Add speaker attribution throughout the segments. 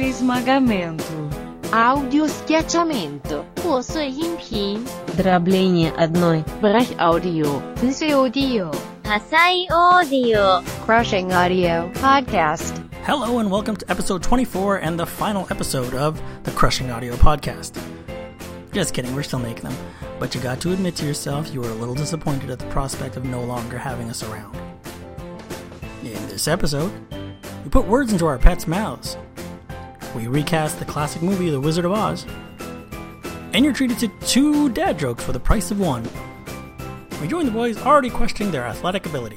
Speaker 1: Аудиоизмаgamento.
Speaker 2: Аудиоскетчамент. 破碎音频。
Speaker 3: дробление одной,
Speaker 2: Брать аудио. Фузи аудио.
Speaker 4: 火災オーディオ
Speaker 2: Crushing audio. Podcast.
Speaker 5: Hello and welcome to episode 24 and the final episode of the Crushing Audio Podcast. Just kidding, we're still making them. But you got to admit to yourself you were a little disappointed at the prospect of no longer having us around. In this episode, we put words into our pets' mouths. We recast the classic movie The Wizard of Oz. And you're treated to two dad jokes for the price of one. We join the boys already questioning their athletic ability.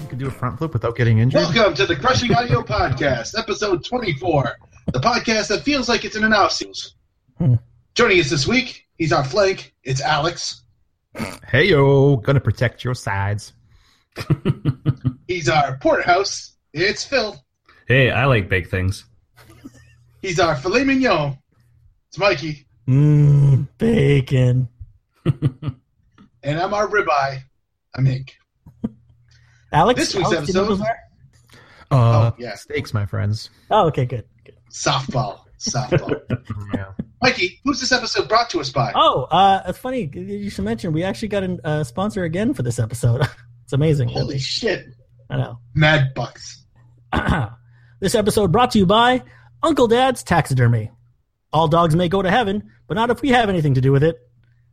Speaker 6: You can do a front flip without getting injured.
Speaker 7: Welcome to the Crushing Audio Podcast, episode 24, the podcast that feels like it's in and out seals. Joining us this week, he's our flank, it's Alex.
Speaker 6: Hey yo, gonna protect your sides.
Speaker 7: He's our porterhouse, it's Phil.
Speaker 8: Hey, I like baked things.
Speaker 7: He's our filet mignon, it's Mikey.
Speaker 5: Mmm, bacon.
Speaker 7: And I'm our ribeye, I'm Hink.
Speaker 5: Alex,
Speaker 7: This week's
Speaker 5: Alex, did you
Speaker 7: episode-
Speaker 5: prepare?
Speaker 6: Uh,
Speaker 7: Oh, yeah.
Speaker 6: Stakes, my friends.
Speaker 5: Oh, okay, good. good.
Speaker 7: Softball, softball.
Speaker 6: Yeah.
Speaker 7: Mikey, who's this episode brought to us by?
Speaker 5: Oh, uh, it's funny you should mention we actually got a uh, sponsor again for this episode. it's amazing.
Speaker 7: Holy shit,
Speaker 5: I
Speaker 7: Mad Bucks.
Speaker 5: know. this episode brought to you by Uncle Dad's Taxidermy. All dogs may go to heaven, but not if we have anything to do with it.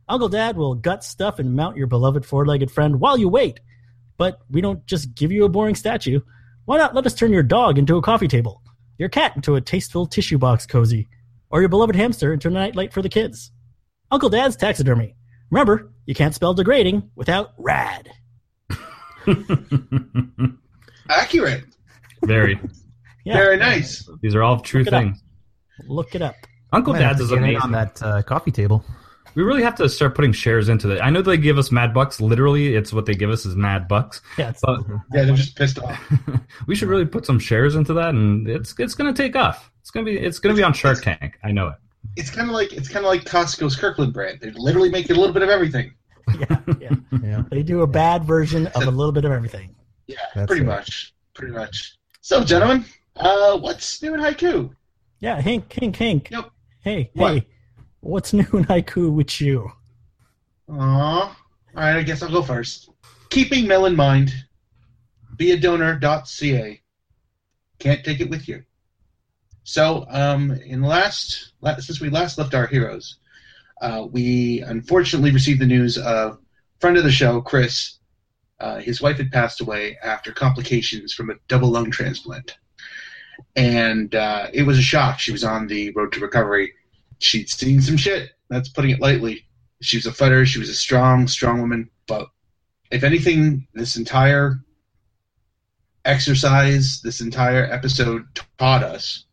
Speaker 5: Uncle Dad will gut stuff and mount your beloved four-legged friend while you wait. But we don't just give you a boring statue. Why not let us turn your dog into a coffee table, your cat into a tasteful tissue box cozy, or your beloved hamster into a nightlight for the kids? Uncle Dad's taxidermy. Remember, you can't spell degrading without rad.
Speaker 7: Accurate,
Speaker 8: Very.
Speaker 5: Yeah.
Speaker 7: very nice.
Speaker 8: These are all true
Speaker 5: Look it up.
Speaker 8: things.
Speaker 5: Look it up.
Speaker 8: Uncle
Speaker 6: Might have
Speaker 8: Dad's
Speaker 6: to
Speaker 8: is
Speaker 6: get in
Speaker 8: amazing.
Speaker 6: on that uh, coffee table.
Speaker 8: We really have to start putting shares into that. I know they give us mad bucks. Literally, it's what they give us is mad bucks.
Speaker 5: Yeah, it's,
Speaker 8: But
Speaker 7: Yeah, they're just pissed off.
Speaker 8: we should really put some shares into that, and it's it's going to take off. It's going to be it's going to be on Shark Tank. I know it.
Speaker 7: It's kind of like it's kind of like Costco's Kirkland brand. They literally make a little bit of everything.
Speaker 5: yeah, yeah.
Speaker 6: Yeah.
Speaker 5: They do a bad version of a little bit of everything.
Speaker 7: Yeah,
Speaker 6: That's
Speaker 7: pretty
Speaker 6: it.
Speaker 7: much. Pretty much. So, gentlemen, uh, what's new in haiku?
Speaker 5: Yeah, Hink, Hink, Hink.
Speaker 7: Yep.
Speaker 5: Hey,
Speaker 7: What?
Speaker 5: hey, what's new in haiku with you?
Speaker 7: Aw. All right, I guess I'll go first. Keeping Mel in mind, beadonor.ca. Can't take it with you. So, um, in the last, la since we last left our heroes, uh, we unfortunately received the news of friend of the show, Chris. Uh, his wife had passed away after complications from a double lung transplant. And uh, it was a shock. She was on the road to recovery. She'd seen some shit. That's putting it lightly she was a fighter. She was a strong, strong woman. But if anything, this entire exercise, this entire episode taught us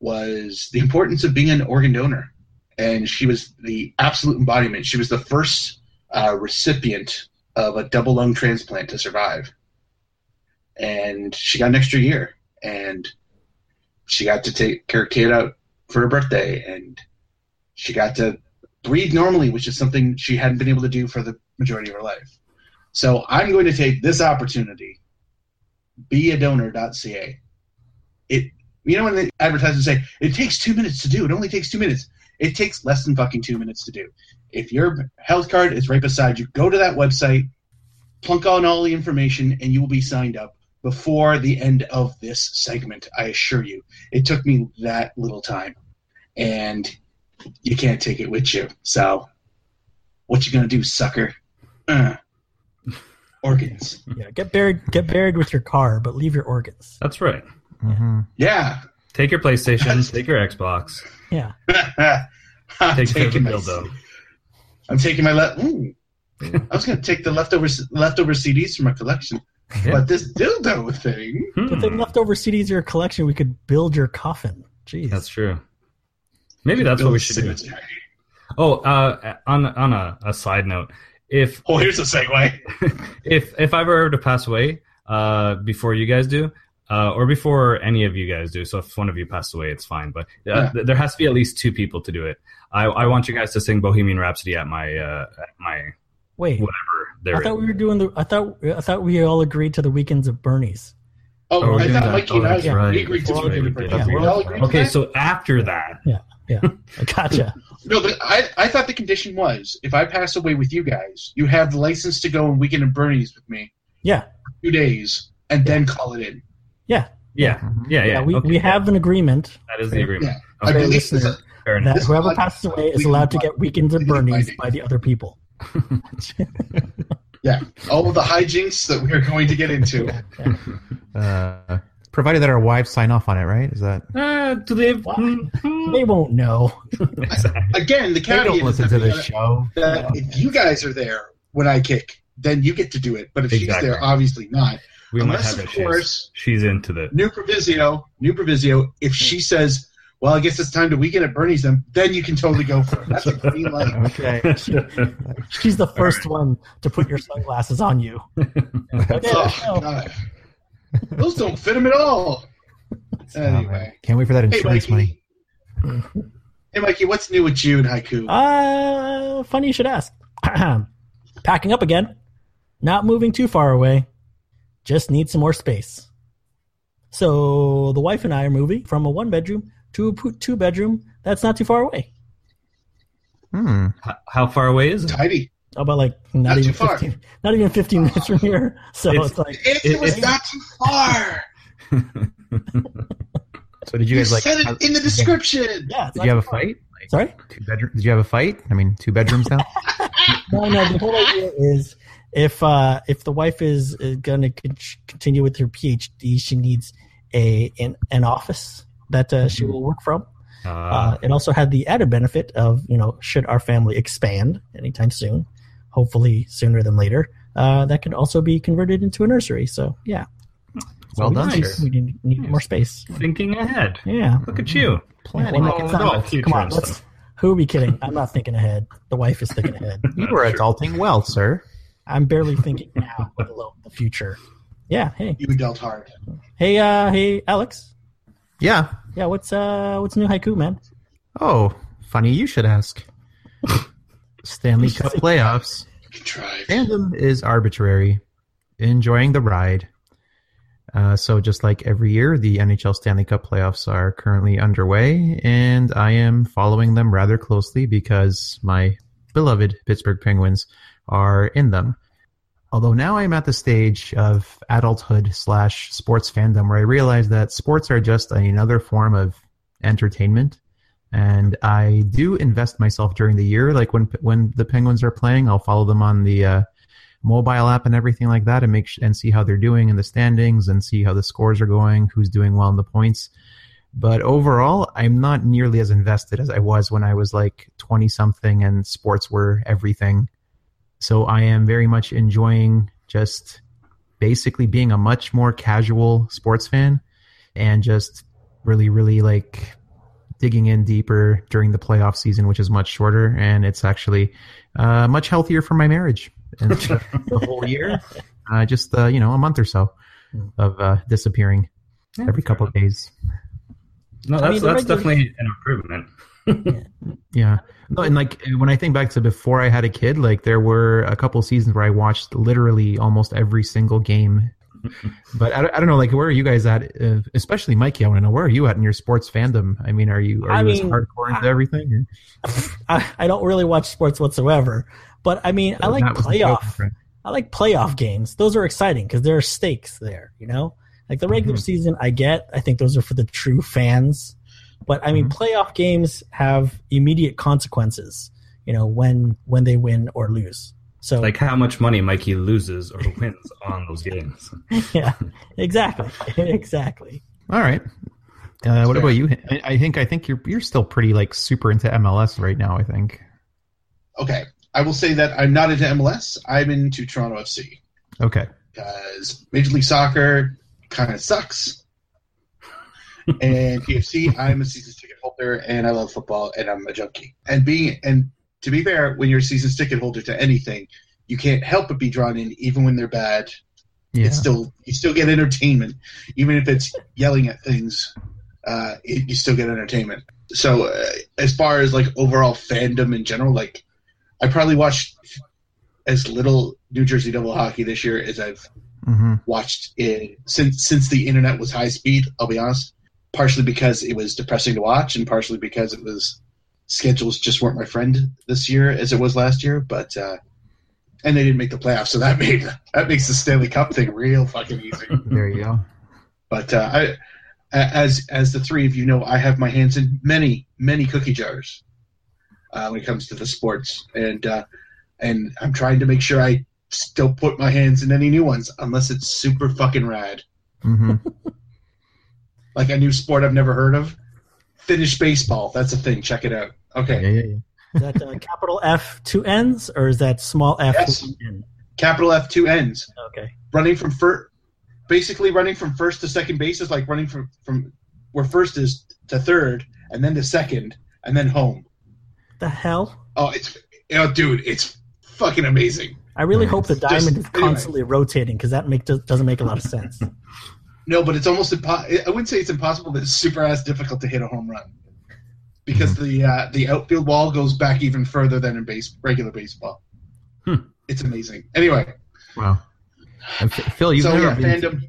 Speaker 7: was the importance of being an organ donor. And she was the absolute embodiment. She was the first uh, recipient of a double lung transplant to survive. And she got an extra year. And she got to take her kid out for her birthday. And she got to breathe normally, which is something she hadn't been able to do for the majority of her life. So I'm going to take this opportunity, beadonor.ca. It, you know, when the advertisers say it takes two minutes to do, it only takes two minutes. It takes less than fucking two minutes to do. If your health card is right beside you, go to that website, plunk on all the information, and you will be signed up before the end of this segment. I assure you, it took me that little time, and you can't take it with you. So, what you gonna do, sucker? Uh, organs.
Speaker 5: Yeah, get buried, get buried with your car, but leave your organs.
Speaker 8: That's right.
Speaker 6: hmm
Speaker 7: Yeah.
Speaker 8: Take your PlayStation. take your Xbox.
Speaker 5: Yeah,
Speaker 7: I'm
Speaker 8: Take your
Speaker 7: taking my,
Speaker 8: dildo.
Speaker 7: I'm taking my left. I was gonna take the leftover leftover CDs from my collection,
Speaker 8: Yeah.
Speaker 7: but this dildo thing.
Speaker 5: if they
Speaker 8: Hmm,
Speaker 5: left over CDs in your collection, we could build your coffin. Jeez,
Speaker 8: that's true. Maybe that's what we should do. Oh, uh, on on a, a side note, if
Speaker 7: Well, here's a segue.
Speaker 8: if if I were to pass away uh, before you guys do, uh, or before any of you guys do, so if one of you passed away, it's fine. But uh,
Speaker 7: Yeah.
Speaker 8: th- there has to be at least two people to do it. I, I want you guys to sing Bohemian Rhapsody at my uh, at my
Speaker 5: wait.
Speaker 8: whatever there
Speaker 5: I
Speaker 8: is.
Speaker 5: thought we were doing the. I thought I thought we all agreed to the weekends of Bernie's.
Speaker 7: Oh,
Speaker 8: Oh, we're
Speaker 7: I
Speaker 8: doing
Speaker 7: thought
Speaker 8: that.
Speaker 7: Mikey
Speaker 8: Oh,
Speaker 7: and I
Speaker 8: that's right.
Speaker 7: we agreed to
Speaker 8: That's
Speaker 7: do a
Speaker 8: right, we
Speaker 7: different.
Speaker 8: did.
Speaker 7: Did we all agree to
Speaker 8: Okay,
Speaker 7: that?
Speaker 8: so after that,
Speaker 5: Yeah, gotcha.
Speaker 7: No, but I, I thought the condition was if I pass away with you guys, you have the license to go on Weekend at Bernie's with me
Speaker 5: Yeah,
Speaker 7: for two days and then call it in.
Speaker 8: yeah,
Speaker 6: Mm-hmm.
Speaker 8: yeah, yeah.
Speaker 5: yeah. We,
Speaker 8: okay,
Speaker 5: we
Speaker 8: yeah,
Speaker 5: have an agreement
Speaker 8: that is the agreement.
Speaker 7: I
Speaker 8: Okay,
Speaker 7: believe
Speaker 5: listener.
Speaker 7: this-
Speaker 8: fair enough.
Speaker 5: that
Speaker 7: This
Speaker 5: whoever
Speaker 7: podcast
Speaker 5: passes away is
Speaker 7: completely
Speaker 5: allowed to
Speaker 7: fine.
Speaker 5: get weekends at
Speaker 7: Completely
Speaker 5: Bernie's
Speaker 7: fine.
Speaker 5: by the other people.
Speaker 7: yeah, all of the hijinks that we're going to get into.
Speaker 6: Uh, provided that our wives sign off on it, right? Is that
Speaker 8: Uh, do they?
Speaker 5: What?
Speaker 8: Hmm, hmm.
Speaker 5: They won't know.
Speaker 7: Again, the
Speaker 6: they
Speaker 7: caveat
Speaker 6: don't
Speaker 7: is
Speaker 6: listen
Speaker 7: that
Speaker 6: to
Speaker 7: we
Speaker 6: this
Speaker 7: gotta-
Speaker 6: show?
Speaker 7: that if you guys are there when I kick, then you get to do it. But if
Speaker 8: Exactly.
Speaker 7: she's there, obviously not.
Speaker 8: We might
Speaker 7: Unless,
Speaker 8: have
Speaker 7: of
Speaker 8: issues.
Speaker 7: course,
Speaker 8: She's into the.
Speaker 7: new proviso, new proviso. If she says, "Well, I guess it's time to weekend at Bernie's," then then you can totally go for it. That's a green light.
Speaker 6: Okay.
Speaker 5: She's the first one to put your sunglasses on you. Okay,
Speaker 7: Oh,
Speaker 5: no.
Speaker 7: God. Those don't fit him at all.
Speaker 6: Oh, man.
Speaker 7: Anyway,
Speaker 6: Can't wait for that
Speaker 7: hey
Speaker 6: insurance money.
Speaker 7: Mikey. Hey Mikey, what's new with you and haiku?
Speaker 5: Uh, funny you should ask. Packing up again. Not moving too far away. Just need some more space. So the wife and I are moving from a one bedroom to a two bedroom that's not too far away.
Speaker 6: Hmm.
Speaker 8: H- How far away is it?
Speaker 7: Tidy.
Speaker 5: About like not,
Speaker 7: Not
Speaker 5: even
Speaker 7: too far.
Speaker 5: 15, not even 15 minutes from here. So
Speaker 8: It's-
Speaker 5: it's, like
Speaker 7: It,
Speaker 8: It-
Speaker 7: was
Speaker 8: it-
Speaker 7: not too far.
Speaker 6: So did you
Speaker 7: You
Speaker 6: guys like?
Speaker 7: said
Speaker 6: how-
Speaker 7: it in the description.
Speaker 5: yeah. It's
Speaker 6: Did
Speaker 5: not
Speaker 6: you have
Speaker 5: too
Speaker 6: a
Speaker 5: far.
Speaker 6: fight? Like,
Speaker 5: Sorry.
Speaker 6: two bedroom? Did you have a fight? I mean, two bedrooms now.
Speaker 5: No, no. The whole idea is if uh, if the wife is, is going to con- continue with her PhD, she needs a an, an office that uh,
Speaker 8: Mm-hmm.
Speaker 5: she will work from.
Speaker 8: Uh,
Speaker 5: Uh, it also had the added benefit of you know should our family expand anytime soon, hopefully sooner than later, uh, that could also be converted into a nursery. So yeah,
Speaker 6: Well done,
Speaker 5: We,
Speaker 8: Nice.
Speaker 5: we need, need more space.
Speaker 8: thinking ahead.
Speaker 5: Yeah,
Speaker 8: Look at you.
Speaker 5: planning.
Speaker 8: Oh,
Speaker 5: it's
Speaker 8: no,
Speaker 5: not,
Speaker 8: future
Speaker 5: come on,
Speaker 8: and
Speaker 5: let's,
Speaker 8: stuff.
Speaker 5: who are we kidding? I'm not thinking ahead. The wife is thinking ahead.
Speaker 6: You
Speaker 8: That's
Speaker 6: were
Speaker 8: true.
Speaker 6: adulting well, sir.
Speaker 5: I'm barely thinking now, let alone the future. Yeah. Hey.
Speaker 7: You dealt hard.
Speaker 5: Hey. Uh. Hey, Alex.
Speaker 6: Yeah.
Speaker 5: Yeah. What's uh. What's new haiku, man?
Speaker 6: Oh, funny you should ask. Stanley Cup playoffs.
Speaker 7: Contrived.
Speaker 6: Fandom is arbitrary. Enjoying the ride. Uh, so, just like every year, the NHL Stanley Cup playoffs are currently underway, and I am following them rather closely because my beloved Pittsburgh Penguins are in them. Although now I'm at the stage of adulthood slash sports fandom where I realize that sports are just another form of entertainment and I do invest myself during the year. Like when when the Penguins are playing, I'll follow them on the uh, mobile app and everything like that, and make sh- and see how they're doing in the standings, and see how the scores are going, who's doing well in the points. But overall, I'm not nearly as invested as I was when I was like 20 something, and sports were everything. So I am very much enjoying just basically being a much more casual sports fan, and just really, really like digging in deeper during the playoff season, which is much shorter, and it's actually uh, much healthier for my marriage. And so the whole year, uh, just uh, you know, a month or so
Speaker 5: Hmm.
Speaker 6: of uh, disappearing
Speaker 8: Yeah,
Speaker 6: every couple of days.
Speaker 8: No, that's
Speaker 5: I mean, the
Speaker 8: that's
Speaker 5: regular-
Speaker 8: definitely an improvement.
Speaker 6: Yeah, no, and like when I think back to before I had a kid, like there were a couple seasons where I watched literally almost every single game. But I, don't- I don't know, like where are you guys at? Uh, especially Mikey, I want to know where are you at in your sports fandom? I mean, are you are
Speaker 5: I
Speaker 6: you as
Speaker 5: mean,
Speaker 6: hardcore into everything? or-
Speaker 5: I, I don't really watch sports whatsoever, but I mean, I like
Speaker 6: That was the joke, my
Speaker 5: playoff.
Speaker 6: friend.
Speaker 5: I like playoff games. Those are exciting because there are stakes there, you know? Like the regular
Speaker 6: Mhm.
Speaker 5: season, I get. I think those are for the true fans. But I mean,
Speaker 6: Mhm.
Speaker 5: playoff games have immediate consequences, you know, when when they win or lose. So
Speaker 8: Like how much money Mikey loses or wins on those games.
Speaker 5: yeah, exactly, exactly.
Speaker 6: All right. Uh, what
Speaker 7: Fair.
Speaker 6: about you? I- I think I think you're you're still pretty like super into MLS right now. I think.
Speaker 7: Okay, I will say that I'm not into MLS. I'm into Toronto FC.
Speaker 6: Okay.
Speaker 7: because Major League Soccer kind of sucks. and PFC, I'm a season ticket holder, and I love football, and I'm a junkie. And being and to be fair, when you're a season ticket holder to anything, you can't help but be drawn in, even when they're bad.
Speaker 6: Yeah.
Speaker 7: It's still you still get entertainment, even if it's yelling at things. Uh, it, you still get entertainment. So uh, as far as like overall fandom in general, like I probably watched as little New Jersey Devil hockey this year as I've
Speaker 6: Mm-hmm.
Speaker 7: watched it since since the internet was high speed. I'll be honest, partially because it was depressing to watch, and partially because it was schedules just weren't my friend this year as it was last year. But uh, and they didn't make the playoffs, so that made that makes the Stanley Cup thing real fucking easy.
Speaker 6: There you go.
Speaker 7: But uh, I, a- as as the three of you know, I have my hands in many many cookie jars uh, when it comes to the sports, and uh, and I'm trying to make sure I still put my hands in any new ones unless it's super fucking rad,
Speaker 6: hmm
Speaker 7: like a new sport I've never heard of. Finnish baseball, that's a thing. Check it out.
Speaker 6: yeah,
Speaker 7: Okay,
Speaker 6: yeah, yeah.
Speaker 5: Is that uh, capital F two N's or is that small F
Speaker 7: Yes.
Speaker 5: one N?
Speaker 7: capital F two ends.
Speaker 5: Okay.
Speaker 7: running from first, basically running from first to second base is like running from from where first is to third, and then to second, and then home.
Speaker 5: The hell!
Speaker 7: Oh, it's oh, dude, it's fucking amazing.
Speaker 5: I really
Speaker 6: Nice.
Speaker 5: hope the
Speaker 7: Just-
Speaker 5: diamond is
Speaker 7: anyway.
Speaker 5: constantly rotating because that make doesn't make a lot of sense.
Speaker 7: No, but it's almost impossible. I wouldn't say it's impossible, but it's super ass difficult to hit a home run because
Speaker 6: Mm-hmm.
Speaker 7: the uh, the outfield wall goes back even further than in base regular baseball.
Speaker 8: Hmm.
Speaker 7: It's amazing. Anyway,
Speaker 6: Wow. And Ph- Phil, you've
Speaker 7: so
Speaker 6: never
Speaker 7: yeah,
Speaker 6: been,
Speaker 7: fandom.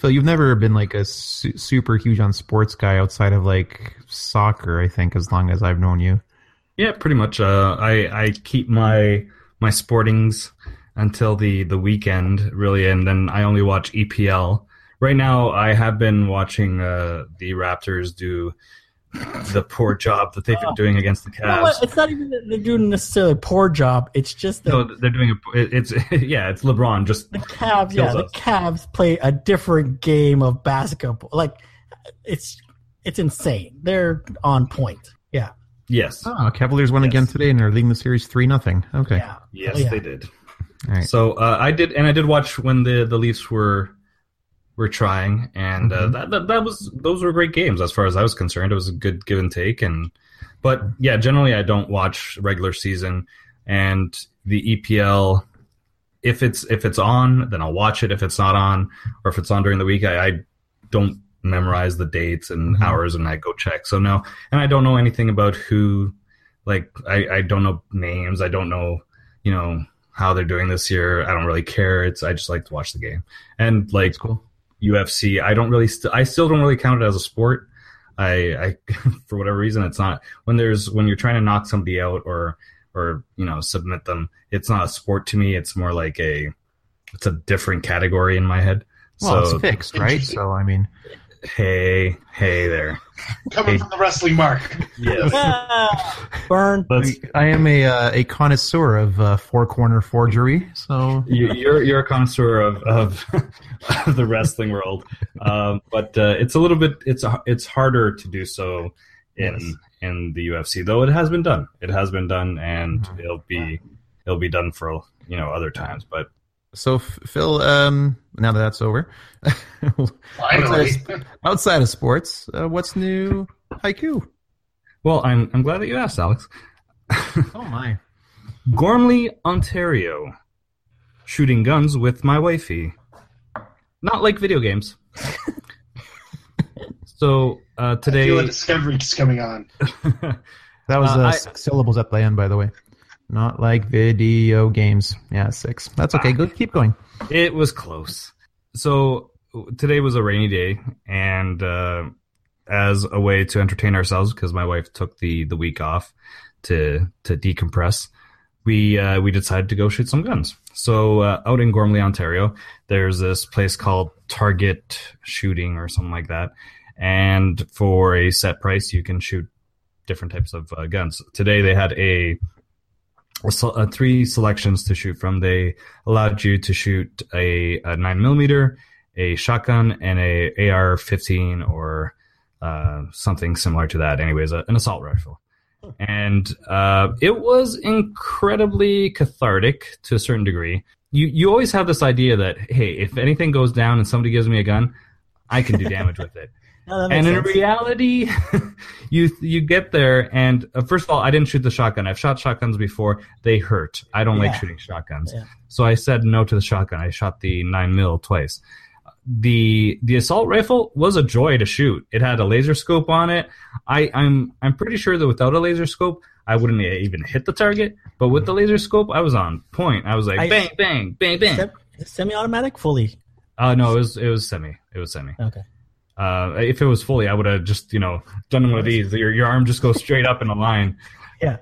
Speaker 6: Phil, you've never been like a su- super huge on sports guy outside of like soccer. I think as long as I've known you.
Speaker 8: Yeah, pretty much. Uh, I I keep my my sportings until the the weekend really, and then I only watch EPL. Right now, I have been watching uh, the Raptors do the poor job that they've been doing against the
Speaker 5: Oh. You know what?
Speaker 8: Cavs.
Speaker 5: It's not even that they're doing necessarily a poor job. It's just that
Speaker 8: No, they're doing a, it. It's yeah, it's LeBron. Just
Speaker 5: the Cavs, yeah,
Speaker 8: Kills
Speaker 5: the
Speaker 8: us.
Speaker 5: Cavs play a different game of basketball. Like it's it's insane. They're on point. Yeah,
Speaker 8: yes,
Speaker 6: Oh, Cavaliers won
Speaker 8: Yes.
Speaker 6: again today and are leading the series three nothing. Okay.
Speaker 5: yeah.
Speaker 8: yes,
Speaker 5: Oh, yeah.
Speaker 8: they did.
Speaker 6: All right.
Speaker 8: So uh, I did, and I did watch when the the Leafs were were trying, and uh,
Speaker 6: Mhm.
Speaker 8: that, that that was those were great games as far as I was concerned. It was a good give and take, and but yeah, generally I don't watch regular season and the EPL. If it's if it's on, then I'll watch it. If it's not on, or if it's on during the week, I, I don't memorize the dates and
Speaker 6: Mhm.
Speaker 8: hours, and I go check. So no, and I don't know anything about who. Like I, I don't know names. I don't know you know how they're doing this year. I don't really care. It's I just like to watch the game and like
Speaker 6: That's cool.
Speaker 8: UFC. I don't really, st- I still don't really count it as a sport. I, I, for whatever reason, it's not when there's when you're trying to knock somebody out or or you know submit them. It's not a sport to me. It's more like a, it's a different category in my head.
Speaker 6: Well,
Speaker 8: so
Speaker 6: it's fixed, right? So I mean,
Speaker 8: hey, hey there.
Speaker 7: Coming from the wrestling mark.
Speaker 8: Yes,
Speaker 5: Ah, Burn.
Speaker 8: that's
Speaker 6: I am a uh, a connoisseur of uh, four corner forgery. So
Speaker 8: you, you're you're a connoisseur of of, of the wrestling world, um, but uh, it's a little bit it's a, it's harder to do so in
Speaker 6: Yes.
Speaker 8: in the UFC. Though it has been done, it has been done, and
Speaker 6: Mhm.
Speaker 8: it'll be it'll be done for you know other times. But
Speaker 6: so F- Phil, um, now that that's over,
Speaker 7: Finally.
Speaker 6: outside of sports, uh, what's new? Haiku.
Speaker 8: well, I'm I'm glad that you asked, Alex.
Speaker 6: Oh my.
Speaker 8: Gormley, Ontario, shooting guns with my wifey. Not like video games. so
Speaker 7: I feel
Speaker 8: uh,
Speaker 7: a
Speaker 8: today.
Speaker 7: discovery is coming on.
Speaker 6: That was
Speaker 8: Uh,
Speaker 6: uh,
Speaker 8: I-
Speaker 6: six syllables at the end, by the way. Not like video games. Yeah, six. That's okay. Good. Keep going.
Speaker 8: It was close. So today was a rainy day, and uh, as a way to entertain ourselves, because my wife took the the week off to to decompress, we uh, we decided to go shoot some guns. So uh, out in Gormley, Ontario, there's this place called Target Shooting or something like that, and for a set price, you can shoot different types of uh, guns. Today they had a, a, se- uh three selections to shoot from. They allowed you to shoot a, a nine millimeter, a shotgun, and a AR-15 or uh, something similar to that. Anyways, a, an assault rifle, and uh, it was incredibly cathartic to a certain degree. You you always have this idea that hey, if anything goes down and somebody gives me a gun, I can do damage with it
Speaker 5: No, that makes
Speaker 8: and in
Speaker 5: sense.
Speaker 8: reality, you you get there, and uh, first of all, I didn't shoot the shotgun. I've shot shotguns before; they hurt. I don't like
Speaker 5: Yeah.
Speaker 8: shooting shotguns,
Speaker 5: Yeah.
Speaker 8: so I said no to the shotgun. I shot the nine mil twice. the The assault rifle was a joy to shoot. It had a laser scope on it. I, I'm I'm pretty sure that without a laser scope, I wouldn't even hit the target. But with the laser scope, I was on point. I was like
Speaker 5: I-
Speaker 8: bang, bang, bang, bang.
Speaker 5: Sem- semi-automatic, fully.
Speaker 8: Uh, no, it was it was semi. It was semi.
Speaker 5: Okay.
Speaker 8: Uh, if it was fully, I would have just you know done one of these. Your your arm just goes straight up in a line.
Speaker 5: Yeah.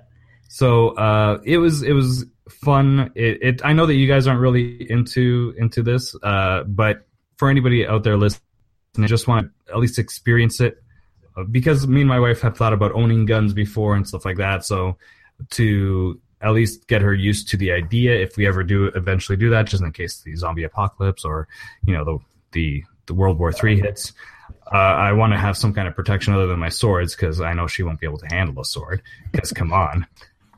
Speaker 8: So uh, it was it was fun. It, it I know that you guys aren't really into into this, uh, but for anybody out there listening, I just want to at least experience it Uh, because me and my wife have thought about owning guns before and stuff like that. So to at least get her used to the idea, if we ever do eventually do that, just in case the zombie apocalypse or you know the the, the World War Three hits. Uh, I want to have some kind of protection other than my swords because I know she won't be able to handle a sword. Because come on,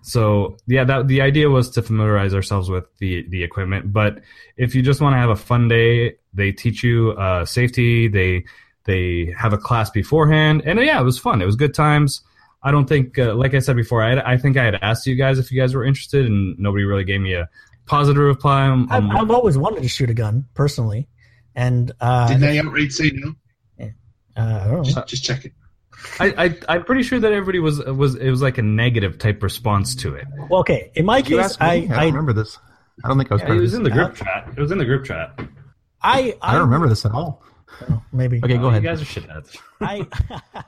Speaker 8: so yeah, that the idea was to familiarize ourselves with the the equipment. But if you just want to have a fun day, they teach you uh, safety. They they have a class beforehand, and yeah, it was fun. It was good times. I don't think, uh, like I said before, I, I think I had asked you guys if you guys were interested, and nobody really gave me a positive reply. I'm-
Speaker 5: I've,
Speaker 8: I'm-
Speaker 5: I've always wanted to shoot a gun personally, and uh,
Speaker 7: Didn't I outright say no?
Speaker 5: uh, I don't know.
Speaker 7: Just, just check it.
Speaker 8: I, I I'm pretty sure that everybody was was it was like a negative type response to it.
Speaker 5: Well, okay. In my
Speaker 6: Did you
Speaker 5: case,
Speaker 6: ask me?
Speaker 5: I
Speaker 6: don't
Speaker 5: I,
Speaker 6: remember this. I don't think I was
Speaker 8: Yeah,
Speaker 6: part
Speaker 8: it
Speaker 6: of
Speaker 8: was
Speaker 6: this.
Speaker 8: in the group chat. It was in the group chat.
Speaker 5: I
Speaker 6: I don't remember this at all.
Speaker 5: Oh, maybe
Speaker 6: Okay, go
Speaker 8: Uh,
Speaker 6: ahead.
Speaker 8: You guys are shitheads.
Speaker 5: I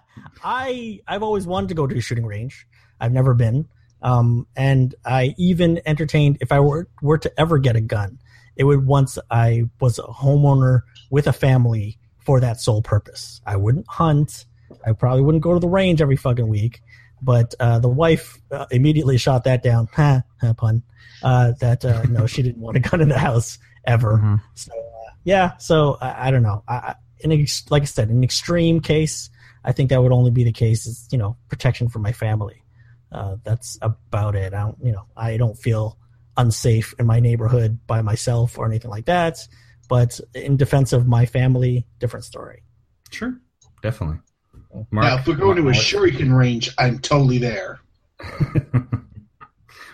Speaker 5: I I've always wanted to go to a shooting range. I've never been. Um, and I even entertained if I were were to ever get a gun, it would once I was a homeowner with a family for that sole purpose. I wouldn't hunt. I probably wouldn't go to the range every fucking week. But uh, the wife uh, immediately shot that down. Ha, ha pun. Uh, that uh, no, she didn't want a gun in the house ever.
Speaker 6: Mhm.
Speaker 5: So uh, yeah, so I, I don't know. I, I- in ex- like I said, in extreme case, I think that would only be the case is you know protection for my family. Uh, that's about it. I don't you know I don't feel unsafe in my neighborhood by myself or anything like that. But in defense of my family, different story.
Speaker 8: Sure, definitely.
Speaker 7: now, if we're going to a shuriken range, I'm totally there.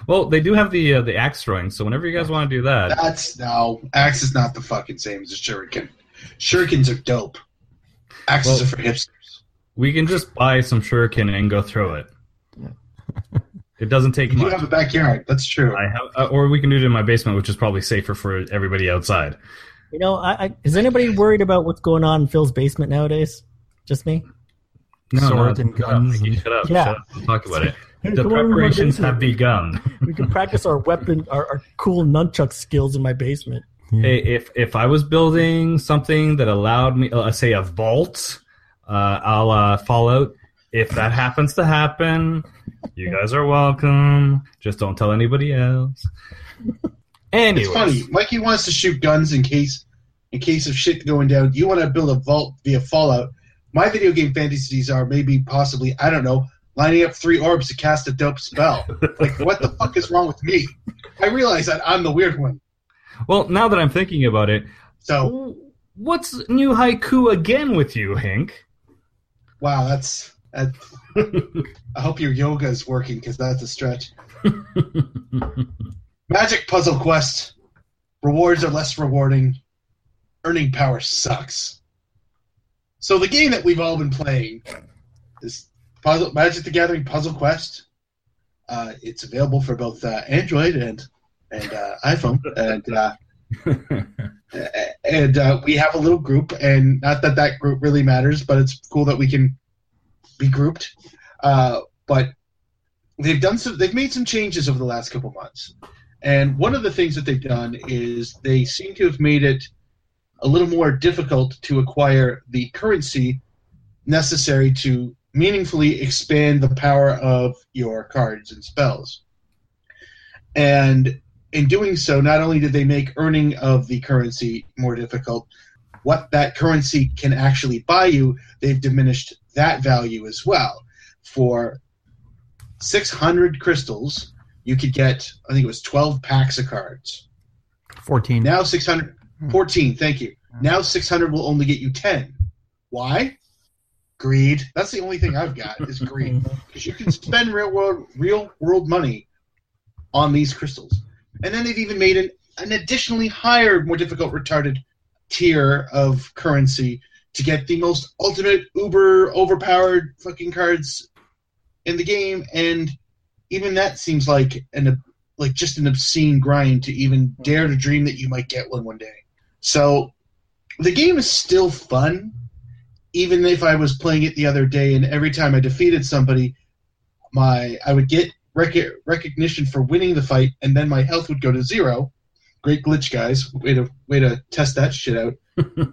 Speaker 8: well, they do have the uh, the axe throwing, so whenever you guys want to do that,
Speaker 7: That's no. Axe is not the fucking same as a shuriken. Shurikens are dope. Axes
Speaker 8: Well-
Speaker 7: are for hipsters.
Speaker 8: we can just buy some shuriken and go throw it. It doesn't take
Speaker 7: You do
Speaker 8: much.
Speaker 7: have a backyard. That's true.
Speaker 8: I have, uh, or we can do it in my basement, which is probably safer for everybody outside.
Speaker 5: You know, I, I, is anybody worried about what's going on in Phil's basement nowadays? Just me.
Speaker 6: Swords and
Speaker 8: shut up,
Speaker 6: guns
Speaker 8: Mickey,
Speaker 6: and-
Speaker 8: shut up.
Speaker 5: Yeah.
Speaker 8: Shut up. We'll talk about it.
Speaker 5: Hey,
Speaker 8: The
Speaker 5: come over to my
Speaker 8: preparations
Speaker 5: basement.
Speaker 8: have begun.
Speaker 5: we can practice our weapon, our, our cool nunchuck skills in my basement.
Speaker 8: Hey, Eh, if if I was building something that allowed me, uh, say, a vault, uh, a la Fallout, if that happens to happen, you guys are welcome. Just don't tell anybody else.
Speaker 7: It's funny.
Speaker 8: Anyways,
Speaker 7: Mikey wants to shoot guns in case in case of shit going down. You want to build a vault via Fallout. My video game fantasies are maybe possibly I don't know lining up three orbs to cast a dope spell. like what the fuck is wrong with me? I realize that I'm the weird one.
Speaker 8: well, now that I'm thinking about it,
Speaker 7: So
Speaker 8: what's new haiku again with you, Hink?
Speaker 7: wow, that's. that I hope your yoga is working because that's a stretch. Magic puzzle quest. Rewards are less rewarding. Earning power sucks. So the game that we've all been playing is puzzle, Magic the Gathering Puzzle Quest. Uh, it's available for both uh, Android and and uh, iPhone, and uh, and uh, we have a little group. And not that that group really matters, but it's cool that we can be grouped. Uh, but they've done some. They've made some changes over the last couple months. And one of the things that they've done is they seem to have made it a little more difficult to acquire the currency necessary to meaningfully expand the power of your cards and spells. And in doing so, not only did they make earning of the currency more difficult, what that currency can actually buy you, they've diminished that value as well. For 600 crystals, you could get, I think it was 12 packs of cards.
Speaker 6: 14.
Speaker 7: Now 600, 14, thank you. Now 600 will only get you 10. Why? Greed. That's the only thing I've got is greed. Because you can spend real world, real world money on these crystals. And then they've even made an, an additionally higher, more difficult, retarded tier of currency to get the most ultimate, uber, overpowered fucking cards in the game. And even that seems like an like just an obscene grind to even dare to dream that you might get one one day. So the game is still fun, even if I was playing it the other day, and every time I defeated somebody, my I would get rec- recognition for winning the fight, and then my health would go to zero. Great glitch, guys! Way to way to test that shit out.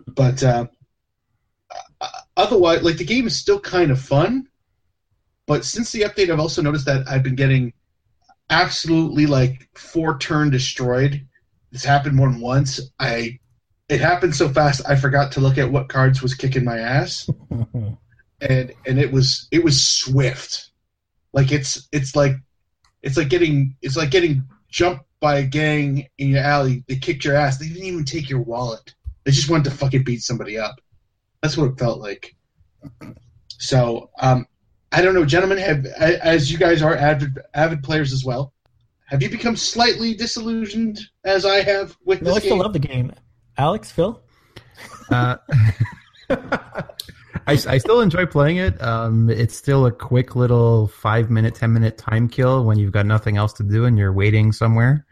Speaker 7: but uh, uh, otherwise, like the game is still kind of fun. But since the update, I've also noticed that I've been getting absolutely like four turn destroyed. This happened more than once. I it happened so fast I forgot to look at what cards was kicking my ass, and and it was it was swift. Like it's it's like it's like getting it's like getting jumped by a gang in your alley. They kicked your ass. They didn't even take your wallet. They just wanted to fucking beat somebody up. That's what it felt like. So um, I don't know, gentlemen. Have a- as you guys are avid avid players as well. Have you become slightly disillusioned as I have with
Speaker 5: No, I
Speaker 7: this
Speaker 5: still
Speaker 7: game?
Speaker 5: love the game. Alex, Phil,
Speaker 6: Uh, I, I still enjoy playing it. Um, it's still a quick little five minute, 10 minute time kill when you've got nothing else to do and you're waiting somewhere.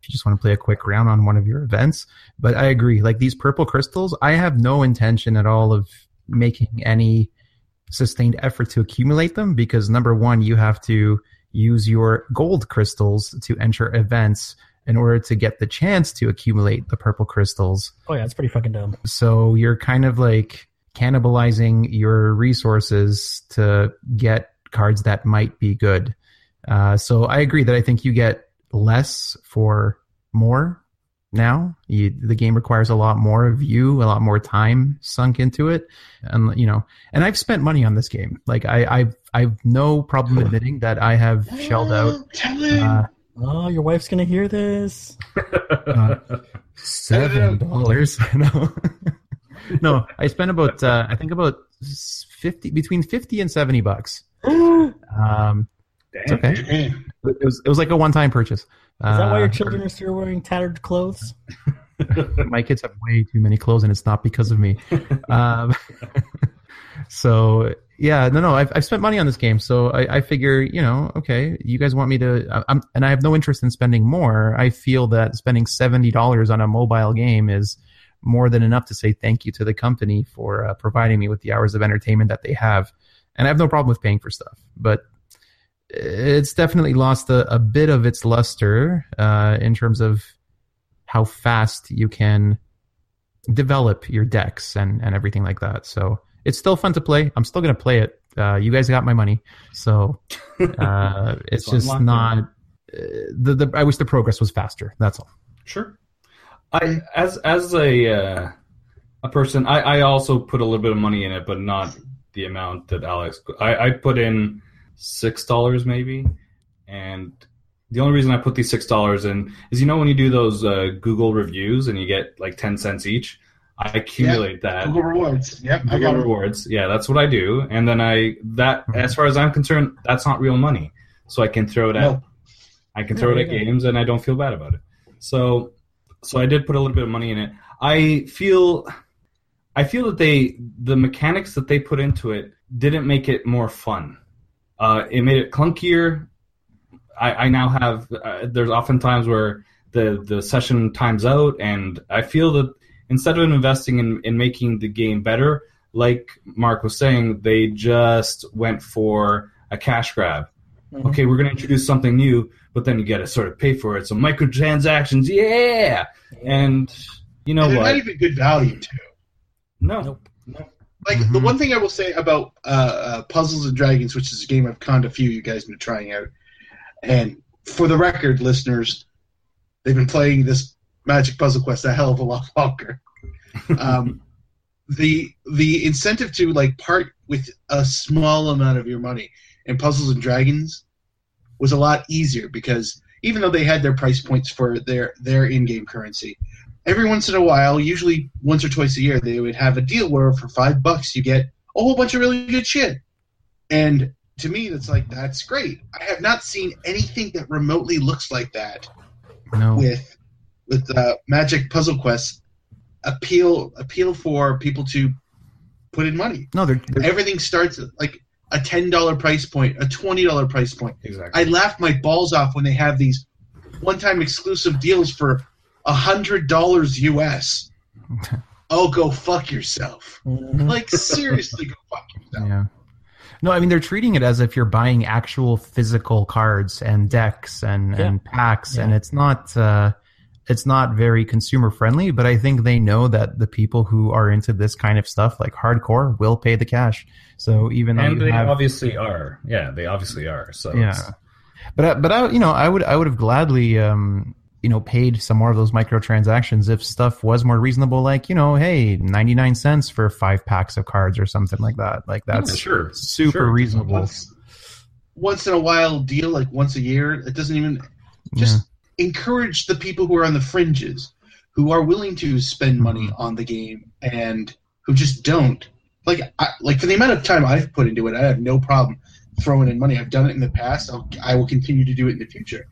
Speaker 6: If you just want to play a quick round on one of your events. But I agree. Like these purple crystals, I have no intention at all of making any sustained effort to accumulate them because number one, you have to use your gold crystals to enter events in order to get the chance to accumulate the purple crystals.
Speaker 5: oh yeah, it's pretty fucking dumb.
Speaker 6: So you're kind of like cannibalizing your resources to get cards that might be good. Uh, so I agree that I think you get less for more now. You, the game requires a lot more of you, a lot more time sunk into it, and you know. And I've spent money on this game. Like I, I've, I've no problem admitting that I have shelled out.
Speaker 7: Tell him.
Speaker 6: Uh,
Speaker 5: Oh, your wife's gonna hear this.
Speaker 6: Seven dollars. no, no. I spent about uh, I think about s- fifty between fifty and seventy bucks. Um, it's
Speaker 8: Damn.
Speaker 6: okay. It was it was like a one time purchase.
Speaker 5: Is that
Speaker 6: Uh,
Speaker 5: why your children are still wearing tattered clothes?
Speaker 6: my kids have way too many clothes, and it's not because of me. um, so yeah, no, no. I've I've spent money on this game, so I, I figure you know, okay, you guys want me to, I- I'm, and I have no interest in spending more. I feel that spending seventy dollars on a mobile game is more than enough to say thank you to the company for uh, providing me with the hours of entertainment that they have, and I have no problem with paying for stuff, but. It's definitely lost a, a bit of its luster uh, in terms of how fast you can develop your decks and, and everything like that. So it's still fun to play. I'm still going to play it. Uh, you guys got my money. So uh, it's
Speaker 8: So
Speaker 6: just
Speaker 8: unlock it.
Speaker 6: not. Uh, the, the I wish the progress was faster. That's all.
Speaker 8: Sure. I as as a uh, a person, I, I also put a little bit of money in it, but not the amount that Alex. I, I put in six dollars maybe, and the only reason I put these six dollars in is you know when you do those uh, Google reviews and you get like ten cents each, I accumulate that.
Speaker 7: Google rewards. Yep, I
Speaker 8: Google
Speaker 7: got it.
Speaker 8: rewards. Yeah, that's what I do, and then I that
Speaker 7: Mm-hmm.
Speaker 8: as far as I'm concerned, that's not real money, so I can throw it at
Speaker 7: No.
Speaker 8: I can throw it at
Speaker 5: Yeah.
Speaker 8: games and I don't feel bad about it. So so I did put a little bit of money in it. I feel I feel that they the mechanics that they put into it didn't make it more fun. Uh, it made it clunkier. I, I now have uh, there's often times where the the session times out, and I feel that instead of investing in, in making the game better, like Mark was saying, they just went for a cash grab okay, we're going to introduce something new, but then you got to sort of pay for it. So microtransactions, yeah. And you know
Speaker 7: And they're
Speaker 8: what?
Speaker 7: not even good value too.
Speaker 8: no,
Speaker 5: Nope.
Speaker 7: Like the
Speaker 8: Mm-hmm.
Speaker 6: Mhm.
Speaker 7: one thing I will say about uh, uh, Puzzles and Dragons, which is a game I've conned a few of you guys have been trying out, and for the record, listeners, they've been playing this Magic Puzzle Quest a hell of a lot longer. Um, the the incentive to like part with a small amount of your money in Puzzles and Dragons was a lot easier because even though they had their price points for their their in-game currency, every once in a while, usually once or twice a year, they would have a deal where for five bucks you get a whole bunch of really good shit. And to me, that's like that's great. I have not seen anything that remotely looks like that
Speaker 6: No.
Speaker 7: with with uh, Magic Puzzle Quest appeal appeal for people to put in money.
Speaker 6: No, they're, they're
Speaker 7: Everything starts at like a ten dollar price point, a twenty dollar price point.
Speaker 8: exactly.
Speaker 7: I laugh my balls off when they have these one-time exclusive deals for a hundred dollars US. "Oh, go fuck yourself."
Speaker 5: Mm-hmm.
Speaker 7: Like seriously, go fuck yourself.
Speaker 6: Yeah. No, I mean they're treating it as if you're buying actual physical cards and decks and,
Speaker 5: Yeah.
Speaker 6: and packs,
Speaker 5: Yeah.
Speaker 6: and it's not uh, it's not very consumer friendly. But I think they know that the people who are into this kind of stuff, like hardcore, will pay the cash. So even though
Speaker 8: and
Speaker 6: you
Speaker 8: they
Speaker 6: have,
Speaker 8: obviously are. Yeah, they obviously are. So
Speaker 6: yeah,
Speaker 8: it's-
Speaker 6: but I, but I you know I would I would have gladly um, you know paid some more of those microtransactions if stuff was more reasonable, like you know, hey, ninety nine cents for five packs of cards or something like that. Like that's
Speaker 8: Yeah, sure,
Speaker 6: super
Speaker 8: sure.
Speaker 6: reasonable.
Speaker 7: Once, once in a while deal, like once a year. It doesn't even just encourage the people who are on the fringes, who are willing to spend money on the game and who just don't. Like, I, like for the amount of time I've put into it, I have no problem throwing in money. I've done it in the past. I'll, I will continue to do it in the future.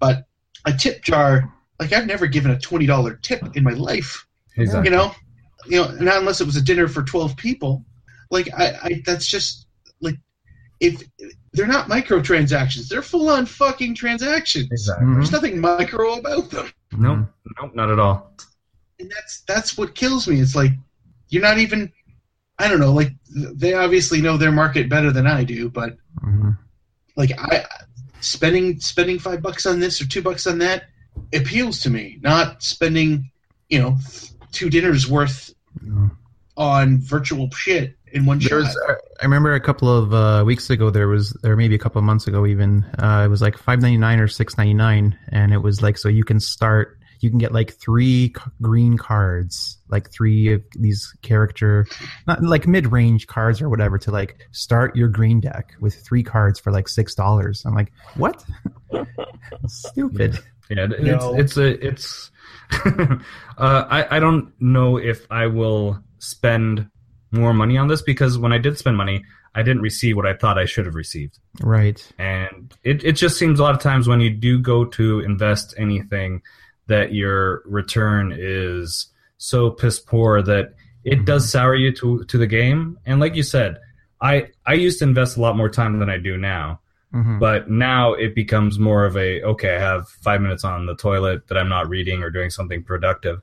Speaker 7: But a tip jar, like I've never given a twenty dollar tip in my life.
Speaker 8: exactly.
Speaker 7: You know, you know, not unless it was a dinner for twelve people. Like I, I that's just like if they're not microtransactions, they're full on fucking transactions.
Speaker 8: Exactly.
Speaker 6: Mhm.
Speaker 7: There's nothing micro about them,
Speaker 8: No, no, Mm. not at all.
Speaker 7: and that's that's what kills me. It's like you're not even. I don't know. Like th- they obviously know their market better than I do, but
Speaker 6: Mhm.
Speaker 7: like I spending spending five bucks on this or two bucks on that appeals to me. Not spending, you know, two dinners worth
Speaker 6: No.
Speaker 7: on virtual shit in one
Speaker 6: There
Speaker 7: shot.
Speaker 6: was, I remember a couple of uh, weeks ago. There was, or maybe a couple of months ago, even. Uh, it was like five ninety nine or six ninety nine, and it was like so you can start. You can get like three c- green cards, like three of these character, not like mid range cards or whatever, to like start your green deck with three cards for like six dollars. I'm like, what? Stupid.
Speaker 8: Yeah, it-
Speaker 7: No.
Speaker 8: it's it's a it's. uh, I I don't know if I will spend more money on this because when I did spend money, I didn't receive what I thought I should have received,
Speaker 6: Right.
Speaker 8: and it it just seems a lot of times when you do go to invest anything, that your return is so piss poor that it does sour you to to the game. And like you said, I I used to invest a lot more time than I do
Speaker 5: Mm-hmm.
Speaker 8: now.
Speaker 6: Mhm.
Speaker 8: But now it becomes more of a okay, I have five minutes on the toilet that I'm not reading or doing something productive,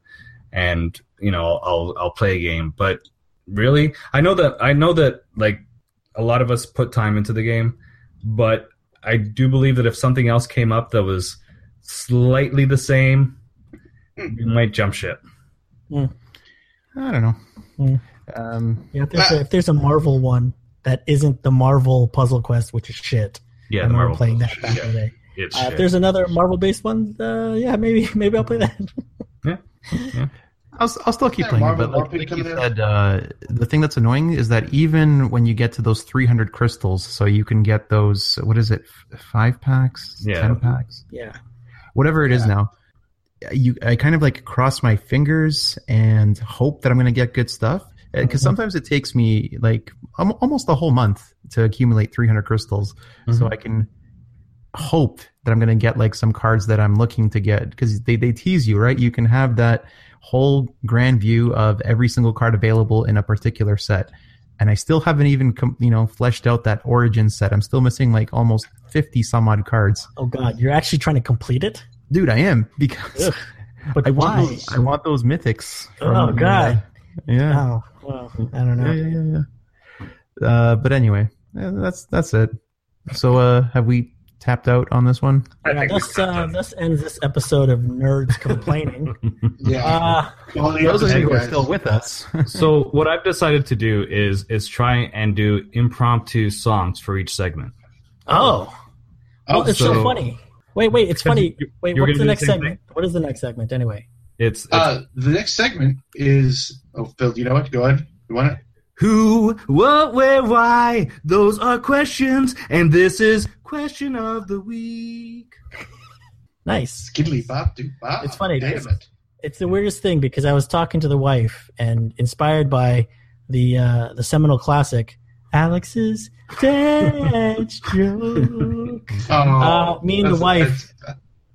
Speaker 8: and you know I'll I'll play a game. But really, I know that I know that like a lot of us put time into the game, but I do believe that if something else came up that was slightly the same,
Speaker 5: Hmm.
Speaker 8: we might jump ship.
Speaker 6: I don't know.
Speaker 5: Mm.
Speaker 6: Um,
Speaker 5: Yeah, if there's, a, if there's a Marvel one that isn't the Marvel Puzzle Quest, which is shit.
Speaker 8: Yeah,
Speaker 5: I remember
Speaker 8: Marvel
Speaker 5: playing that
Speaker 8: Puzzle.
Speaker 5: back in
Speaker 8: Yeah,
Speaker 5: the day.
Speaker 8: it's
Speaker 5: Uh, if
Speaker 8: shit.
Speaker 5: there's another Marvel-based one, uh, yeah, maybe maybe I'll play that.
Speaker 6: I'll, s- I'll still keep
Speaker 7: Yeah,
Speaker 6: playing
Speaker 7: Marvel
Speaker 6: it, but like,
Speaker 7: Warped
Speaker 6: like you
Speaker 7: coming out.
Speaker 6: said, uh, the thing that's annoying is that even when you get to those 300 crystals, so you can get those, what is it, f- five packs,
Speaker 8: Yeah.
Speaker 6: ten packs,
Speaker 5: Yeah,
Speaker 6: whatever it is now, you I kind of like cross my fingers and hope that I'm going to get good stuff. Because
Speaker 5: Mhm.
Speaker 6: sometimes it takes me like al- almost a whole month to accumulate 300 crystals so
Speaker 8: Mhm.
Speaker 6: I can hope that I'm going to get like some cards that I'm looking to get because they, they tease you, right? You can have that whole grand view of every single card available in a particular set. And I still haven't even, com- you know, fleshed out that origin set. I'm still missing like almost 50 some odd cards.
Speaker 5: Oh God, you're actually trying to complete it?
Speaker 6: Dude, I am because
Speaker 5: Ugh, But
Speaker 6: I want
Speaker 5: why?
Speaker 6: those, I want those mythics.
Speaker 5: Oh, God.
Speaker 6: Yeah.
Speaker 5: Oh, well, I don't
Speaker 6: Yeah,
Speaker 5: know.
Speaker 6: yeah, yeah. yeah. Uh, but anyway, yeah, that's that's it. So uh, have we tapped out on this one?
Speaker 8: I
Speaker 5: Yeah,
Speaker 8: think we
Speaker 5: thus,
Speaker 8: got
Speaker 5: uh,
Speaker 8: them.
Speaker 5: thus ends this episode of Nerds Complaining.
Speaker 7: yeah.
Speaker 5: uh,
Speaker 7: Quality
Speaker 6: Those of
Speaker 7: episode,
Speaker 6: you who are
Speaker 7: guys.
Speaker 6: still with us.
Speaker 8: so what I've decided to do is is try and do impromptu songs for each segment.
Speaker 5: oh,
Speaker 7: Oh,
Speaker 5: well, it's so,
Speaker 8: so-
Speaker 5: funny. Wait, wait, it's
Speaker 8: Because
Speaker 5: funny.
Speaker 8: you-
Speaker 5: wait,
Speaker 8: you were
Speaker 5: what's the
Speaker 8: gonna do the
Speaker 5: next
Speaker 8: same
Speaker 5: segment? What is the next segment anyway?
Speaker 8: It's, it's
Speaker 7: uh, the next segment is. Oh, Phil, you know what? Go ahead. You want it?
Speaker 8: who, what, where, why. Those are questions, and this is question of the week.
Speaker 5: Nice.
Speaker 7: Skibbly bop do bop.
Speaker 5: It's funny,
Speaker 7: Damn
Speaker 5: guys.
Speaker 7: it.
Speaker 5: It's the weirdest thing because I was talking to the wife and inspired by the uh, the seminal classic Alex's Dad's joke.
Speaker 7: Oh,
Speaker 5: Uh, me and the wife
Speaker 7: that's-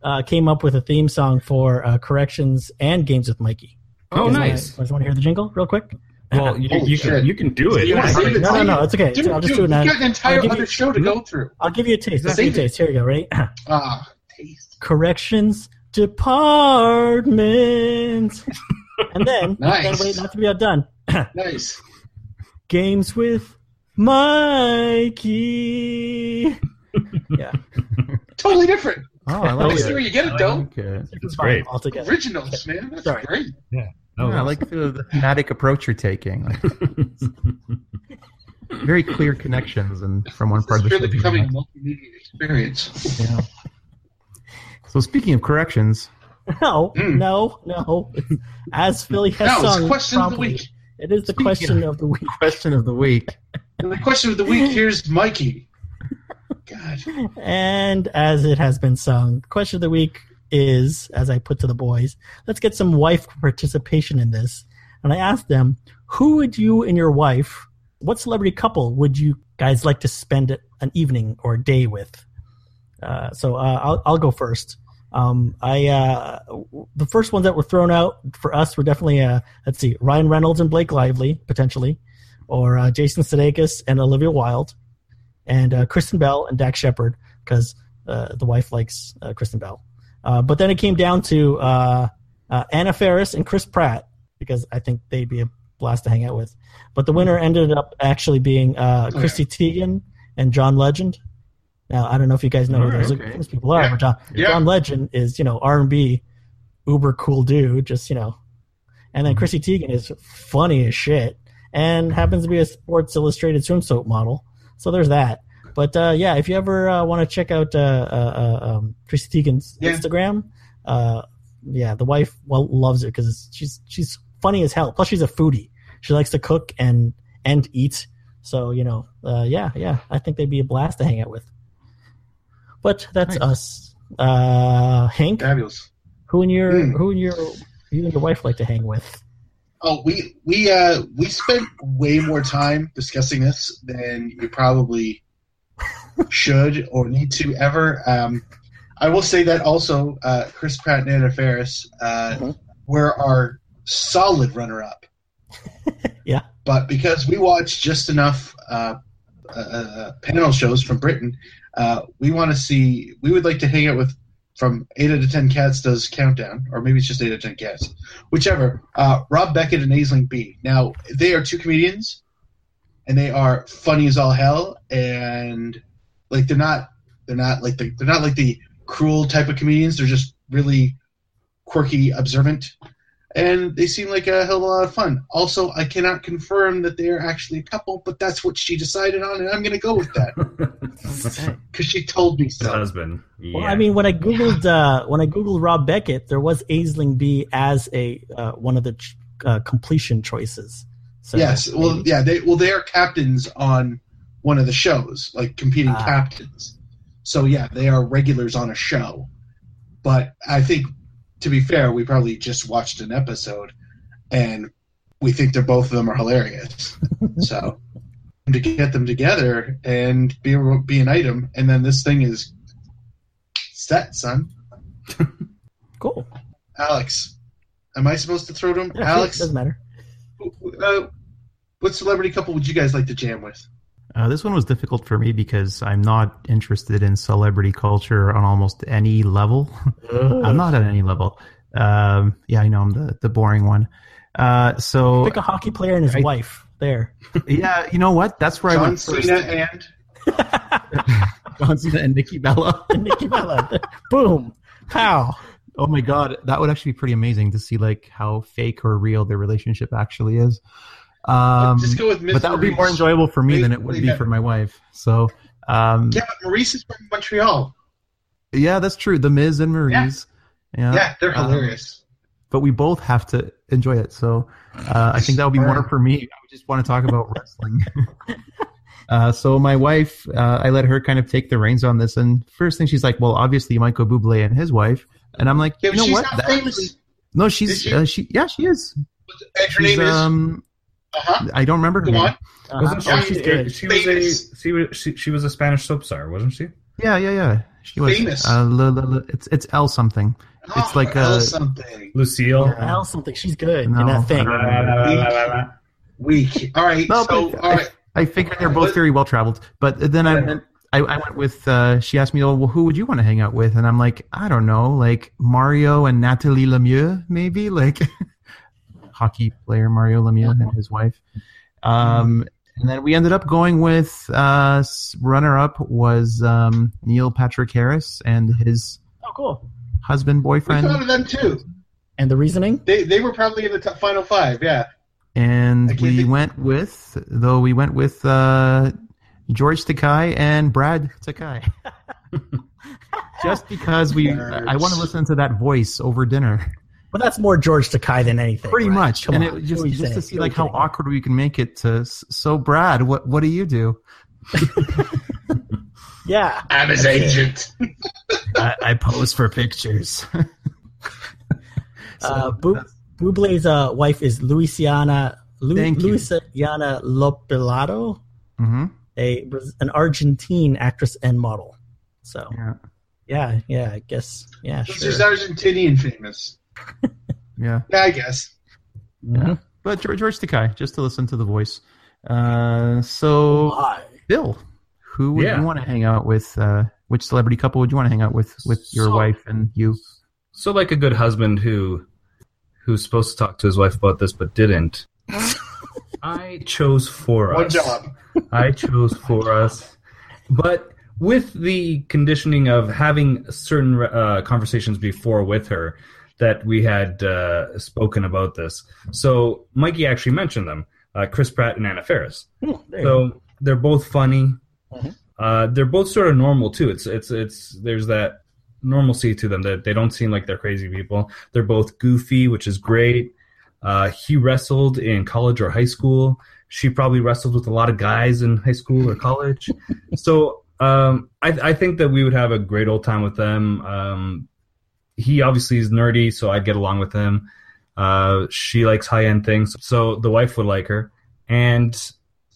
Speaker 5: uh, came up with a theme song for uh, corrections and games with Mikey.
Speaker 8: Oh,
Speaker 5: You guys
Speaker 8: nice.
Speaker 5: Wanna, guys wanna hear the jingle real quick?
Speaker 8: Well, you,
Speaker 7: Holy
Speaker 8: you
Speaker 7: shit.
Speaker 8: can you can do it.
Speaker 7: You wanna
Speaker 8: Yeah.
Speaker 7: save it?
Speaker 5: No, no, no, it's okay.
Speaker 7: Dude,
Speaker 5: I'll just
Speaker 7: dude,
Speaker 5: do it now.
Speaker 7: you got an entire
Speaker 5: I'll give
Speaker 7: other
Speaker 5: you-
Speaker 7: show to go through.
Speaker 5: I'll give you a taste. I'll give
Speaker 7: Save
Speaker 5: you a
Speaker 7: it.
Speaker 5: taste. Here you go. Ready?
Speaker 7: Ah, taste.
Speaker 5: corrections department. And then,
Speaker 7: Nice.
Speaker 5: gotta wait not to be outdone.
Speaker 7: Nice.
Speaker 5: Games with Mikey. yeah,
Speaker 7: Totally different.
Speaker 6: Oh, I
Speaker 7: I
Speaker 6: like
Speaker 7: see where
Speaker 6: it.
Speaker 7: you get it, though.
Speaker 6: Okay.
Speaker 8: It's great.
Speaker 5: altogether.
Speaker 7: Originals, man. That's
Speaker 5: Sorry.
Speaker 7: great.
Speaker 8: That was
Speaker 6: Yeah, I like the, the thematic approach you're taking. Like, very clear connections, and from one part
Speaker 7: This
Speaker 6: of
Speaker 7: is
Speaker 6: the show.
Speaker 7: really
Speaker 6: to the
Speaker 7: becoming a
Speaker 6: next.
Speaker 7: multimedia experience.
Speaker 6: Yeah. So speaking of corrections,
Speaker 5: No,
Speaker 7: Mm.
Speaker 5: no, no. As Philly has
Speaker 7: No, it's
Speaker 5: sung
Speaker 7: question of the
Speaker 5: promptly,
Speaker 7: week.
Speaker 5: It is the
Speaker 6: Speaking
Speaker 5: question
Speaker 6: of-
Speaker 5: of the week.
Speaker 6: question of the week.
Speaker 7: And the question of the week here's Mikey. God.
Speaker 5: And as it has been sung, question of the week is, as I put to the boys, let's get some wife participation in this. And I asked them, who would you and your wife, what celebrity couple would you guys like to spend an evening or a day with? Uh, so uh, I'll, I'll go first. Um, I uh, w- the first ones that were thrown out for us were definitely uh, let's see Ryan Reynolds and Blake Lively potentially, or uh, Jason Sudeikis and Olivia Wilde, and uh, Kristen Bell and Dak Shepard because uh, the wife likes uh, Kristen Bell. Uh, but then it came down to uh, uh, Anna Faris and Chris Pratt because I think they'd be a blast to hang out with. But the winner ended up actually being uh,
Speaker 7: yeah.
Speaker 5: Christy Teigen and John Legend. Now I don't know if you guys know who
Speaker 6: Alright,
Speaker 5: those,
Speaker 6: okay.
Speaker 5: those people are,
Speaker 7: Mm, Yeah.
Speaker 5: but John,
Speaker 7: Yeah.
Speaker 5: John Legend is you know R and B, uber cool dude, just you know, and
Speaker 7: Mm-hmm.
Speaker 5: then Chrissy Teigen is funny as shit and happens to be a Sports Illustrated swimsuit model. So there's that. But uh, yeah, if you ever uh, want to check out uh, uh, uh, um, Chrissy Teigen's
Speaker 7: Yeah.
Speaker 5: Instagram, uh, yeah, the wife well loves it because she's she's funny as hell. Plus she's a foodie. She likes to cook and and eat. So you know, uh, yeah, yeah, I think they'd be a blast to hang out with. But that's
Speaker 6: Nice.
Speaker 5: us. Uh, Hank,
Speaker 7: Fabulous.
Speaker 5: who in your
Speaker 7: Mm.
Speaker 5: who in your you and your wife like to hang with?
Speaker 7: Oh, we we uh we spent way more time discussing this than you probably should or need to ever. Um, I will say that also, uh, Chris Pratt and Anna Faris uh,
Speaker 5: Mhm.
Speaker 7: were our solid runner-up.
Speaker 5: Yeah.
Speaker 7: But because we watched just enough uh, uh, uh, panel shows from Britain, uh, we want to see. We would like to hang out with from eight out of ten cats does countdown, or maybe it's just eight out of ten cats whichever. Uh, Rob Beckett and Aisling B. Now they are two comedians, and they are funny as all hell. And like they're not, they're not like the, they're not like the cruel type of comedians. They're just really quirky, observant, and they seem like a hell of a lot of fun. Also, I cannot confirm that they are actually a couple, but that's what she decided on, and I'm going to go with that because she told me
Speaker 8: the
Speaker 7: so.
Speaker 8: husband. Yeah.
Speaker 5: Well, I mean, when I googled uh, when I googled Rob Beckett, there was Aisling B as a uh, one of the ch- uh, completion choices. So
Speaker 7: yes. Well,
Speaker 5: maybe-
Speaker 7: yeah. They well, they are captains on one of the shows, like competing
Speaker 5: Ah.
Speaker 7: captains. So yeah, they are regulars on a show. But I think, to be fair, we probably just watched an episode, and we think that both of them are hilarious. so to get them together and be a- be an item, and then this thing is set, son.
Speaker 5: cool.
Speaker 7: Alex, am I supposed to throw to him?
Speaker 5: Yeah,
Speaker 7: Alex,
Speaker 5: doesn't matter.
Speaker 7: uh, what celebrity couple would you guys like to jam with?
Speaker 6: Uh, this one was difficult for me because I'm not interested in celebrity culture on almost any level. I'm not at any level. Um, yeah, I know I'm the, the boring one. Uh, so
Speaker 5: Pick a hockey player and his
Speaker 6: I-
Speaker 5: wife. There,
Speaker 6: yeah, you know what? That's where I
Speaker 7: John
Speaker 6: went first.
Speaker 7: Cena and
Speaker 6: John Cena and Nikki Bella.
Speaker 5: Nikki Bella. Boom, pow.
Speaker 6: Oh my god, that would actually be pretty amazing to see like how fake or real their relationship actually is. Um,
Speaker 7: just go with Miss
Speaker 6: but that would be
Speaker 7: Maurice.
Speaker 6: more enjoyable for me
Speaker 7: They-
Speaker 6: than it would
Speaker 7: they
Speaker 6: be
Speaker 7: got-
Speaker 6: for my wife. So um,
Speaker 7: Yeah, but Maurice is from Montreal.
Speaker 6: yeah, that's true. The Miz and Marie's. Yeah.
Speaker 7: yeah, they're
Speaker 6: Um,
Speaker 7: hilarious.
Speaker 6: but we both have to enjoy it. So uh, I think that would be more for me. I would just want to talk about wrestling. uh, so my wife, uh, I let her kind of take the reins on this, and first thing she's like, "Well, obviously Michael Bublé and his wife," and I'm like,
Speaker 7: Yeah,
Speaker 6: "You
Speaker 7: but
Speaker 6: know
Speaker 7: she's
Speaker 6: what?
Speaker 7: not
Speaker 6: That
Speaker 7: famous.
Speaker 6: actually- no, she's
Speaker 7: Is she?
Speaker 6: Uh, she yeah she is.
Speaker 7: and her
Speaker 6: She's,
Speaker 7: name is.
Speaker 6: um,
Speaker 7: uh-huh.
Speaker 6: I don't remember her
Speaker 7: Go
Speaker 6: name.
Speaker 7: on.
Speaker 8: wasn't she,
Speaker 5: Oh,
Speaker 7: Yeah,
Speaker 5: she's
Speaker 8: she,
Speaker 5: good.
Speaker 8: she was a
Speaker 7: Famous.
Speaker 8: she was she, she was a Spanish soap star, wasn't she?
Speaker 6: Yeah, yeah, yeah. She was
Speaker 7: Famous.
Speaker 6: Uh, l- l- l- it's it's L something. it's like,
Speaker 7: Ella
Speaker 6: uh,
Speaker 7: Oh, something
Speaker 8: Lucille.
Speaker 5: I else something. She's good
Speaker 6: No,
Speaker 5: in that thing.
Speaker 8: La, la, la, la, la, la.
Speaker 7: weak. All right,
Speaker 6: No,
Speaker 7: so
Speaker 6: but-
Speaker 7: all right.
Speaker 6: I figured they're both very well traveled, but then I went. I, I went with. Uh, she asked me, "Oh, well, who would you want to hang out with?" And I'm like, "I don't know, like Mario and Natalie Lemieux, maybe." Like, hockey player Mario Lemieux and his wife. Um, and then we ended up going with uh, s- runner-up was um, Neil Patrick Harris and his
Speaker 5: Oh, cool.
Speaker 6: husband
Speaker 7: We
Speaker 6: boyfriend,
Speaker 7: thought of them too.
Speaker 5: And the reasoning?
Speaker 7: They they were probably in the top final five. Yeah. I
Speaker 6: and
Speaker 7: can't
Speaker 6: we
Speaker 7: think-
Speaker 6: went with though we went with uh, George Takai and Brad Takai. Just because we, I want to listen to that voice over dinner,
Speaker 5: Well, that's more George Takai than anything.
Speaker 6: pretty
Speaker 5: right?
Speaker 6: much,
Speaker 5: Come
Speaker 6: and
Speaker 5: on.
Speaker 6: it, just
Speaker 5: What are you
Speaker 6: just to
Speaker 5: saying?
Speaker 6: see
Speaker 5: What are
Speaker 6: like
Speaker 5: you
Speaker 6: how
Speaker 5: kidding?
Speaker 6: awkward we can make it. To s- so, Brad, what what do you do?
Speaker 5: Yeah.
Speaker 7: I'm his
Speaker 5: That's it.
Speaker 7: agent.
Speaker 6: I, I pose for pictures. So
Speaker 5: uh, Bu- Bublé's uh, wife is Luisiana Lu-
Speaker 6: Thank you.
Speaker 5: Luisiana Lopelado,
Speaker 6: hmm
Speaker 5: a Braz- an Argentine actress and model. So
Speaker 6: Yeah,
Speaker 5: yeah, yeah, I guess yeah,
Speaker 7: This
Speaker 5: sure.
Speaker 7: is Argentinian famous.
Speaker 6: yeah.
Speaker 7: Yeah, I guess.
Speaker 5: Mhm.
Speaker 6: But George, George Takai, just to listen to the voice. Uh, so
Speaker 5: Why?
Speaker 6: Bill, who would
Speaker 8: Yeah.
Speaker 6: you want to hang out with? Uh, which celebrity couple would you want to hang out with with your
Speaker 8: So-
Speaker 6: wife and you?
Speaker 8: So like a good husband who who's supposed to talk to his wife about this but didn't. I chose for
Speaker 7: One
Speaker 8: us.
Speaker 7: job.
Speaker 8: I chose for us, but with the conditioning of having certain uh, conversations before with her that we had uh, spoken about this. So Mikey actually mentioned them: uh, Chris Pratt and Anna Faris.
Speaker 5: Hmm, there you go.
Speaker 8: So they're both funny.
Speaker 5: Mhm.
Speaker 8: Uh, they're both sort of normal too. It's it's it's there's that normalcy to them that they don't seem like they're crazy people. They're both goofy, which is great. Uh, he wrestled in college or high school. She probably wrestled with a lot of guys in high school or college. so um, I, I think that we would have a great old time with them. Um, he obviously is nerdy, so I'd get along with him. Uh, she likes high end things, so the wife would like her. And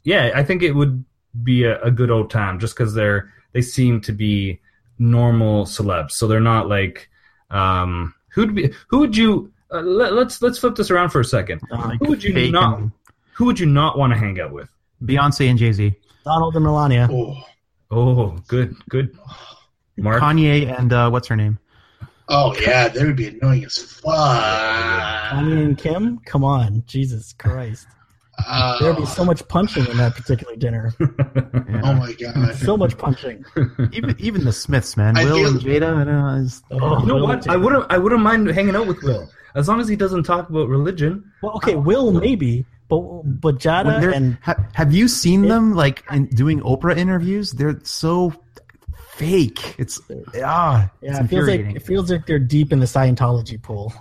Speaker 8: yeah, I think it would be a, a good old time just because they're they seem to be normal celebs, so they're not like um, who'd be who would you uh, let, let's let's flip this around for a second.
Speaker 6: Like
Speaker 8: who would you
Speaker 6: Fake
Speaker 8: not-
Speaker 6: and
Speaker 8: Who would you not want to hang out with?
Speaker 6: Beyonce and Jay Z,
Speaker 5: Donald and Melania.
Speaker 7: Oh,
Speaker 8: Oh, good, good. Mark,
Speaker 6: Kanye and uh, what's her name?
Speaker 7: oh yeah, they would be annoying as
Speaker 5: Kanye
Speaker 7: fuck.
Speaker 5: and Kim, come on, Jesus Christ!
Speaker 7: Uh,
Speaker 5: There'd be so much punching in that particular dinner.
Speaker 6: Yeah.
Speaker 7: oh my god.
Speaker 5: so much punching.
Speaker 6: even even the Smiths, man.
Speaker 7: I
Speaker 6: Will
Speaker 7: feel-
Speaker 6: and Jada. I don't know, it's-
Speaker 5: Oh,
Speaker 8: you know
Speaker 5: Will
Speaker 8: what?
Speaker 5: and
Speaker 8: I
Speaker 5: Jada.
Speaker 8: wouldn't. I wouldn't mind hanging out with Will as long as he doesn't talk about religion.
Speaker 5: Well, okay, Will maybe, but but
Speaker 6: when
Speaker 5: Jada
Speaker 6: they're-
Speaker 5: and
Speaker 6: ha- have you seen them like in, doing Oprah interviews? They're so fake. It's ah, it's
Speaker 5: yeah, it feels like
Speaker 6: infuriating.
Speaker 5: it feels like they're deep in the Scientology pool.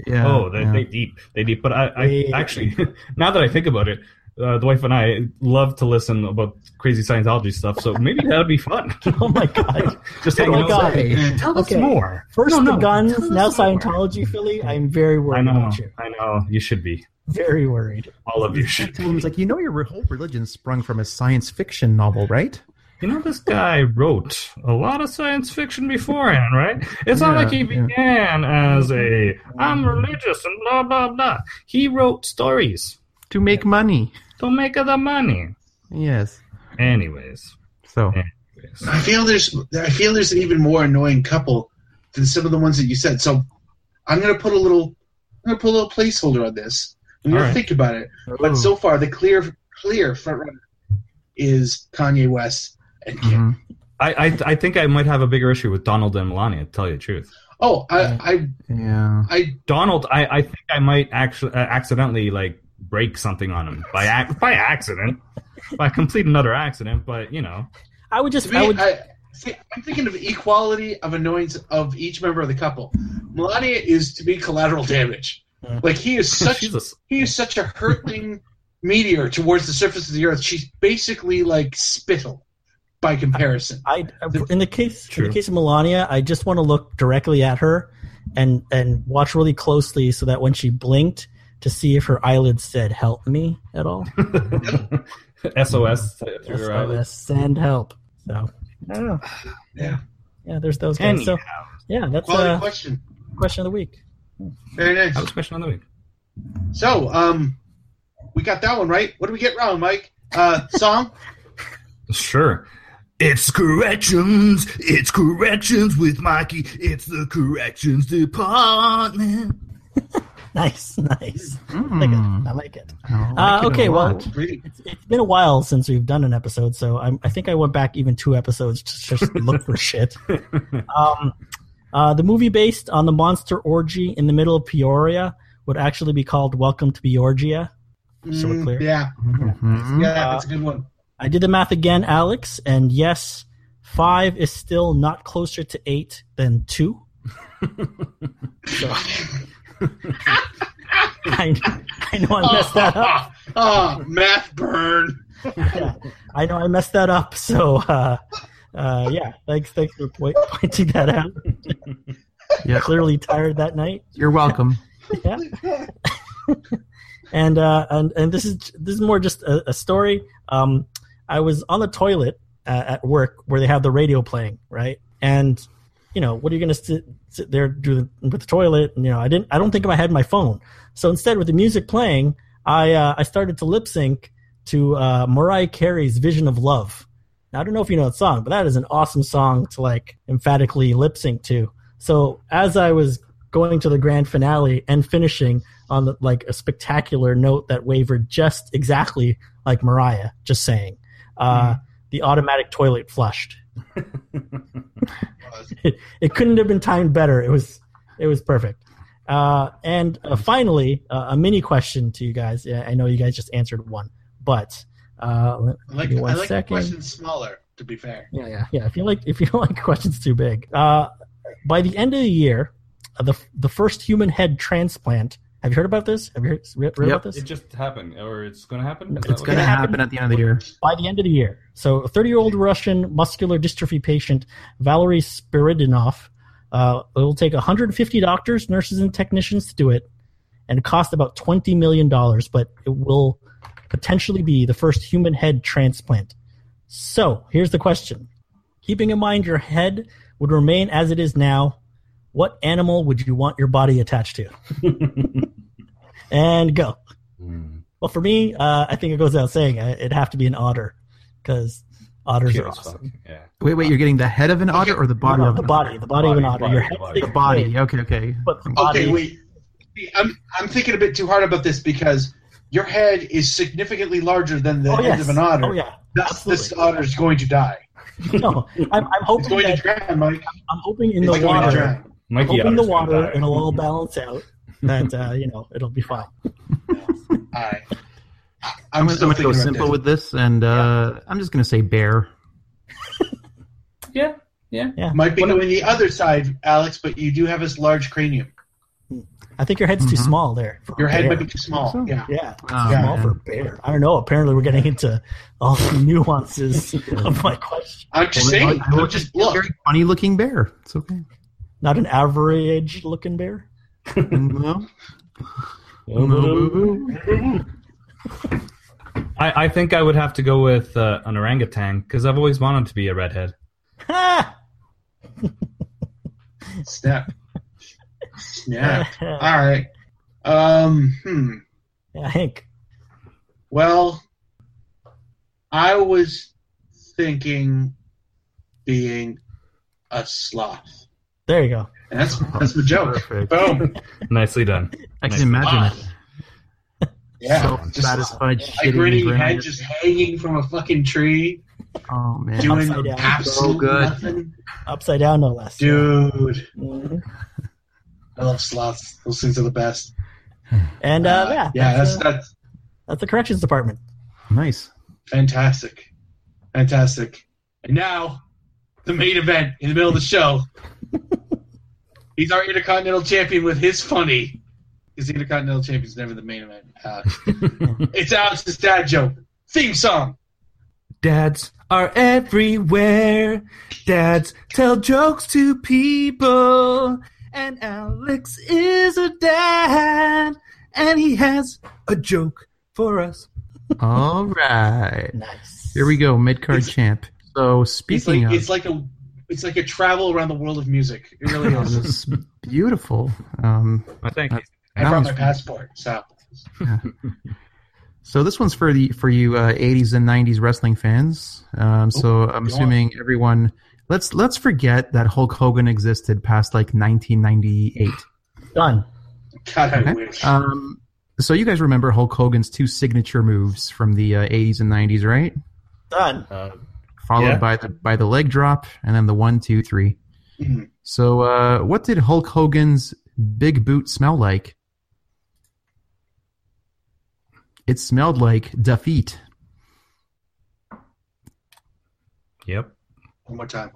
Speaker 6: yeah,
Speaker 8: oh, they,
Speaker 6: yeah.
Speaker 8: they deep, they deep. But I, I
Speaker 5: Way
Speaker 8: actually, now that I think about it, uh, the wife and I love to listen about crazy Scientology stuff. So maybe that would be fun.
Speaker 5: Oh my god!
Speaker 8: Just
Speaker 5: Oh
Speaker 8: hanging
Speaker 5: my
Speaker 8: out.
Speaker 5: God.
Speaker 8: Tell
Speaker 5: Okay.
Speaker 8: us more.
Speaker 5: First
Speaker 8: No,
Speaker 5: the
Speaker 8: no,
Speaker 5: guns,
Speaker 8: tell us
Speaker 5: now
Speaker 8: more.
Speaker 5: Scientology, Philly. I'm very
Speaker 8: I
Speaker 5: worried
Speaker 8: know.
Speaker 5: about you.
Speaker 8: I know. You should be.
Speaker 5: Very worried.
Speaker 8: All of you
Speaker 6: I
Speaker 8: should.
Speaker 6: told him, it's like, you know, your whole religion sprung from a science fiction novel, right?
Speaker 8: You know, this guy wrote a lot of science fiction beforehand, right? It's not
Speaker 6: Yeah,
Speaker 8: like he
Speaker 6: yeah.
Speaker 8: began as a I'm religious and blah blah blah. He wrote stories
Speaker 6: To make money.
Speaker 8: to make the money.
Speaker 6: Yes.
Speaker 8: Anyways,
Speaker 6: So
Speaker 8: anyways.
Speaker 7: I feel there's I feel there's an even more annoying couple than some of the ones that you said. So I'm gonna put a little I'm gonna put a little placeholder on this. I'm gonna
Speaker 8: All right.
Speaker 7: think about it. But so far the clear clear front runner is Kanye West and
Speaker 8: Mm-hmm.
Speaker 7: Kim.
Speaker 6: Mhm.
Speaker 8: I, I I think I might have a bigger issue with Donald and Melania. To tell you the truth,
Speaker 7: Oh,
Speaker 5: Yeah.
Speaker 7: I
Speaker 6: yeah.
Speaker 7: I, I
Speaker 8: Donald, I, I think I might actually uh, accidentally like break something on him by ac- by accident, by complete another accident. But you know,
Speaker 5: I would
Speaker 7: to
Speaker 5: just
Speaker 7: me,
Speaker 5: I would
Speaker 7: I see, I'm thinking of equality of annoyance of each member of the couple. Melania is to me collateral damage.
Speaker 5: Mm.
Speaker 7: Like he is such
Speaker 8: she's a s-
Speaker 7: he is such a hurtling meteor towards the surface of the earth. She's basically like spittle by comparison.
Speaker 5: I in the case in
Speaker 8: True.
Speaker 5: the case of Melania, I just want to look directly at her and and watch really closely so that when she blinked to see if her eyelids said help me at all.
Speaker 8: SOS through her eyelids.
Speaker 5: SOS, send help. So I don't know.
Speaker 7: Yeah.
Speaker 5: Yeah, there's those guys.
Speaker 8: Anyhow,
Speaker 5: So yeah, that's a
Speaker 7: Quality
Speaker 5: uh,
Speaker 7: question.
Speaker 5: question of the week.
Speaker 7: Very nice.
Speaker 8: that was question of the week.
Speaker 7: So, um, we got that one right. What did we get wrong, Mike? Uh, song?
Speaker 8: Sure. It's corrections. It's corrections with Mikey. It's the corrections department.
Speaker 5: Nice, nice. I like
Speaker 6: Mm.
Speaker 7: Hmm.
Speaker 5: it. I like it.
Speaker 7: Oh,
Speaker 6: I like
Speaker 5: Uh,
Speaker 6: it a
Speaker 5: okay, well-
Speaker 6: lot.
Speaker 7: Really?
Speaker 5: It's, it's been a while since we've done an episode, so I'm, I think I went back even two episodes to just look for shit. Um, uh, the movie based on the monster orgy in the middle of Peoria would actually be called Welcome to Peoria. So we're
Speaker 7: Mm,
Speaker 5: clear.
Speaker 7: Yeah,
Speaker 6: Mhm.
Speaker 7: yeah,
Speaker 5: Uh,
Speaker 7: that's a good one.
Speaker 5: I did the math again, Alex, and yes, five is still not closer to eight than two. so, I, I know I messed that up.
Speaker 7: Ah, math burn.
Speaker 5: yeah, I know I messed that up. So uh, uh, yeah, thanks, thanks for point, pointing that out.
Speaker 6: Yeah.
Speaker 5: Clearly tired that night.
Speaker 6: You're welcome.
Speaker 5: Yeah, and uh, and and this is this is more just a, a story. Um, I was on the toilet uh, at work where they have the radio playing, right? And you know, what are you going to sit, sit there do with the toilet? And, you know, I didn't. I don't think I had my phone. So instead, with the music playing, I uh, I started to lip sync to uh, Mariah Carey's "Vision of Love." Now I don't know if you know that song, but that is an awesome song to like emphatically lip sync to. So as I was going to the grand finale and finishing on the, like a spectacular note that wavered just exactly like Mariah, just saying, uh, the automatic toilet flushed. It couldn't have been timed better. It was it was perfect. Uh, and uh, finally, uh, a mini question to you guys. Yeah, I know you guys just answered one, but uh, let-
Speaker 7: I like,
Speaker 5: give me
Speaker 7: I
Speaker 5: one
Speaker 7: like the
Speaker 5: second.
Speaker 7: question smaller, to be fair.
Speaker 5: Yeah, yeah, yeah. If you like, if you don't like questions too big, uh, by the end of the year, uh, the the first human head transplant. Have you heard about this? Have you heard, read, read
Speaker 6: Yep.
Speaker 5: about this?
Speaker 8: It just happened, or it's going to happen? Is that
Speaker 6: It's
Speaker 8: what-
Speaker 6: going to happen at the end of the year.
Speaker 5: By the end of the year, so a 30 year old Russian muscular dystrophy patient Valery Spiridonov. Uh, it will take 150 doctors, nurses, and technicians to do it, and cost about 20 million dollars. But it will potentially be the first human head transplant. So here's the question: Keeping in mind your head would remain as it is now, what animal would you want your body attached to? and go.
Speaker 8: Hmm.
Speaker 5: Well, for me, uh, I think it goes without saying uh, it'd have to be an otter because otters
Speaker 8: Cute
Speaker 5: are
Speaker 8: as
Speaker 5: awesome.
Speaker 8: fuck, Yeah.
Speaker 6: Wait, wait, you're getting the head of an otter or the body
Speaker 5: No,
Speaker 6: of
Speaker 5: the
Speaker 6: an
Speaker 5: body, the body of an
Speaker 8: Body,
Speaker 5: otter.
Speaker 8: body,
Speaker 5: your head,
Speaker 8: body.
Speaker 6: otter? The body. Okay, okay.
Speaker 5: but the body.
Speaker 7: Okay, wait. See, I'm I'm thinking a bit too hard about this because your head is significantly larger than the
Speaker 5: oh
Speaker 7: head
Speaker 5: yes.
Speaker 7: of an otter.
Speaker 5: Oh yeah.
Speaker 7: Thus, this
Speaker 5: absolutely.
Speaker 7: otter is going to die.
Speaker 5: No, I'm, I'm
Speaker 7: It's
Speaker 5: hoping
Speaker 7: going
Speaker 5: that,
Speaker 7: to drown, Mike.
Speaker 5: I'm hoping in
Speaker 7: It's
Speaker 5: the
Speaker 7: going to
Speaker 5: water.
Speaker 7: drown.
Speaker 5: I'm
Speaker 8: Mikey
Speaker 5: hoping in the
Speaker 8: Otter's gonna
Speaker 5: water,
Speaker 8: die.
Speaker 5: it'll all balance out. That uh, you know, it'll be fine.
Speaker 7: I,
Speaker 6: I'm,
Speaker 7: I- I'm
Speaker 6: gonna-
Speaker 7: still
Speaker 6: I'm going to go
Speaker 7: thinking about
Speaker 6: simple
Speaker 7: this.
Speaker 6: with this, and uh, I'm just going to say bear.
Speaker 8: Yeah, yeah.
Speaker 7: Might be going the other side, Alex, but you do have this large cranium.
Speaker 5: I think your head's too
Speaker 6: Mhm.
Speaker 5: small there. for
Speaker 7: Your head
Speaker 5: bear.
Speaker 7: might be too small.
Speaker 6: So-
Speaker 7: Yeah.
Speaker 5: yeah,
Speaker 6: Oh,
Speaker 5: small
Speaker 6: man.
Speaker 5: for bear. I don't know. Apparently, we're getting into all the nuances of my question.
Speaker 7: I'm just
Speaker 6: Well,
Speaker 7: saying.
Speaker 6: I will
Speaker 7: I'm just
Speaker 6: just
Speaker 7: look.
Speaker 6: Very funny looking bear. It's okay.
Speaker 5: Not an average-looking bear.
Speaker 6: No.
Speaker 8: I, I think I would have to go with uh, an orangutan because I've always wanted to be a redhead.
Speaker 5: Ha!
Speaker 7: Snap. Snap. All right. Um. Hmm.
Speaker 5: Yeah, Hank.
Speaker 7: Well, I was thinking being a sloth.
Speaker 5: There you go.
Speaker 7: And that's that's the joke.
Speaker 6: Perfect.
Speaker 7: Boom.
Speaker 8: Nicely done.
Speaker 6: I can imagine it.
Speaker 7: Yeah.
Speaker 6: So
Speaker 7: just
Speaker 6: satisfied.
Speaker 7: a
Speaker 6: shitting
Speaker 7: gritty
Speaker 6: grin.
Speaker 7: head just hanging from a fucking tree,
Speaker 6: Oh man.
Speaker 7: doing
Speaker 5: Upside down.
Speaker 7: absolutely
Speaker 6: So good.
Speaker 7: nothing.
Speaker 5: Upside down, no less.
Speaker 7: Dude,
Speaker 5: Mhm.
Speaker 7: I love sloths. Those things are the best.
Speaker 5: And uh, yeah,
Speaker 7: yeah,
Speaker 5: that's,
Speaker 7: that's
Speaker 5: uh,
Speaker 7: that's
Speaker 5: that's the corrections department.
Speaker 6: Nice.
Speaker 7: fantastic, fantastic. And now, the main event in the middle of the show. He's our Intercontinental Champion with his funny. Because the Intercontinental Champion's never the main event. Uh, it's Alex's dad joke theme song.
Speaker 8: Dads are everywhere. Dads tell jokes to people. And Alex is a dad. And he has a joke for us.
Speaker 6: All right.
Speaker 5: Nice.
Speaker 6: Here we go. Mid card champ. So
Speaker 7: It's
Speaker 6: speaking
Speaker 7: like
Speaker 6: of
Speaker 7: it's like a it's like a travel around the world of music. It really
Speaker 6: Oh,
Speaker 7: is.
Speaker 6: this is beautiful. Um,
Speaker 8: I thank you.
Speaker 7: I brought
Speaker 6: Alan's-
Speaker 7: my passport. So
Speaker 6: So this one's for the for you uh, '80s and '90s wrestling fans.
Speaker 7: Oh,
Speaker 6: Um, so I'm
Speaker 7: go on.
Speaker 6: assuming everyone. Let's let's forget that Hulk Hogan existed past like 1998.
Speaker 5: done.
Speaker 7: God, I
Speaker 6: Okay.
Speaker 7: wish.
Speaker 6: Um, so you guys remember Hulk Hogan's two signature moves from the uh, 80s and 90s, right?
Speaker 5: Done.
Speaker 8: Uh,
Speaker 6: Followed
Speaker 8: Yeah.
Speaker 6: by the by the leg drop and then the one, two, three.
Speaker 7: Mhm.
Speaker 6: So uh, what did Hulk Hogan's big boot smell like? It smelled like defeat.
Speaker 8: yep.
Speaker 7: One more time.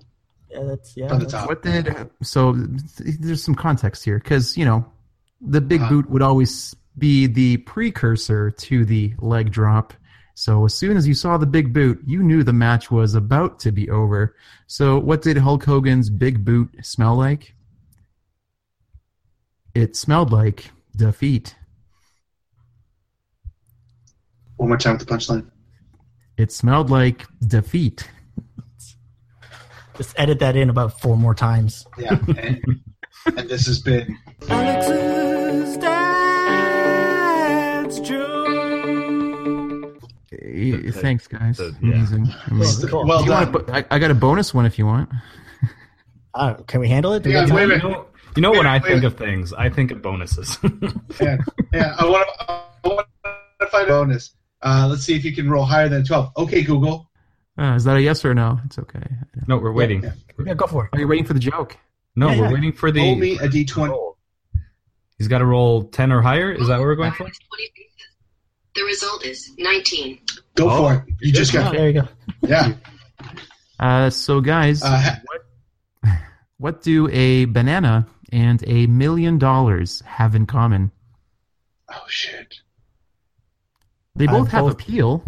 Speaker 5: Yeah, that's yeah.
Speaker 7: From the
Speaker 5: that's-
Speaker 7: top.
Speaker 6: What did so? th- There's some context here because you know the big
Speaker 7: Uh-huh.
Speaker 6: boot would always be the precursor to the leg drop. So as soon as you saw the big boot, you knew the match was about to be over. So what did Hulk Hogan's big boot smell like? It smelled like defeat.
Speaker 7: One more time with the punchline.
Speaker 6: It smelled like defeat.
Speaker 5: Just edit that in about four more times.
Speaker 7: Yeah. And, and this has been
Speaker 6: Eh,
Speaker 8: The- the-
Speaker 6: Thanks, guys.
Speaker 8: the- yeah.
Speaker 6: Amazing. amazing.
Speaker 5: Cool.
Speaker 7: well
Speaker 6: Do you
Speaker 7: done.
Speaker 6: want to, I, I got a bonus one if you want.
Speaker 5: Uh, can we handle it? Do we
Speaker 7: Yeah,
Speaker 5: get time?
Speaker 7: wait a
Speaker 8: You
Speaker 7: minute.
Speaker 8: know, you know when
Speaker 7: Wait,
Speaker 8: I
Speaker 7: wait.
Speaker 8: think of things, I think of bonuses.
Speaker 7: yeah, yeah. I want to. I want to find a bonus. Uh, let's see if you can roll higher than twelve. Okay, Google.
Speaker 6: Uh, is that a yes or a no? It's okay.
Speaker 8: no, we're waiting.
Speaker 7: yeah.
Speaker 5: Yeah, go for
Speaker 6: Are
Speaker 5: it.
Speaker 6: you waiting for the joke?
Speaker 8: No,
Speaker 5: Yeah,
Speaker 8: we're
Speaker 5: yeah.
Speaker 8: waiting for the.
Speaker 7: Roll me a d20.
Speaker 8: roll. He's got to roll ten or higher. Is that what we're going for?
Speaker 1: The result is 19.
Speaker 7: Go
Speaker 8: Oh.
Speaker 7: for it. You just
Speaker 5: Oh,
Speaker 7: got.
Speaker 5: there you go.
Speaker 7: Yeah.
Speaker 6: Uh, so, guys,
Speaker 7: Uh, ha-
Speaker 6: what do a banana and a million dollars have in common?
Speaker 7: oh shit.
Speaker 6: They
Speaker 5: Uh,
Speaker 6: both have
Speaker 5: both-
Speaker 6: appeal.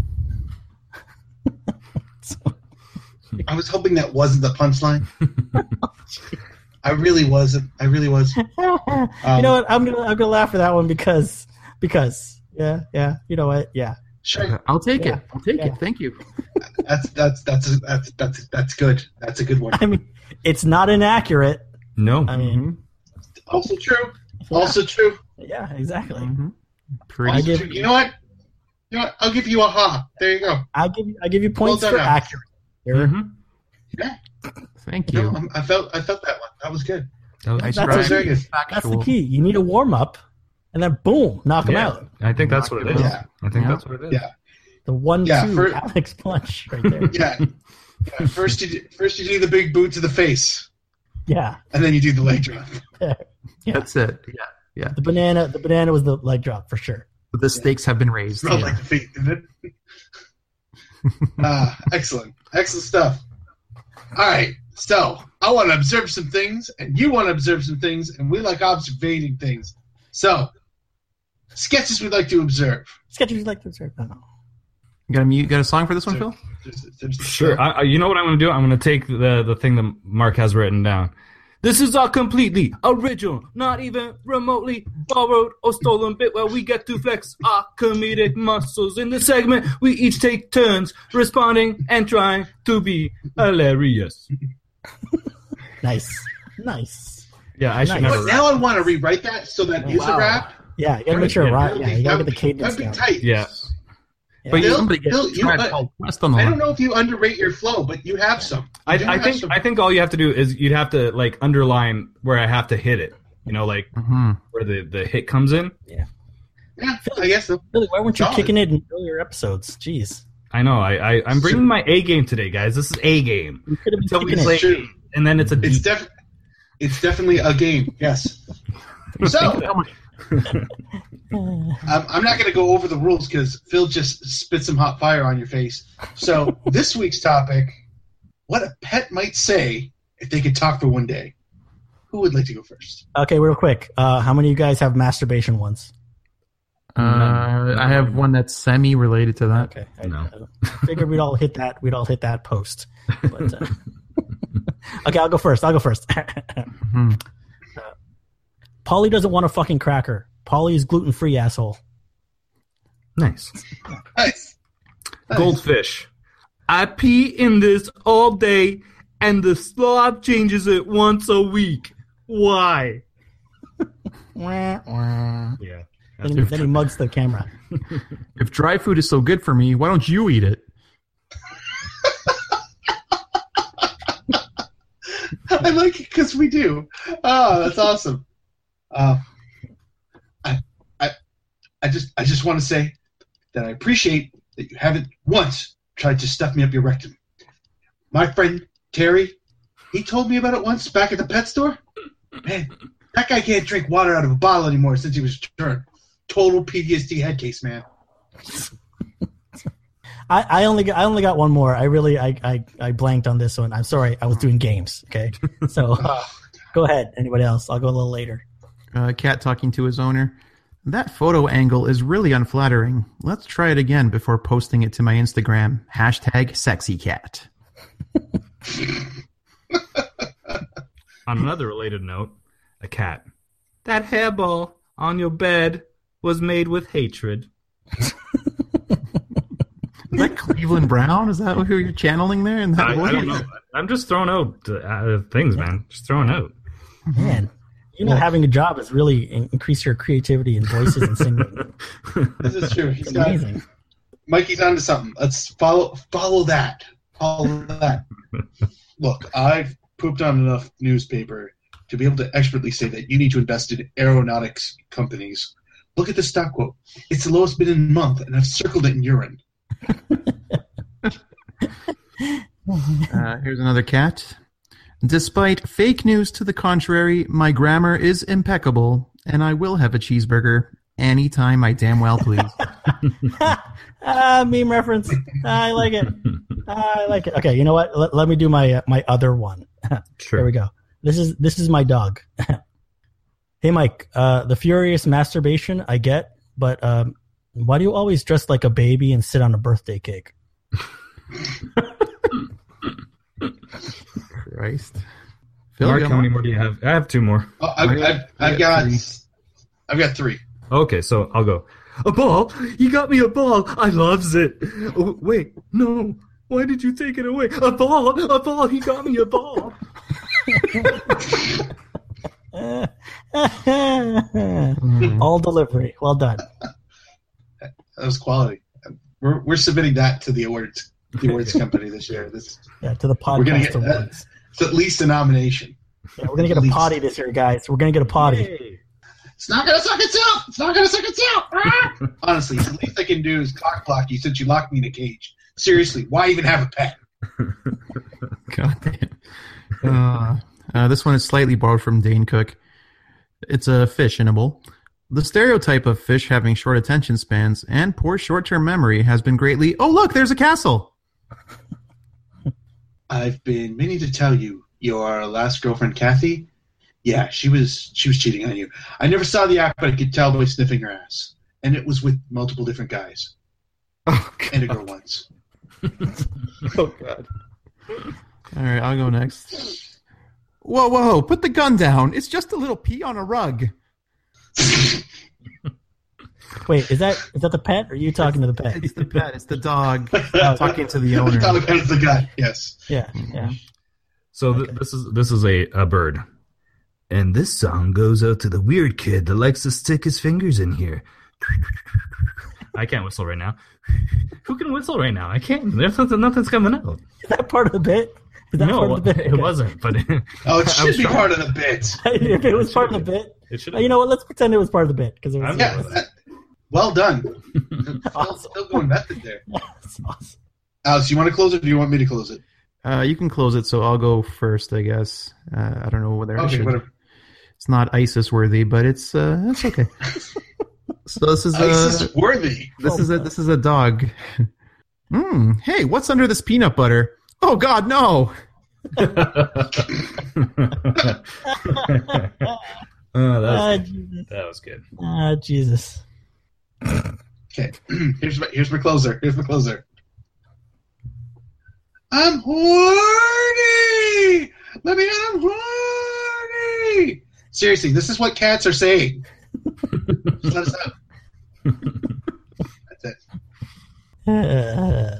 Speaker 7: I was hoping that wasn't the punchline. I really wasn't. I really was. Um,
Speaker 5: you know what? I'm gonna I'm gonna laugh for that one because because yeah yeah you know what yeah
Speaker 7: Sure.
Speaker 6: I'll take
Speaker 5: Yeah,
Speaker 6: it. I'll take
Speaker 5: yeah.
Speaker 6: it. Thank you.
Speaker 7: That's that's that's that's that's that's good. That's a good one.
Speaker 5: I mean it's not inaccurate.
Speaker 8: No.
Speaker 5: I mean Oh.
Speaker 7: Also true. Also true.
Speaker 5: yeah exactly.
Speaker 6: Mhm.
Speaker 7: Also
Speaker 6: Pretty.
Speaker 5: I give-
Speaker 7: true. You know what? You know what? I'll give you a ha. There you go.
Speaker 5: I give you I give you points
Speaker 7: done,
Speaker 5: for
Speaker 7: Al.
Speaker 5: accurate. Eric.
Speaker 8: Mhm.
Speaker 6: Thank
Speaker 7: No,
Speaker 6: you.
Speaker 7: I'm, I felt I felt that one. That was good.
Speaker 8: That was-
Speaker 6: I
Speaker 5: that's
Speaker 7: That was
Speaker 6: tried.
Speaker 7: very good.
Speaker 5: That's
Speaker 6: Factual.
Speaker 5: the key. You need a warm up, and then boom, knock him
Speaker 8: Yeah.
Speaker 5: out.
Speaker 8: I think that's what it is.
Speaker 7: Yeah.
Speaker 8: I think
Speaker 6: Yeah.
Speaker 8: that's what it is.
Speaker 7: Yeah.
Speaker 5: The one
Speaker 7: Yeah,
Speaker 5: two
Speaker 7: for-
Speaker 5: Alex punch right there.
Speaker 7: Yeah. yeah. First you do, first you do the big boot to the face,
Speaker 5: yeah,
Speaker 7: and then you do the leg drop.
Speaker 5: Yeah.
Speaker 6: That's it. Yeah. Yeah.
Speaker 5: the banana the banana was the leg drop for sure.
Speaker 6: But the stakes have been raised.
Speaker 7: Smelled
Speaker 6: Yeah.
Speaker 7: like the feet, didn't it? ah, excellent, excellent stuff. All right, so I want to observe some things, and you want to observe some things, and we like observating things. So, sketches we like to observe.
Speaker 5: Sketchy like this right now.
Speaker 6: You got a mu- you got a song for this one, Phil?
Speaker 7: There's- there's-
Speaker 8: Sure. I, I, you know what I'm going to do? I'm going to take the the thing that Mark has written down. This is all completely original, not even remotely borrowed or stolen bit where we get to flex our comedic muscles. In this segment, we each take turns responding and trying to be hilarious.
Speaker 5: Nice, nice.
Speaker 8: Yeah, I should
Speaker 5: Nice.
Speaker 8: never.
Speaker 7: but now I want to rewrite that so that is a
Speaker 5: Oh, Wow.
Speaker 7: rap.
Speaker 5: Yeah, you gotta make sure
Speaker 8: Yeah,
Speaker 5: right.
Speaker 7: That'd
Speaker 5: Yeah,
Speaker 7: be-
Speaker 5: you gotta get
Speaker 7: that'd
Speaker 5: the
Speaker 7: be-
Speaker 5: cadence
Speaker 7: that'd be
Speaker 5: down.
Speaker 7: tight.
Speaker 8: Yeah.
Speaker 5: Yeah.
Speaker 8: But you-
Speaker 7: Bill,
Speaker 6: Somebody get
Speaker 7: Bill, you,
Speaker 6: tried
Speaker 7: I-
Speaker 6: Paul West on the
Speaker 7: I
Speaker 6: line.
Speaker 7: don't know if you underrate your flow, but you have some.
Speaker 8: I,
Speaker 7: You do
Speaker 8: I
Speaker 7: have
Speaker 8: think
Speaker 7: some.
Speaker 8: I think all you have to do is you'd have to like underline where I have to hit it. You know, like
Speaker 6: Mhm.
Speaker 8: where the, the hit comes in.
Speaker 7: yeah, I guess so.
Speaker 5: Really, why weren't you
Speaker 7: Solid.
Speaker 5: kicking it in earlier episodes? Jeez,
Speaker 8: I know. I, I I'm bringing my A game today, guys. This is A game.
Speaker 5: you could have
Speaker 8: Until
Speaker 5: been
Speaker 8: we
Speaker 5: kicking
Speaker 8: play,
Speaker 5: it.
Speaker 7: It's true.
Speaker 8: and then it's a
Speaker 7: It's
Speaker 8: D.
Speaker 7: def- it's definitely a game. Yes. So
Speaker 6: How much-
Speaker 7: I'm, I'm not going to go over the rules because Phil just spit some hot fire on your face. So this week's topic: what a pet might say if they could talk for one day. Who would like to go first?
Speaker 5: Okay, real quick. Uh, how many of you guys have masturbation ones?
Speaker 6: Uh, I have one that's semi-related to that.
Speaker 5: Okay,
Speaker 8: No.
Speaker 5: I, I figured we'd all hit that. We'd all hit that post. But, uh, okay, I'll go first. I'll go first. Uh,
Speaker 6: Mhm.
Speaker 5: Polly doesn't want a fucking cracker. Polly is gluten free asshole.
Speaker 8: Nice.
Speaker 7: Nice. Nice.
Speaker 8: Goldfish. I pee in this all day, and the slob changes it once a week. Why? Yeah.
Speaker 5: Then he, then he mugs the camera.
Speaker 6: If dry food is so good for me, why don't you eat it?
Speaker 7: Ah, Um, I like it because we do. Oh, that's awesome. Uh, I just I just want to say that I appreciate that you haven't once tried to stuff me up your rectum. My friend Terry, he told me about it once back at the pet store. Man, that guy can't drink water out of a bottle anymore since he was returned. Total PTSD head case, man.
Speaker 5: I, I only got, I only got one more. I really I, I I blanked on this one. I'm sorry. I was doing games. Okay, so uh, go ahead. Anybody else? I'll go a little later.
Speaker 6: Uh, cat talking to his owner. That photo angle is really unflattering. Let's try it again before posting it to my Instagram. Hashtag sexy cat.
Speaker 8: On another related note, a cat. That hairball on your bed was made with hatred.
Speaker 6: Is that Cleveland Brown? Is that who you're channeling there? In that
Speaker 8: I, I
Speaker 6: voice?
Speaker 8: don't know. I'm just throwing out uh, things, man. Just throwing out.
Speaker 5: Man, you not
Speaker 6: Well-
Speaker 5: having a job has really in- increased your creativity in voices and singing.
Speaker 7: This is true. He's
Speaker 5: It's
Speaker 7: got,
Speaker 5: amazing.
Speaker 7: Mikey's onto something. Let's follow follow that. Follow that. Look, I've pooped on enough newspaper to be able to expertly say that you need to invest in aeronautics companies. Look at the stock quote. It's the lowest bid in a month, and I've circled it in urine.
Speaker 6: Uh, here's another cat. Despite fake news to the contrary, my grammar is impeccable, and I will have a cheeseburger anytime I damn well please.
Speaker 5: ah, meme reference. Ah, I like it. Ah, I like it. Okay, you know what? Let, let me do my uh, my other one.
Speaker 8: Sure.
Speaker 5: Here we go. This is this is my dog. hey Mike, uh, the furious masturbation I get, but um, why do you always dress like a baby and sit on a birthday cake?
Speaker 6: Christ. Phil,
Speaker 8: Mark,
Speaker 6: you got
Speaker 8: how many
Speaker 6: one?
Speaker 8: more do you have? I have two more.
Speaker 7: Oh, I've,
Speaker 6: I got-
Speaker 7: I've,
Speaker 6: I
Speaker 7: I've
Speaker 6: got
Speaker 7: got,
Speaker 6: three.
Speaker 7: I've got three.
Speaker 8: Okay, so I'll go. A ball? You got me a ball. I loves it. Oh, wait, no. Why did you take it away? A ball, a ball. He got me a ball.
Speaker 5: All delivery. Well done.
Speaker 7: That was quality. We're, we're submitting that to the awards the awards company this year. This
Speaker 5: Yeah, to the
Speaker 7: We're gonna
Speaker 5: podcast
Speaker 7: get that.
Speaker 5: awards.
Speaker 7: it's at least a nomination.
Speaker 5: Yeah, we're gonna get a potty this year, guys. We're gonna get a potty.
Speaker 8: Yay.
Speaker 7: It's not gonna suck itself. It's not gonna suck itself. Ah! Honestly, the least I can do is cock block you since you locked me in a cage. Seriously, why even have a pet?
Speaker 6: God damn. Uh, uh, this one is slightly borrowed from Dane Cook. It's a fish in a bowl. The stereotype of fish having short attention spans and poor short term memory has been greatly. Oh, look, there's a castle!
Speaker 7: I've been meaning to tell you your last girlfriend, Kathy. Yeah, she was she was cheating on you. I never saw the act, but I could tell by sniffing her ass, and it was with multiple different guys
Speaker 8: Oh,
Speaker 7: and a girl once.
Speaker 8: oh God.
Speaker 6: All right, I'll go next. Whoa, whoa, put the gun down. It's just a little pee on a rug.
Speaker 5: Wait, is that is that the pet? Or are you talking to the pet?
Speaker 6: It's the pet, it's the dog. talking to the owner.
Speaker 7: Tyler Perry's the guy. Yes.
Speaker 5: Yeah, yeah.
Speaker 8: So th- this is this is a, a bird. And this song goes out to the weird kid that likes to stick his fingers in here. I can't whistle right now. Who can whistle right now? I can't. There's nothing, nothing's coming out.
Speaker 5: Is that part of the bit? Is that part
Speaker 8: No,
Speaker 5: of the
Speaker 8: it,
Speaker 5: bit?
Speaker 8: wasn't. But
Speaker 7: Oh, it
Speaker 8: I
Speaker 7: should
Speaker 8: was
Speaker 7: be
Speaker 8: trying.
Speaker 7: part of the bit.
Speaker 5: if it was part of the bit,
Speaker 8: it should.
Speaker 5: uh, you know what? Let's pretend it was part of the bit because it was
Speaker 8: I'm-
Speaker 7: Yeah. that- Well done. still,
Speaker 5: Awesome.
Speaker 7: still going method there.
Speaker 5: That's awesome.
Speaker 7: Alex, you want to close it or do you want me to close it?
Speaker 6: Uh, you can close it, so I'll go first, I guess. Uh, I don't know whether I
Speaker 7: Okay,
Speaker 6: should-
Speaker 7: whatever.
Speaker 6: It's not ISIS worthy, but it's uh, it's okay. so this is uh, a
Speaker 7: ISIS Uh, worthy.
Speaker 6: this is a this is a dog. Hmm. Hey, what's under this peanut butter? Oh God, no!
Speaker 8: Oh, that,
Speaker 5: Ah,
Speaker 8: was,
Speaker 5: Jesus.
Speaker 8: that was good.
Speaker 5: Ah, Jesus.
Speaker 7: Okay, here's my here's my closer. Here's my closer. I'm horny. Let me out. I'm horny. Seriously, this is what cats are saying. Just Let us out. That's it.
Speaker 5: Uh,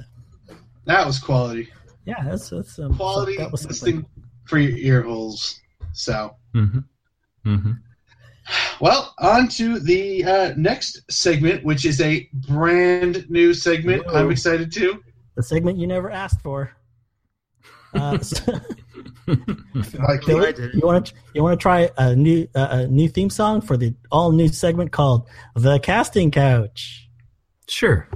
Speaker 7: That was quality.
Speaker 5: yeah, that's that's um,
Speaker 7: Quality
Speaker 5: That was something.
Speaker 7: listening for your ear holes. So.
Speaker 8: Mm-hmm. Mm-hmm.
Speaker 7: Well, on to the uh, next segment, which is a brand new segment.
Speaker 8: Whoa.
Speaker 7: I'm excited too.
Speaker 5: the segment you never asked for. Uh, so-
Speaker 7: Like,
Speaker 5: Bill, you want to you want to try a new uh, a new theme song for the all new segment called the casting couch.
Speaker 8: Sure.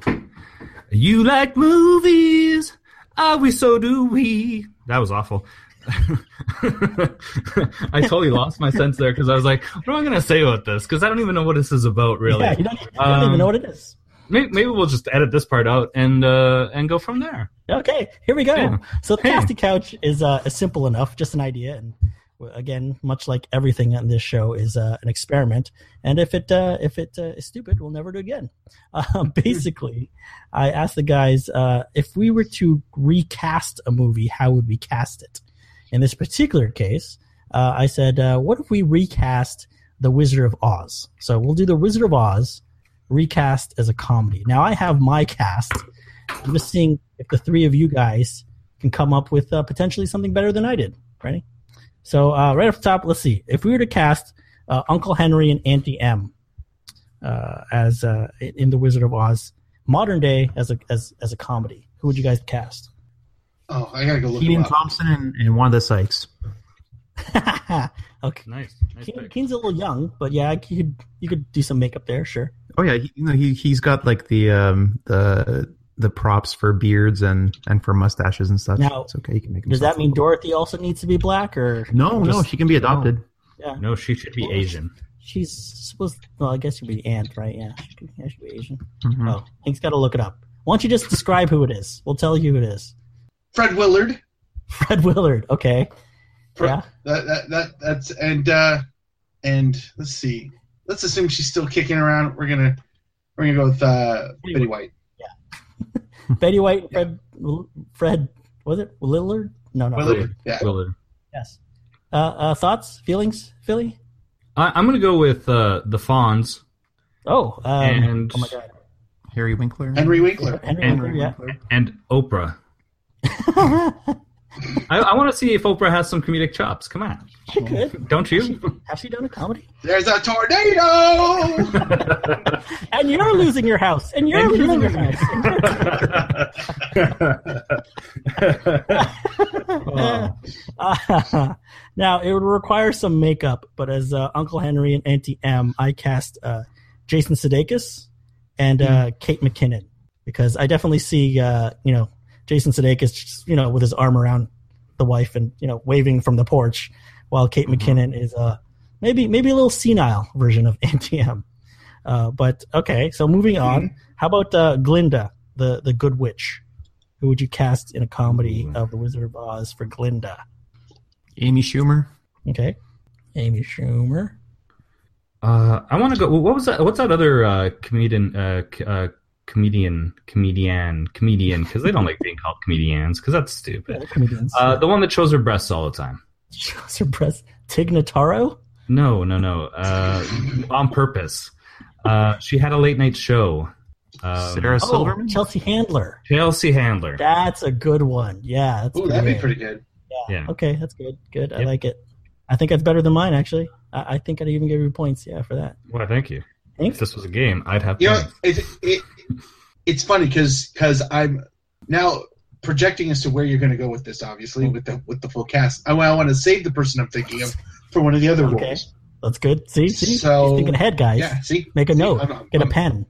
Speaker 8: You like movies? Ah, we so do we. That was awful. I totally lost my sense there because I was like, what am I going to say about this? Because I don't even know what this is about, really.
Speaker 5: Yeah, you don't, e, you don't even
Speaker 8: Um,
Speaker 5: know what it is.
Speaker 8: May- maybe, we'll just edit this part out and uh, and go from there.
Speaker 5: Okay, here we go.
Speaker 8: Yeah.
Speaker 5: So the
Speaker 8: Hey.
Speaker 5: casting couch is uh, is simple enough, just an idea, and well, again, much like everything on this show, is uh, an experiment. And if it uh, if it uh, is stupid, we'll never do it again. Um, basically, I asked the guys uh, if we were to recast a movie, how would we cast it? In this particular case, uh, I said, uh, "What if we recast The Wizard of Oz?" So we'll do The Wizard of Oz recast as a comedy. Now I have my cast. I'm just seeing if the three of you guys can come up with uh, potentially something better than I did. Ready? So uh, right off the top, let's see. If we were to cast uh, Uncle Henry and Auntie M uh, as uh, in The Wizard of Oz, modern day as a as as a comedy, who would you guys cast?
Speaker 7: oh, I gotta go look
Speaker 6: Keenan
Speaker 7: him up.
Speaker 6: Thompson and, and Wanda Sykes.
Speaker 5: okay.
Speaker 8: Nice. nice
Speaker 5: Keen,
Speaker 8: pick.
Speaker 5: Keen's a little young, but yeah, you could you could do some makeup there, sure.
Speaker 6: Oh yeah, he, you know he he's got like the um the the props for beards and and for mustaches and stuff.
Speaker 5: Now,
Speaker 6: it's okay. You can make.
Speaker 5: Does
Speaker 6: himself
Speaker 5: that mean
Speaker 6: look-
Speaker 5: Dorothy also needs to be black, or
Speaker 6: No, no,
Speaker 5: Just-
Speaker 6: she can be adopted.
Speaker 8: No, she should be Asian.
Speaker 5: she's supposed? Well, I guess she'd be Aunt, right? Yeah, she could, yeah, she'd be Asian.
Speaker 6: Mhm.
Speaker 5: Oh, Hank's got to look it up. Why don't you just describe who it is? We'll tell you who it is.
Speaker 7: Fred Willard.
Speaker 5: Fred Willard. Okay.
Speaker 7: Fre-
Speaker 5: Yeah.
Speaker 7: That, that, that, that's and uh, and let's see. Let's assume she's still kicking around. We're gonna we're gonna go with uh, Betty White.
Speaker 5: Betty White and Fred. Fred. Was it Willard? No, no.
Speaker 7: Willard. Yeah.
Speaker 8: Willard.
Speaker 5: Yes. Uh, uh, thoughts, feelings, Philly.
Speaker 8: I, I'm going to go with uh, the Fawns.
Speaker 5: Oh. Um,
Speaker 8: And-
Speaker 5: oh my God.
Speaker 6: Harry Winkler.
Speaker 7: Henry Winkler.
Speaker 5: Henry.
Speaker 8: Henry
Speaker 5: Winkler,
Speaker 8: and Oprah.
Speaker 5: yeah.
Speaker 8: I, I want to see if Oprah has some comedic chops. Come on,
Speaker 5: Good.
Speaker 8: don't you?
Speaker 5: Has she done a comedy?
Speaker 7: There's a tornado.
Speaker 5: And you're losing your house. And you're
Speaker 8: And you're
Speaker 5: losing your
Speaker 8: losing-
Speaker 5: house. and you're- Uh, now it would require some makeup, but as uh, Uncle Henry and Auntie M, I cast uh, Jason Sudeikis and uh, Kate McKinnon because I definitely see uh, you know Jason Sudeikis just, you know with his arm around the wife and you know waving from the porch, while Kate McKinnon is uh, maybe maybe a little senile version of Auntie M. Uh, but okay, so moving
Speaker 7: Mm-hmm.
Speaker 5: on. How about uh, Glinda, the the Good Witch? Who would you cast in a comedy of The Wizard of Oz for Glinda?
Speaker 6: Amy Schumer.
Speaker 5: Okay. Amy Schumer.
Speaker 8: Uh, I want to go. What was that? What's that other uh, comedian? Uh, c- uh, comedian, comedian, comedian? Because they don't like being called comedians because that's stupid.
Speaker 5: Comedians.
Speaker 8: Uh, the one that shows her breasts all the time.
Speaker 5: Shows her breast. Tignataro?
Speaker 8: No, no, no. Uh, on purpose. Uh, she had a late night show. Um,
Speaker 6: Sarah Silverman.
Speaker 5: Oh, Chelsea Handler.
Speaker 8: Chelsea Handler.
Speaker 5: That's a good one. Yeah. That's
Speaker 7: Ooh, that'd be
Speaker 5: good.
Speaker 7: pretty good.
Speaker 8: Yeah.
Speaker 5: Okay, that's good. Good. I
Speaker 8: Yep.
Speaker 5: like it. I think that's better than mine, actually. I, I think I'd even give you points, yeah, for that.
Speaker 8: Well, thank you.
Speaker 5: Thanks.
Speaker 8: If this was a game, I'd have.
Speaker 7: You know,
Speaker 8: points.
Speaker 7: it, it, it's funny because I'm now projecting as to where you're going to go with this. Obviously, with the with the full cast, I, I want to save the person I'm thinking of for one of the other
Speaker 5: Okay.
Speaker 7: roles.
Speaker 5: That's good. See, see,
Speaker 7: So-
Speaker 5: He's thinking ahead, guys.
Speaker 7: Yeah, see,
Speaker 5: Make a
Speaker 7: See,
Speaker 5: note.
Speaker 7: I'm- I'm-
Speaker 5: Get a
Speaker 7: I'm-
Speaker 5: pen.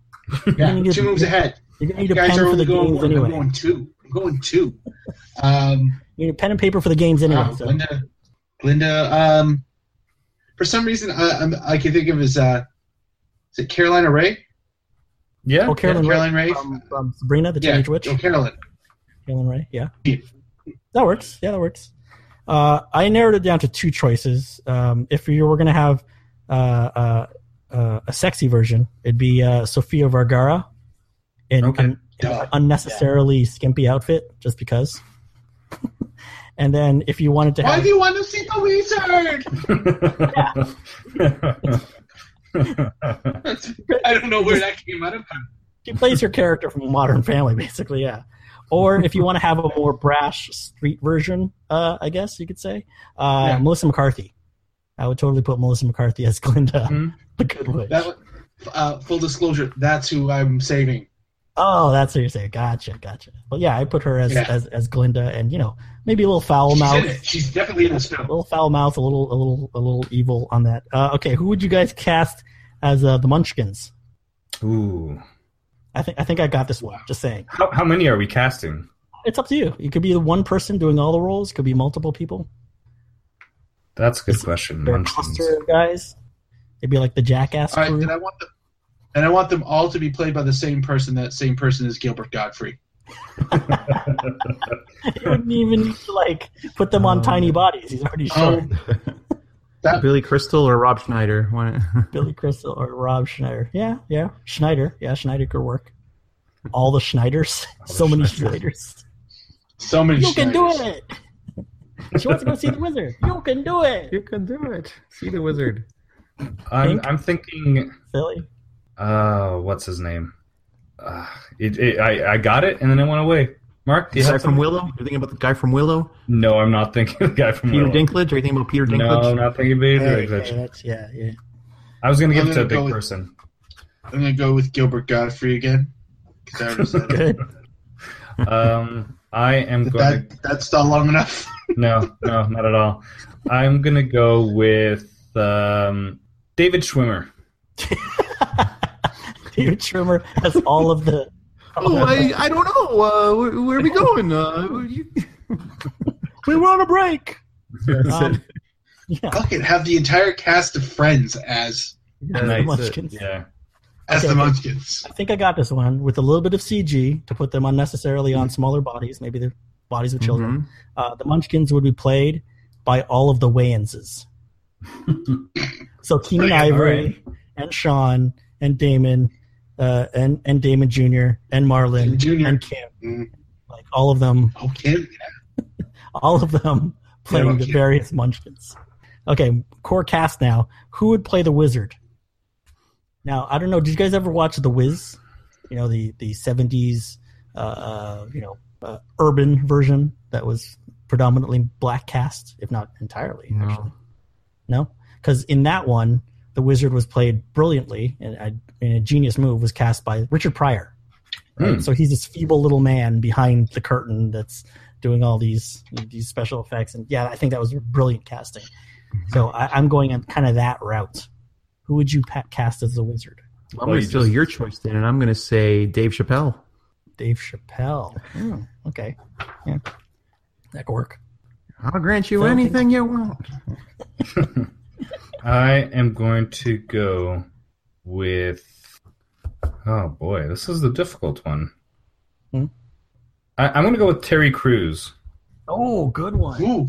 Speaker 7: yeah,
Speaker 5: You need
Speaker 7: two
Speaker 5: to-
Speaker 7: moves ahead.
Speaker 5: You're gonna need
Speaker 7: You
Speaker 5: a pen
Speaker 7: guys are
Speaker 5: for the
Speaker 7: only going
Speaker 5: games
Speaker 7: one. I'm
Speaker 5: anyway.
Speaker 7: going two. I'm going two. Um,
Speaker 5: You need a pen and paper for the games anyway.
Speaker 7: Wow,
Speaker 5: so.
Speaker 7: Glinda, Glinda. Um, for some reason, I, I'm, I can think of as uh, is it Carolina Ray?
Speaker 8: Yeah.
Speaker 5: Oh, Carolyn
Speaker 7: Caroline Ray.
Speaker 5: Ray from, from Sabrina, the
Speaker 7: yeah,
Speaker 5: Teenage Witch.
Speaker 7: oh, Carolyn.
Speaker 5: Helen Ray, yeah.
Speaker 7: Yeah.
Speaker 5: That works. Yeah, that works. Uh, I narrowed it down to two choices. Um, if you were going to have uh, uh, uh, a sexy version, it'd be uh, Sofia Vergara in
Speaker 8: Okay.
Speaker 5: an
Speaker 7: Duh.
Speaker 5: unnecessarily skimpy outfit, just because. and then if you wanted to
Speaker 7: Why
Speaker 5: have,
Speaker 7: do you want to see the wizard? I don't know where that came out of.
Speaker 5: she plays her character from Modern Family, basically, yeah. Or if you want to have a more brash street version, uh, I guess you could say, uh,
Speaker 7: Yeah.
Speaker 5: Melissa McCarthy. I would totally put Melissa McCarthy as Glinda,
Speaker 7: Mm-hmm.
Speaker 8: Mhm.
Speaker 5: the Good Witch.
Speaker 7: That, was- uh, full disclosure, that's who I'm saving.
Speaker 5: Oh, that's what you're saying. Gotcha, gotcha. Well, yeah, I put her as
Speaker 7: Yeah.
Speaker 5: as, as Glinda, and you know, maybe a little foul
Speaker 7: She's,
Speaker 5: mouth,
Speaker 7: in it. She's definitely in the
Speaker 5: a
Speaker 7: spell.
Speaker 5: little foul mouth, a little a little a little evil on that. Uh, okay, who would you guys cast as uh, the Munchkins?
Speaker 8: Ooh.
Speaker 5: I think I think I got this one. Just saying,
Speaker 8: How, how many are we casting?
Speaker 5: it's up to you. You could be the one person doing all the roles. Could be multiple people.
Speaker 8: That's a good question.
Speaker 5: They're a
Speaker 8: Munchkins.
Speaker 5: cluster of guys. It'd be like the Jackass
Speaker 7: All right,
Speaker 5: crew.
Speaker 7: and I want them, and I want them all to be played by the same person. That same person is Gilbert Godfrey.
Speaker 5: you wouldn't even need to like put them on
Speaker 6: Um,
Speaker 5: tiny bodies. He's already short.
Speaker 7: Um, that
Speaker 6: Billy Crystal or Rob Schneider? One-
Speaker 5: Billy Crystal or Rob Schneider. Yeah, yeah. Schneider. Yeah, Schneider could work. All the Schneiders.
Speaker 8: the
Speaker 5: so many
Speaker 8: Schneiders.
Speaker 5: Schneiders.
Speaker 7: so many.
Speaker 5: You can do
Speaker 7: Schneiders.
Speaker 5: it. She wants to go see the wizard. You can do it.
Speaker 6: you can do it. See the wizard.
Speaker 8: I'm,
Speaker 5: Pink?
Speaker 8: I'm thinking,
Speaker 5: Silly.
Speaker 8: uh, what's his name? Uh, it, it, I, I got it and then it went away. Mark, do
Speaker 6: The
Speaker 8: you
Speaker 6: guy
Speaker 8: have
Speaker 6: from
Speaker 8: some-
Speaker 6: Willow? You're thinking about the guy from Willow?
Speaker 8: No, I'm not thinking of the guy from
Speaker 6: Peter
Speaker 8: Willow.
Speaker 6: Dinklage? Are you thinking about Peter Dinklage?
Speaker 8: No, I'm not thinking of Peter
Speaker 5: Hey,
Speaker 8: Dinklage.
Speaker 5: hey, that's- yeah, yeah.
Speaker 8: I was going to give it to a
Speaker 7: I'm gonna go
Speaker 8: big
Speaker 7: with-
Speaker 8: person.
Speaker 7: I'm gonna go with Gilbert Godfrey again. 'Cause I already said it.
Speaker 5: Good.
Speaker 8: Um, I am
Speaker 7: But
Speaker 8: going to
Speaker 7: that, that's not long enough.
Speaker 8: no, no, not at all. I'm gonna go with um, David Schwimmer.
Speaker 5: David Trimmer has all of the.
Speaker 6: Oh, I, I don't know. Uh, where, where are we going? Uh, who you...
Speaker 5: We were on a break. Um, yeah.
Speaker 7: Fuck it, have the entire cast of Friends as
Speaker 5: the
Speaker 8: nice.
Speaker 5: Munchkins.
Speaker 8: Yeah,
Speaker 7: as
Speaker 5: Okay.
Speaker 7: the Munchkins.
Speaker 5: I think I got this one with a little bit of CG to put them unnecessarily on smaller bodies, maybe the bodies of children.
Speaker 6: Mhm.
Speaker 5: Uh, the Munchkins would be played by all of the Wayanses. so Keenan
Speaker 8: Yeah, all
Speaker 5: Ivory and Sean and Damon uh, and and Damon Jr. and Marlon
Speaker 7: And Junior.
Speaker 5: and Kim,
Speaker 7: Mm.
Speaker 5: like all of them,
Speaker 7: Oh, Kim.
Speaker 5: all of them playing the
Speaker 7: okay.
Speaker 5: various Munchkins. Okay, core cast now. Who would play the wizard? Now I don't know. Did you guys ever watch The Wiz? You know the the seventies, uh, uh, you know, uh, urban version that was predominantly black cast, if not entirely.
Speaker 6: No.
Speaker 5: Actually, no, because in that one, the wizard was played brilliantly and I, in a genius move was cast by Richard Pryor. Right,
Speaker 8: Hmm.
Speaker 5: so he's this feeble little man behind the curtain that's doing all these these special effects, and yeah, I think that was brilliant casting. So I, I'm going on kind of that route. Who would you pa- cast as the wizard?
Speaker 6: I'm going to steal your choice then, and I'm going to say Dave Chappelle.
Speaker 5: Dave Chappelle. Hmm, okay, yeah, that could work.
Speaker 6: I'll grant you
Speaker 5: So I think-
Speaker 6: anything you want.
Speaker 8: I am going to go with. Oh boy, this is the difficult one.
Speaker 5: Hmm.
Speaker 8: I, I'm going to go with Terry Crews.
Speaker 5: Oh, good one.
Speaker 7: Ooh,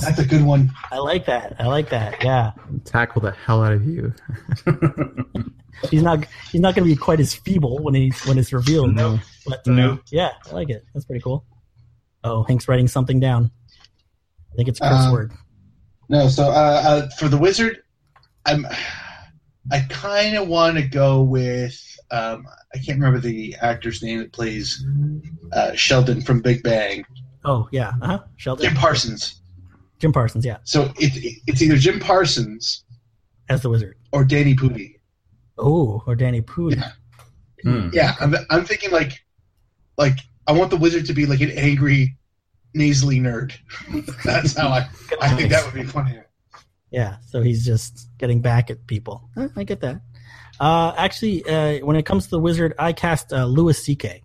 Speaker 7: that's a good one.
Speaker 5: I like that. I like that. Yeah,
Speaker 6: Tackle the hell out of you.
Speaker 5: he's not he's not going to be quite as feeble when he's when it's revealed.
Speaker 8: No.
Speaker 5: But uh,
Speaker 8: No.
Speaker 5: yeah, I like it. That's pretty cool. Oh, Hank's writing something down. I think it's a curse
Speaker 7: Um,
Speaker 5: word.
Speaker 7: No, so uh, uh, for the wizard, I'm. I kind of want to go with. Um, I can't remember the actor's name that plays uh, Sheldon from Big Bang.
Speaker 5: Oh yeah, uh huh. Sheldon
Speaker 7: Jim Parsons.
Speaker 5: Jim Parsons, yeah,
Speaker 7: So it, it's either Jim Parsons
Speaker 5: as the wizard.
Speaker 7: or Danny Pudi.
Speaker 5: Oh, or Danny Pudi.
Speaker 7: Yeah.
Speaker 8: Hmm.
Speaker 7: Yeah, I'm, I'm thinking like, like I want the wizard to be like an angry, nasally nerd. That's how I. I think that would be funny.
Speaker 5: Yeah, so he's just getting back at people. Huh, I get that. Uh, actually, uh, when it comes to the wizard, I cast uh, Louis C.K.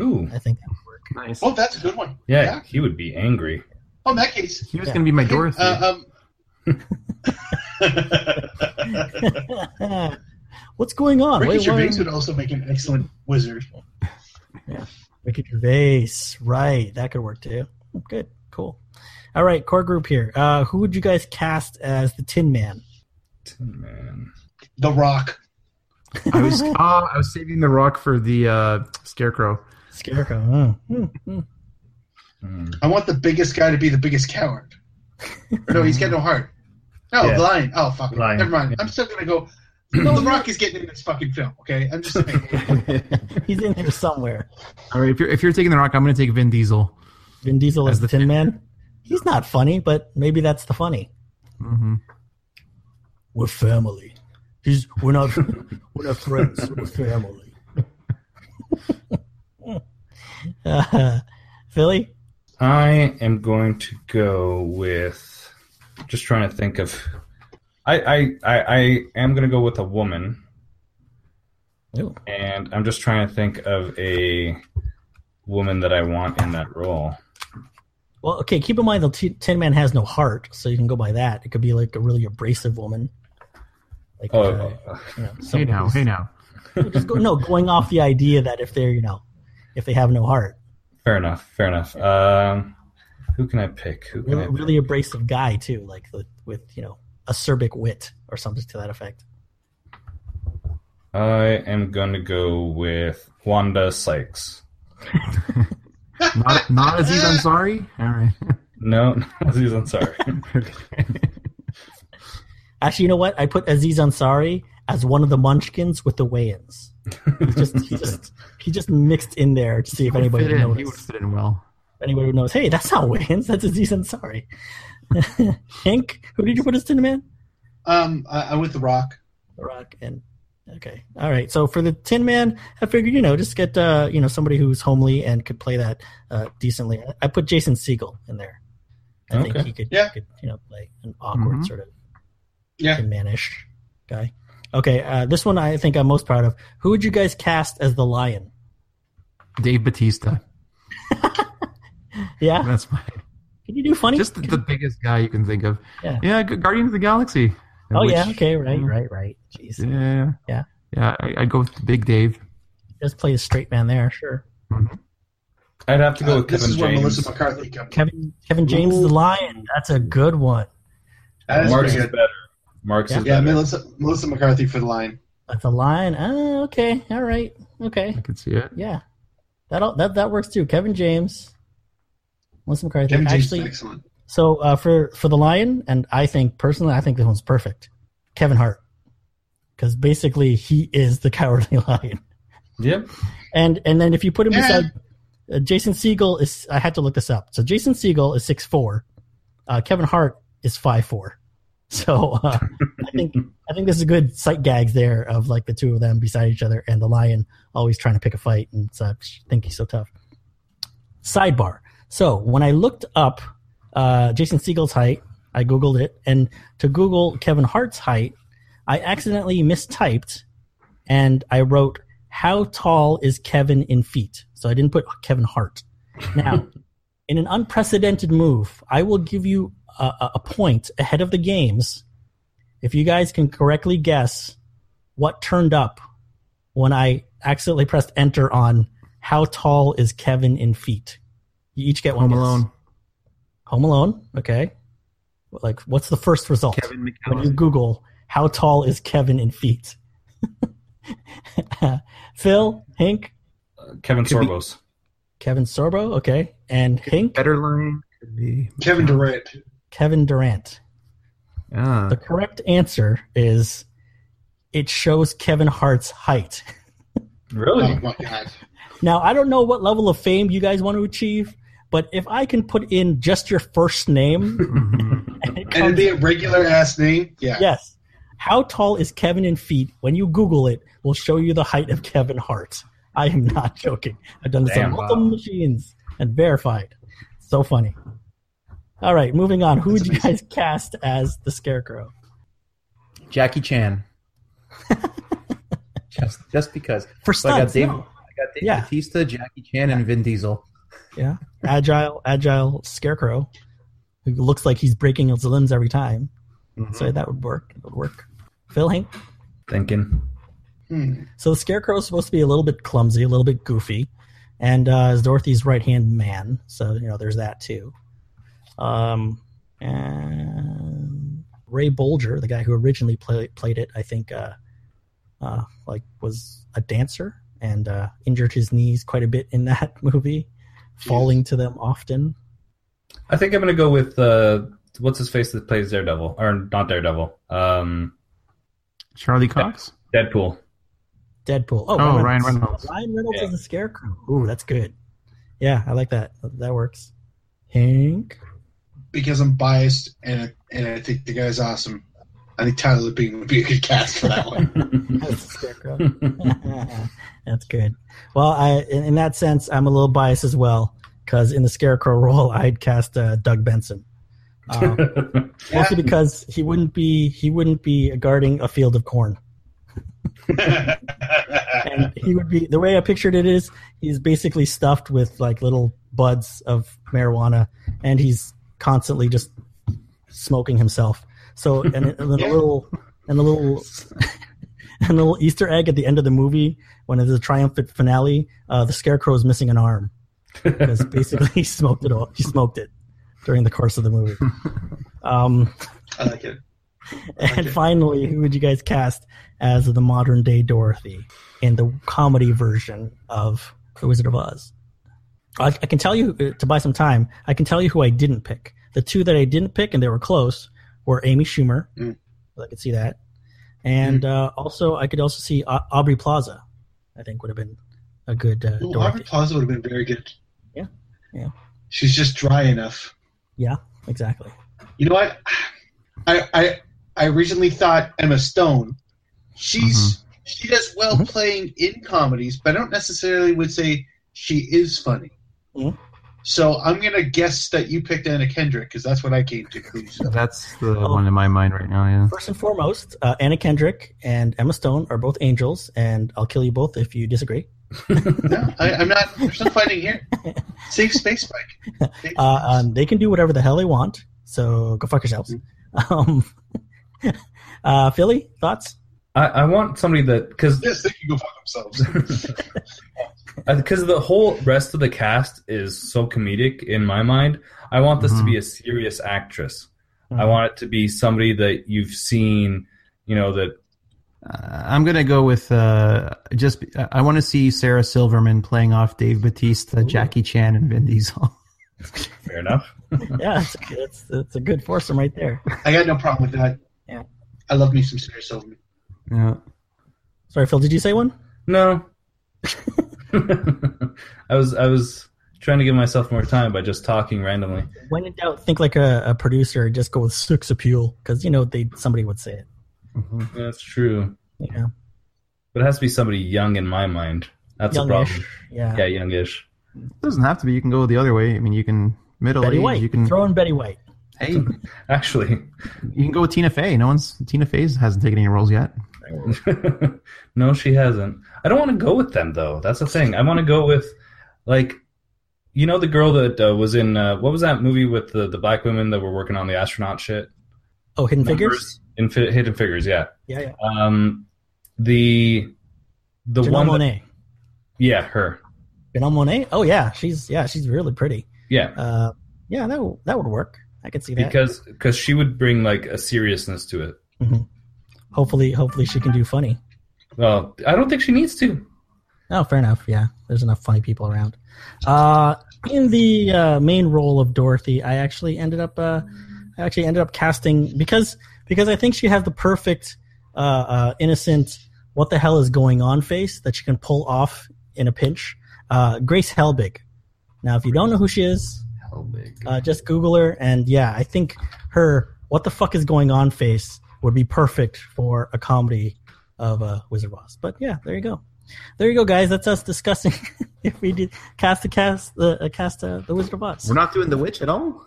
Speaker 8: Ooh,
Speaker 5: I think that would work.
Speaker 6: Nice.
Speaker 7: Oh, that's a good one.
Speaker 8: yeah,
Speaker 7: Yeah.
Speaker 8: he would be angry.
Speaker 7: Oh, in that case,
Speaker 6: He was
Speaker 5: Yeah.
Speaker 6: going to be my Dorothy.
Speaker 7: Uh, um,
Speaker 5: What's going on?
Speaker 7: Ricky
Speaker 5: Wait, why-
Speaker 7: Gervais would also make an excellent wizard.
Speaker 5: Ricky Gervais, right? That could work too. Oh, Good, cool. All right, core group here. Uh, who would you guys cast as the Tin Man?
Speaker 8: Tin Man.
Speaker 7: The Rock.
Speaker 6: I was ah, I was saving the rock for the uh, scarecrow.
Speaker 5: Scarecrow. huh? Hmm, hmm.
Speaker 8: Hmm.
Speaker 7: I want the biggest guy to be the biggest coward. Or no, he's got no heart. No,
Speaker 8: Yeah.
Speaker 7: the lion. Oh, fuck. it.
Speaker 8: Lion.
Speaker 7: Never mind.
Speaker 8: Yeah.
Speaker 7: I'm still gonna go. No, The Rock is getting in this fucking film. Okay, I'm just saying.
Speaker 5: He's in here somewhere.
Speaker 6: All right, if you're if you're taking the rock, I'm going to take Vin Diesel.
Speaker 5: Vin Diesel as the Tin Man. He's not funny, but maybe that's the funny.
Speaker 6: hmm
Speaker 5: We're family. He's we're not we're not friends. We're family. Uh, Philly?
Speaker 8: I am going to go with just trying to think of I I I, I am gonna go with a woman
Speaker 5: Ooh.
Speaker 8: and I'm just trying to think of a woman that I want in that role.
Speaker 5: Well, okay, keep in mind the T- Tin Man has no heart, so you can go by that. It could be like a really abrasive woman. Like,
Speaker 8: Oh
Speaker 5: uh, you know,
Speaker 6: Hey
Speaker 5: someone
Speaker 6: now,
Speaker 5: who's-
Speaker 6: hey now.
Speaker 5: just go, no, going off the idea that if they're, you know, if they have no heart,
Speaker 8: fair enough, fair enough. Um who can I pick? Who can
Speaker 5: really,
Speaker 8: I pick?
Speaker 5: really abrasive guy too, like the, with you know acerbic wit or something to that effect.
Speaker 8: I am gonna go with Wanda Sykes.
Speaker 6: Not, not Aziz Ansari? All right.
Speaker 8: No, Aziz Ansari.
Speaker 5: Actually, you know what? I put Aziz Ansari as one of the Munchkins with the Wayans. Just he just he just mixed in there to see if anybody
Speaker 6: fit
Speaker 5: would
Speaker 6: in. He would
Speaker 5: notice.
Speaker 6: fit in well.
Speaker 5: If anybody would notice, hey, that's not Wayans. That's Aziz Ansari. Hank, who did you put as Tin Man?
Speaker 7: Um, I, I'm with The Rock.
Speaker 5: The Rock and okay, all right. So for the Tin Man, I figured you know just get uh, you know somebody who's homely and could play that uh, decently. I put Jason Siegel in there. I think
Speaker 8: Okay.
Speaker 5: he could,
Speaker 7: Yeah.
Speaker 5: could you know play an awkward
Speaker 6: Mhm.
Speaker 5: sort of
Speaker 7: Yeah.
Speaker 5: Tin Man-ish guy. Okay, uh, this one I think I'm most proud of. Who would you guys cast as the lion?
Speaker 6: Dave Batista.
Speaker 5: Yeah,
Speaker 6: That's my
Speaker 5: can you do funny?
Speaker 6: just the, the biggest guy you can think of.
Speaker 5: Yeah.
Speaker 6: yeah Gu- Guardians of the Galaxy.
Speaker 5: oh
Speaker 6: Which-
Speaker 5: yeah, okay, right, right, right. Jeez,
Speaker 6: Yeah.
Speaker 5: Yeah.
Speaker 6: Yeah. I, I'd go with Big Dave.
Speaker 5: just play a straight man there. Sure,
Speaker 8: I'd have to go
Speaker 7: Uh,
Speaker 8: with
Speaker 7: this
Speaker 8: Kevin
Speaker 7: is where
Speaker 8: James.
Speaker 7: Melissa McCarthy comes.
Speaker 5: Kevin Kevin James is the lion. That's a good one.
Speaker 7: That is
Speaker 8: Mark's
Speaker 7: pretty
Speaker 8: is
Speaker 7: good.
Speaker 8: better. Mark's
Speaker 5: Yeah.
Speaker 8: is
Speaker 7: Yeah,
Speaker 8: better.
Speaker 7: Melissa, Melissa McCarthy for the line.
Speaker 5: That's a lion. Ah, okay, all right, okay.
Speaker 6: I could see it.
Speaker 5: Yeah, that all that that works too. Kevin James, Melissa McCarthy.
Speaker 7: Kevin James is
Speaker 5: Actually,
Speaker 7: excellent.
Speaker 5: so uh, for for the Lion, and I think personally, I think this one's perfect. Kevin Hart, because basically he is the cowardly lion,
Speaker 8: Yep.
Speaker 5: and and then if you put him
Speaker 7: Yeah.
Speaker 5: beside uh, Jason Siegel is, I had to look this up. So Jason Siegel is six four, uh, Kevin Hart is five four. So uh, I think I think this is good sight gags there of like the two of them beside each other and the lion always trying to pick a fight and such. I think he's so tough. Sidebar. So when I looked up uh, Jason Siegel's height, I googled it, and to Google Kevin Hart's height, I accidentally mistyped, and I wrote how tall is Kevin in feet? So I didn't put Kevin Hart. Now, in an unprecedented move, I will give you a- a, a point ahead of the games if you guys can correctly guess what turned up when I accidentally pressed enter on how tall is Kevin in feet. You each get one.
Speaker 6: Home
Speaker 5: guess.
Speaker 6: Alone.
Speaker 5: Home Alone. Okay. Like, what's the first result?
Speaker 6: Kevin
Speaker 5: when you
Speaker 6: McCallum.
Speaker 5: Google how tall is Kevin in feet? Phil, Hink,
Speaker 8: Kevin
Speaker 6: Could be-
Speaker 8: Sorbos.
Speaker 5: Kevin Sorbo, okay, and Hink,
Speaker 6: Better line could be.
Speaker 7: Kevin Durant.
Speaker 5: Kevin Durant.
Speaker 6: Ah,
Speaker 5: The correct answer is it shows Kevin Hart's height.
Speaker 8: Really?
Speaker 7: Oh my god.
Speaker 5: Now, I don't know what level of fame you guys want to achieve, but if I can put in just your first name,
Speaker 6: mhm.
Speaker 5: and it
Speaker 7: And it'd
Speaker 5: comes
Speaker 7: be a regular ass name. Yeah.
Speaker 5: Yes. How tall is Kevin in feet? When you Google it, will show you the height of Kevin Hart. I am not joking. I've done this
Speaker 8: Damn,
Speaker 5: on multiple
Speaker 8: wow.
Speaker 5: machines and verified. So funny. All right, moving on. Who
Speaker 7: That's
Speaker 5: would you guys cast as the Scarecrow?
Speaker 9: Jackie Chan. just just because.
Speaker 5: For
Speaker 9: So I got
Speaker 5: stunts,
Speaker 9: Dave,
Speaker 5: no.
Speaker 9: I got Dave
Speaker 5: Yeah.
Speaker 9: Batista, Jackie Chan, and Vin Diesel.
Speaker 5: yeah, agile, agile Scarecrow who looks like he's breaking his limbs every time.
Speaker 9: Mm-hmm.
Speaker 5: So that would work. It would work. Phil Hank.
Speaker 8: Thinking.
Speaker 7: Hmm.
Speaker 5: So the Scarecrow is supposed to be a little bit clumsy, a little bit goofy, and uh, is Dorothy's right hand man. So you know, there's that too. Um, and Ray Bolger, the guy who originally play, played it, I think, uh, uh, like was a dancer and uh, injured his knees quite a bit in that movie, falling to them often.
Speaker 8: I think I'm gonna go with uh, what's his face that plays Daredevil or not Daredevil? Um,
Speaker 6: Charlie Cox.
Speaker 8: Deadpool.
Speaker 5: Deadpool. Oh,
Speaker 6: Oh, Ryan Reynolds.
Speaker 5: Ryan Reynolds
Speaker 8: Yeah.
Speaker 5: is a scarecrow. Ooh, that's good. Yeah, I like that. That works. Hank.
Speaker 7: Because I'm biased and and I think the guy's awesome. I think Tyler Bean would be a good cast for that one.
Speaker 5: That's a scarecrow. That's good. Well, I in, in that sense, I'm a little biased as well because in the Scarecrow role, I'd cast uh, Doug Benson. Um, mostly because he wouldn't be he wouldn't be guarding a field of corn. and he would be the way I pictured it is he's basically stuffed with like little buds of marijuana, and he's constantly just smoking himself. So and, and then a little and a little and a little Easter egg at the end of the movie when it's a triumphant finale, uh, the scarecrow is missing an arm because basically he smoked it all. He smoked it during the course of the movie. Um,
Speaker 7: I like it.
Speaker 5: and
Speaker 7: Okay.
Speaker 5: finally, who would you guys cast as the modern day Dorothy in the comedy version of The Wizard of Oz? I, I can tell you, uh, to buy some time, I can tell you who I didn't pick. The two that I didn't pick, and they were close, were Amy Schumer.
Speaker 7: Mm.
Speaker 5: I could see that. And uh, also, I could also see Au- Aubrey Plaza, I think would have been a good uh,
Speaker 7: Ooh,
Speaker 5: Dorothy.
Speaker 7: Aubrey Plaza would have been very good.
Speaker 5: Yeah. Yeah.
Speaker 7: She's just dry enough.
Speaker 5: Exactly.
Speaker 7: You know what? I I I recently thought Emma Stone. She's
Speaker 5: Mm-hmm.
Speaker 7: she does well
Speaker 5: Mhm.
Speaker 7: playing in comedies, but I don't necessarily would say she is funny.
Speaker 5: Mhm.
Speaker 7: So I'm gonna guess that you picked Anna Kendrick because that's what I came to.
Speaker 6: That's the
Speaker 5: Oh.
Speaker 6: one in my mind right now. Yeah.
Speaker 5: First and foremost, uh, Anna Kendrick and Emma Stone are both angels, and I'll kill you both if you disagree.
Speaker 7: no, I, I'm not. There's no fighting here. Safe space, Mike. Safe
Speaker 5: Uh,
Speaker 7: space.
Speaker 5: um, they can do whatever the hell they want, so go fuck yourselves.
Speaker 8: Mm-hmm.
Speaker 5: Um, uh, Philly, thoughts?
Speaker 8: I, I want somebody that because
Speaker 7: yes, they can go fuck themselves.
Speaker 8: because Uh, the whole rest of the cast is so comedic in my mind. I want this
Speaker 6: Mhm.
Speaker 8: to be a serious actress. I
Speaker 5: Mhm.
Speaker 8: want it to be somebody that you've seen. You know that
Speaker 6: Uh, I'm gonna go with uh, just. I want to see Sarah Silverman playing off Dave Batista, Jackie Chan, and Vin Diesel.
Speaker 8: fair enough.
Speaker 5: Yeah, it's, it's, it's a good foursome right there.
Speaker 7: I got no problem with that.
Speaker 5: Yeah.
Speaker 7: I love me some Sarah Silverman.
Speaker 6: yeah.
Speaker 5: Sorry, Phil, did you say one?
Speaker 8: No, I was I was trying to give myself more time by just talking randomly.
Speaker 5: When in doubt, think like a, a producer, just go with six appeal, because, you know, they somebody would say it.
Speaker 6: mm-hmm.
Speaker 8: That's true,
Speaker 5: You know?
Speaker 8: but it has to be somebody young in my mind. That's a problem.
Speaker 5: Youngish. Yeah.
Speaker 8: Yeah, youngish.
Speaker 6: Doesn't have to be. You can go the other way. I mean, you can middle
Speaker 5: Betty
Speaker 6: age.
Speaker 5: White.
Speaker 6: You can
Speaker 5: Throw in Betty White.
Speaker 6: hey, you
Speaker 8: Actually,
Speaker 6: can go with Tina Fey. No one's Tina Fey hasn't taken any roles yet.
Speaker 8: no, she hasn't. I don't want to go with them though. That's the thing. I want to go with like you know the girl that uh, was in uh, what was that movie with the the black women that were working on the astronaut shit?
Speaker 5: Oh, Hidden Figures?
Speaker 8: Numbers? In fi- Hidden Figures, yeah.
Speaker 5: Yeah, yeah.
Speaker 8: Um the the
Speaker 5: Janelle
Speaker 8: one that-
Speaker 5: Monet.
Speaker 8: yeah, her.
Speaker 5: Janelle Monet? Oh, yeah. She's, yeah, she's really pretty.
Speaker 8: Yeah.
Speaker 5: Uh, yeah, that, w- that would work. I could see that.
Speaker 8: Because cause she would bring like a seriousness to it.
Speaker 5: hopefully, hopefully she can do funny.
Speaker 8: Well, I don't think she needs to.
Speaker 5: Oh, fair enough. Yeah, there's enough funny people around. Uh, in the uh, main role of Dorothy, I actually ended up, uh, I actually ended up casting because because I think she has the perfect uh, uh, innocent "what the hell is going on" face that she can pull off in a pinch. Uh, Grace Helbig. Now, if you don't know who she is, Helbig, uh, just Google her, and yeah, I think her "what the fuck is going on" face would be perfect for a comedy of uh, Wizard of Oz. But yeah, there you go there you go, guys. That's us discussing if we did cast the cast the uh, cast uh, the Wizard of Oz.
Speaker 10: We're not doing the witch at all.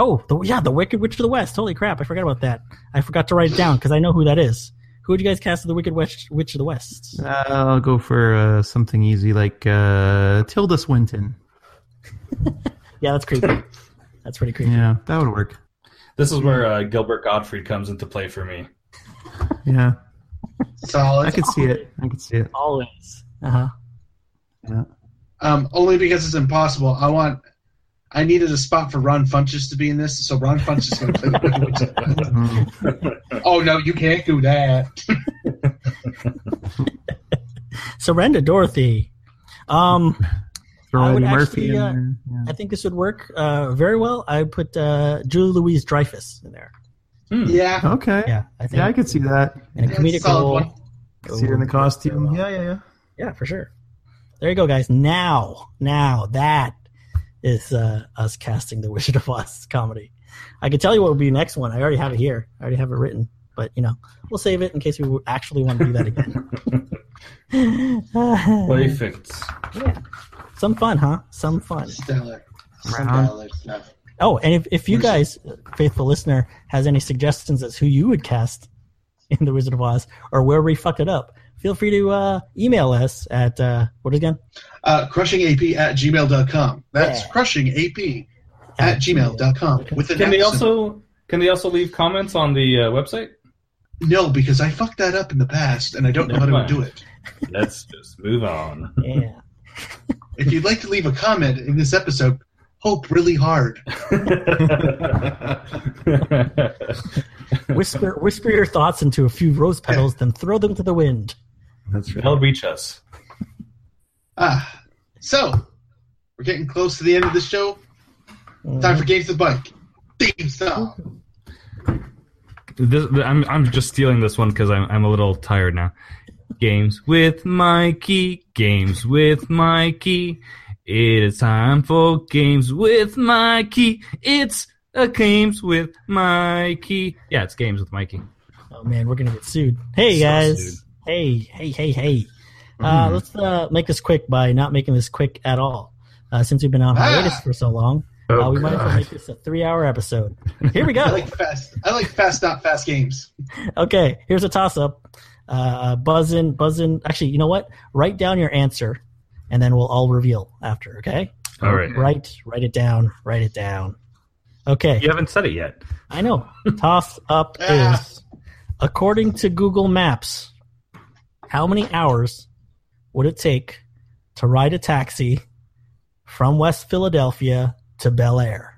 Speaker 5: oh, the, yeah, the Wicked Witch of the West. Holy crap! I forgot about that. I forgot to write it down because I know who that is. Who would you guys cast as the Wicked Witch, Witch of the West?
Speaker 6: Uh, I'll go for uh, something easy like uh, Tilda Swinton.
Speaker 5: Yeah, that's creepy. That's pretty creepy.
Speaker 6: Yeah, that would work.
Speaker 8: This is where uh, Gilbert Gottfried comes into play for me.
Speaker 6: Yeah, I
Speaker 7: Solid.
Speaker 6: could see it. I could see it.
Speaker 5: Always. Uh huh.
Speaker 7: Um, only because it's impossible. I want. I needed a spot for Ron Funches to be in this, so Ron Funches is going to play the Wicked Witch of the
Speaker 6: Mm.
Speaker 7: West. Oh no, you can't do that.
Speaker 5: Surrender, Dorothy. Um,
Speaker 6: Throw
Speaker 5: I
Speaker 6: Eddie
Speaker 5: would
Speaker 6: Murphy
Speaker 5: actually,
Speaker 6: in
Speaker 5: uh,
Speaker 6: there. Yeah.
Speaker 5: I think this would work uh, very well. I put uh, Julie Louise Dreyfus in there.
Speaker 8: Hmm.
Speaker 7: Yeah.
Speaker 6: Okay. Yeah,
Speaker 5: Yeah, I think.
Speaker 6: I could see that.
Speaker 5: in a
Speaker 7: Yeah, it's a
Speaker 5: comedic
Speaker 7: solid
Speaker 5: role.
Speaker 7: one.
Speaker 6: See her in the costume.
Speaker 5: well.
Speaker 6: Yeah, yeah, yeah.
Speaker 5: Yeah, for sure. There you go, guys. Now, now that is uh, us casting the Wizard of Oz comedy. I can tell you what would be next one. I already have it here. I already have it written. But you know, we'll save it in case we actually want to do that again.
Speaker 11: Perfect.
Speaker 5: yeah. Some fun, huh? Some fun.
Speaker 7: Stellar.
Speaker 6: Round.
Speaker 7: Stellar stuff.
Speaker 5: Oh, and if, if you guys, faithful listener, has any suggestions as who you would cast in The Wizard of Oz or where we fucked it up, feel free to uh, email us at uh, what again?
Speaker 7: Uh, crushingap at gmail.com. That's
Speaker 5: Yeah.
Speaker 7: crushingap at gmail.com. With an
Speaker 11: Can they
Speaker 7: accent.
Speaker 11: also can they also leave comments on the uh, website?
Speaker 7: No, because I fucked that up in the past and I don't know how
Speaker 11: Never
Speaker 7: to
Speaker 11: mind.
Speaker 7: do it.
Speaker 11: Let's just move on.
Speaker 5: Yeah.
Speaker 7: If you'd like to leave a comment in this episode, hope really hard.
Speaker 5: whisper whisper your thoughts into a few rose petals, then throw them to the wind.
Speaker 9: That's
Speaker 11: They'll reach us.
Speaker 7: Ah, so we're getting close to the end of the show.
Speaker 5: Mm-hmm.
Speaker 7: Time for games to bike. Theme song.
Speaker 8: This, I'm I'm just stealing this one because I'm I'm a little tired now. Games with Mikey, games with Mikey. It is time for games with Mikey. It's a games with Mikey. Yeah, it's games with Mikey.
Speaker 5: Oh man, we're gonna get sued. Hey
Speaker 8: So
Speaker 5: guys.
Speaker 8: sued.
Speaker 5: Hey, hey, hey, hey. Uh,
Speaker 7: Mm-hmm.
Speaker 5: let's uh, make this quick by not making this quick at all. Uh, since we've been on hiatus
Speaker 7: Ah.
Speaker 5: for so long, uh,
Speaker 6: Oh,
Speaker 5: we might as well
Speaker 6: God.
Speaker 5: make this a three-hour episode. Here we
Speaker 7: I
Speaker 5: go.
Speaker 7: like fast. I like fast, not fast games.
Speaker 5: okay, here's a toss-up. Uh, buzz in, buzz in. Actually, you know what? Write down your answer, and then we'll all reveal after. Okay?
Speaker 8: All right.
Speaker 5: Write, write it down, write it down. Okay.
Speaker 8: You haven't said it yet.
Speaker 5: I know. Toss up
Speaker 7: Ah.
Speaker 5: is according to Google Maps, how many hours would it take to ride a taxi from West Philadelphia to Bel Air?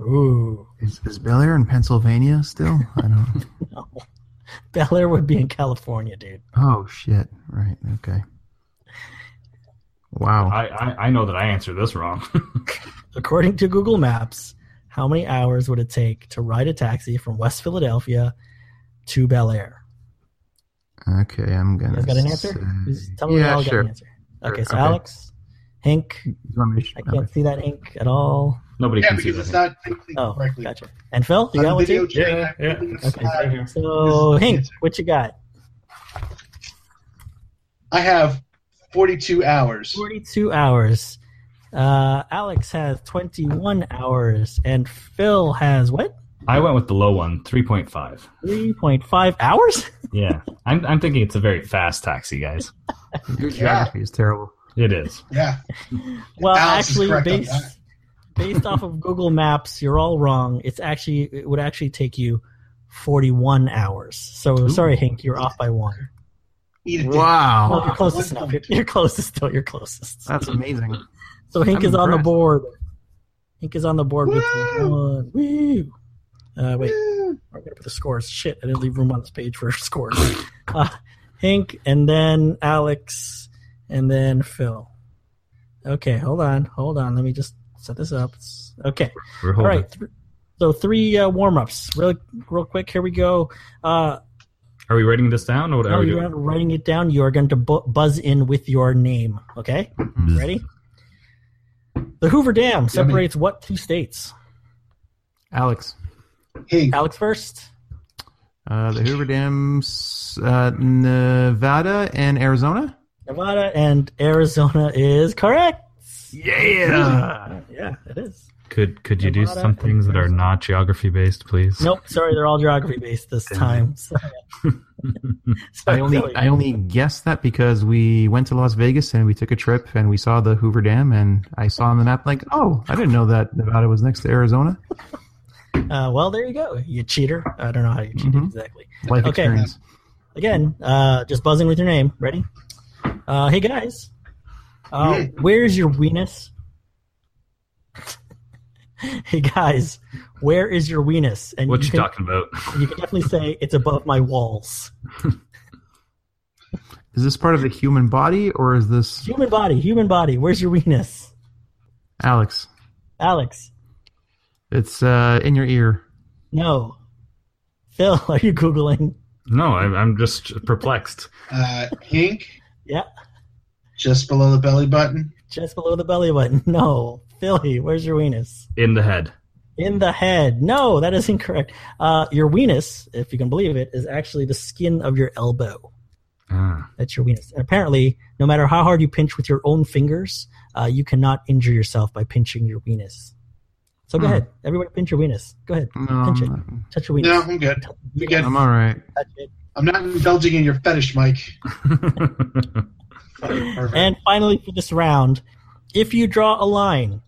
Speaker 5: Ooh.
Speaker 6: Is, is Bel Air in Pennsylvania still? I don't.
Speaker 5: No. Bel Air would be in California, dude.
Speaker 6: Oh shit! Right. Okay. Wow.
Speaker 8: I, I, I know that I answered this wrong.
Speaker 5: According to Google Maps, how many hours would it take to ride a taxi from West Philadelphia to Bel Air?
Speaker 6: Okay, I'm
Speaker 5: You
Speaker 6: gonna.
Speaker 5: guys got an answer?
Speaker 6: say-
Speaker 5: Just Tell me we
Speaker 6: yeah,
Speaker 5: all
Speaker 6: sure.
Speaker 5: got an answer. Okay,
Speaker 6: Sure,
Speaker 5: so
Speaker 6: okay.
Speaker 5: Alex, Hank,
Speaker 6: You want me to-
Speaker 5: I can't see that ink at all.
Speaker 8: Nobody
Speaker 7: Yeah,
Speaker 8: can see
Speaker 7: because it's
Speaker 8: this.
Speaker 7: not thinking
Speaker 5: Oh,
Speaker 7: correctly.
Speaker 5: gotcha. And Phil, you
Speaker 7: On
Speaker 5: got
Speaker 7: the
Speaker 5: one
Speaker 7: video
Speaker 5: too?
Speaker 7: chain,
Speaker 11: Yeah,
Speaker 7: I
Speaker 11: yeah.
Speaker 7: believe it's
Speaker 5: Okay,
Speaker 7: not-
Speaker 11: right here.
Speaker 5: So
Speaker 7: This is the
Speaker 5: Hank,
Speaker 7: answer.
Speaker 5: what you got?
Speaker 7: I have 42 hours.
Speaker 5: Forty-two hours. Uh, Alex has twenty-one hours, and Phil has what?
Speaker 8: I went with the low one, 3.5.
Speaker 5: Three point five hours.
Speaker 8: Yeah. I'm, I'm thinking it's a very fast taxi, guys.
Speaker 6: Your geography is terrible.
Speaker 8: It is.
Speaker 7: Yeah.
Speaker 5: Well,
Speaker 7: Alex is
Speaker 5: actually,
Speaker 7: correct on that.
Speaker 5: based based off of Google Maps, you're all wrong. It's actually it would actually take you forty-one hours. So sorry, Hank, you're off by one.
Speaker 7: Eat it. dude.
Speaker 5: Well,
Speaker 6: Wow,
Speaker 5: you're closest
Speaker 7: One
Speaker 5: enough. You're,
Speaker 7: point.
Speaker 5: you're closest. Still, you're closest.
Speaker 6: that's amazing.
Speaker 5: So Hink
Speaker 6: I'm
Speaker 5: is on the
Speaker 6: impressed.
Speaker 5: board. Hink is on the board with
Speaker 7: Woo!
Speaker 5: one. Woo! Uh, wait, I'm gonna put the scores. Shit, I didn't leave room on this page for scores. Uh, Hink and then Alex and then Phil. Okay, hold on, hold on. Let me just set this up. It's- okay,
Speaker 8: We're
Speaker 5: all
Speaker 8: holding.
Speaker 5: right. Th- so three uh, warm ups, real real quick. Here we go. Uh,
Speaker 8: Are we writing this down or what
Speaker 5: now
Speaker 8: are we
Speaker 5: you're
Speaker 8: doing?
Speaker 5: not writing it down. You are going to bu- buzz in with your name. Okay,
Speaker 6: Mm-hmm.
Speaker 5: ready? The Hoover Dam separates what two states?
Speaker 6: Alex,
Speaker 7: Hey,
Speaker 5: Alex first.
Speaker 6: uh, the Hoover Dam's uh, Nevada and Arizona.
Speaker 5: Nevada and Arizona is correct.
Speaker 6: Yeah.
Speaker 5: Yeah, it is.
Speaker 8: Could could you do
Speaker 5: Nevada
Speaker 8: some
Speaker 5: and
Speaker 8: things that are not geography based, please?
Speaker 5: Nope, sorry, they're all geography based this time. So-
Speaker 6: I
Speaker 5: Sorry,
Speaker 6: only
Speaker 5: Philly.
Speaker 6: I only guessed that because we went to Las Vegas and we took a trip and we saw the Hoover Dam and I saw on the map like oh I didn't know that Nevada was next to Arizona.
Speaker 5: Uh, well, there you go. You cheater. I don't know how you cheated
Speaker 6: Mhm.
Speaker 5: exactly.
Speaker 6: Life
Speaker 5: Okay.
Speaker 6: experience.
Speaker 5: Again, uh, just buzzing with your name. Ready? Uh, hey guys, uh, where's your weenus? hey guys, where is your weenus? And
Speaker 8: What you
Speaker 5: can,
Speaker 8: talking about?
Speaker 5: You can definitely say it's above my walls.
Speaker 6: Is this part of the human body or is this
Speaker 5: Human body, human body. Where's your weenus?
Speaker 6: Alex?
Speaker 5: Alex,
Speaker 6: It's uh, in your ear.
Speaker 5: no. Phil, are you googling?
Speaker 8: No, I'm, I'm just perplexed.
Speaker 7: uh, Hank,
Speaker 5: Yeah,
Speaker 7: just below the belly button.
Speaker 5: just below the belly button. No, Philly, where's your weenus?
Speaker 8: In the head.
Speaker 5: in the head. No, that is incorrect. Uh, your weenus, if you can believe it, is actually the skin of your elbow.
Speaker 8: Ah.
Speaker 5: That's your weenus. And apparently, no matter how hard you pinch with your own fingers, uh, you cannot injure yourself by pinching your weenus. So go
Speaker 8: Hmm.
Speaker 5: ahead, everybody, pinch your weenus. Go ahead,
Speaker 6: No,
Speaker 5: pinch it,
Speaker 6: I'm,
Speaker 5: touch your weenus.
Speaker 7: No, I'm good. You get-
Speaker 6: I'm all right.
Speaker 5: Touch it.
Speaker 7: I'm not indulging in your fetish, Mike.
Speaker 5: And finally, for this round, if you draw a line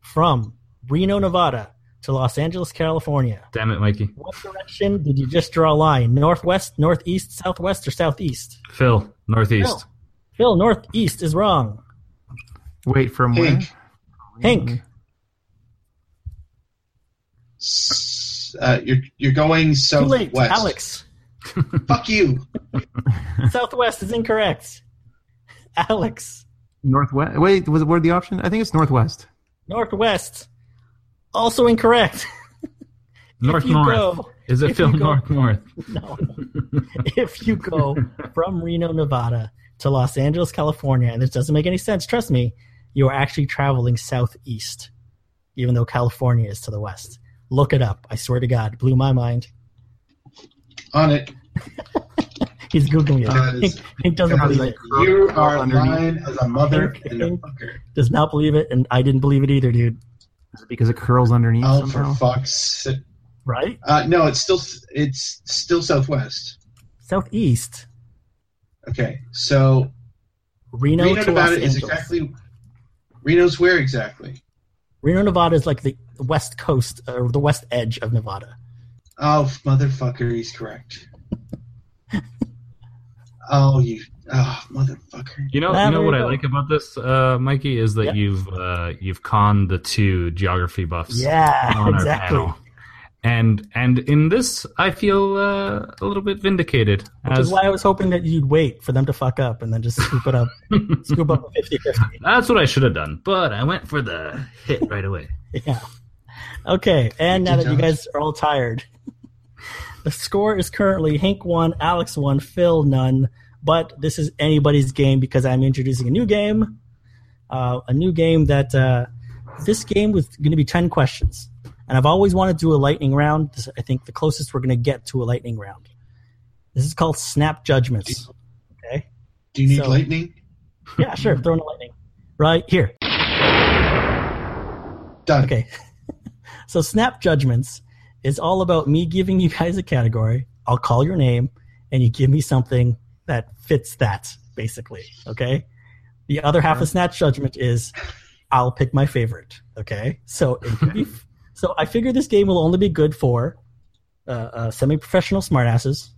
Speaker 5: from Reno, Nevada to Los Angeles, California,
Speaker 8: Damn it, Mikey.
Speaker 5: what direction did you just draw a line? Northwest, northeast, southwest, or southeast?
Speaker 8: Phil, northeast.
Speaker 5: Phil, northeast is wrong.
Speaker 6: Wait, from where?
Speaker 7: Hank.
Speaker 5: Hank,
Speaker 7: S- Uh, you're you're going
Speaker 5: too late.
Speaker 7: southwest.
Speaker 5: Alex,
Speaker 7: Fuck you.
Speaker 5: southwest is incorrect. Alex,
Speaker 6: Northwest. Wait, was were the option? I think it's northwest.
Speaker 5: northwest, also incorrect.
Speaker 8: North
Speaker 5: if you
Speaker 8: north.
Speaker 5: go,
Speaker 8: Is it
Speaker 5: if you
Speaker 8: Phil
Speaker 5: go-
Speaker 8: north north?
Speaker 5: no. if you go from Reno, Nevada to Los Angeles, California, and this doesn't make any sense, trust me, you are actually traveling southeast, even though California is to the west. Look it up. I swear to God, blew my mind.
Speaker 7: On it.
Speaker 5: He's googling
Speaker 7: Uh,
Speaker 5: it.
Speaker 7: it's-
Speaker 5: Hank, Hank doesn't
Speaker 6: Sounds
Speaker 5: believe
Speaker 6: like
Speaker 5: it.
Speaker 7: You are
Speaker 6: underneath.
Speaker 7: mine as a mother and a
Speaker 5: Okay.
Speaker 7: fucker.
Speaker 5: Does not believe it, and I didn't believe it either, dude.
Speaker 6: Is it because it curls underneath
Speaker 7: Oh, for
Speaker 6: somehow?
Speaker 7: fuck's sake.
Speaker 5: Right?
Speaker 7: Uh, no, it's still it's still southwest.
Speaker 5: Southeast,
Speaker 7: Okay, so
Speaker 5: Reno,
Speaker 7: Reno,
Speaker 5: to Los
Speaker 7: Nevada
Speaker 5: Angeles.
Speaker 7: is exactly Reno's where exactly?
Speaker 5: Reno, Nevada is like the west coast or the west edge of Nevada.
Speaker 7: Oh motherfucker, he's correct. oh you, oh motherfucker.
Speaker 8: You know,
Speaker 5: Ah,
Speaker 8: you know
Speaker 5: there
Speaker 8: what
Speaker 5: you
Speaker 8: I
Speaker 5: go.
Speaker 8: like about this, uh, Mikey, is that
Speaker 5: Yeah.
Speaker 8: you've uh, you've conned the two geography buffs
Speaker 5: Yeah,
Speaker 8: on
Speaker 5: exactly.
Speaker 8: our panel, and and in this, I feel uh, a little bit vindicated.
Speaker 5: Which is
Speaker 8: As,
Speaker 5: why I was hoping that you'd wait for them to fuck up and then just scoop it up, scoop up a 50-50.
Speaker 8: that's what I should have done, but I went for the hit right away.
Speaker 5: Yeah. Okay, and now
Speaker 7: Thank
Speaker 5: that
Speaker 7: you,
Speaker 5: you guys are all tired, the score is currently Hank one, Alex one, Phil none. But this is anybody's game because I'm introducing a new game, uh, a new game that uh, this game was going to be ten questions, and I've always wanted to do a lightning round. This, I think the closest we're going to get to a lightning round. This is called Snap Judgments. Okay.
Speaker 7: Do you need
Speaker 5: So-
Speaker 7: lightning?
Speaker 5: Yeah, sure. Throwing a lightning. Right here.
Speaker 7: Done.
Speaker 5: Okay. so snap judgments is all about me giving you guys a category. I'll call your name, and you give me something that fits that, basically. Okay. The other half of snap judgment is I'll pick my favorite. Okay. So it could be. so I figure this game will only be good for uh, uh, semi-professional smartasses,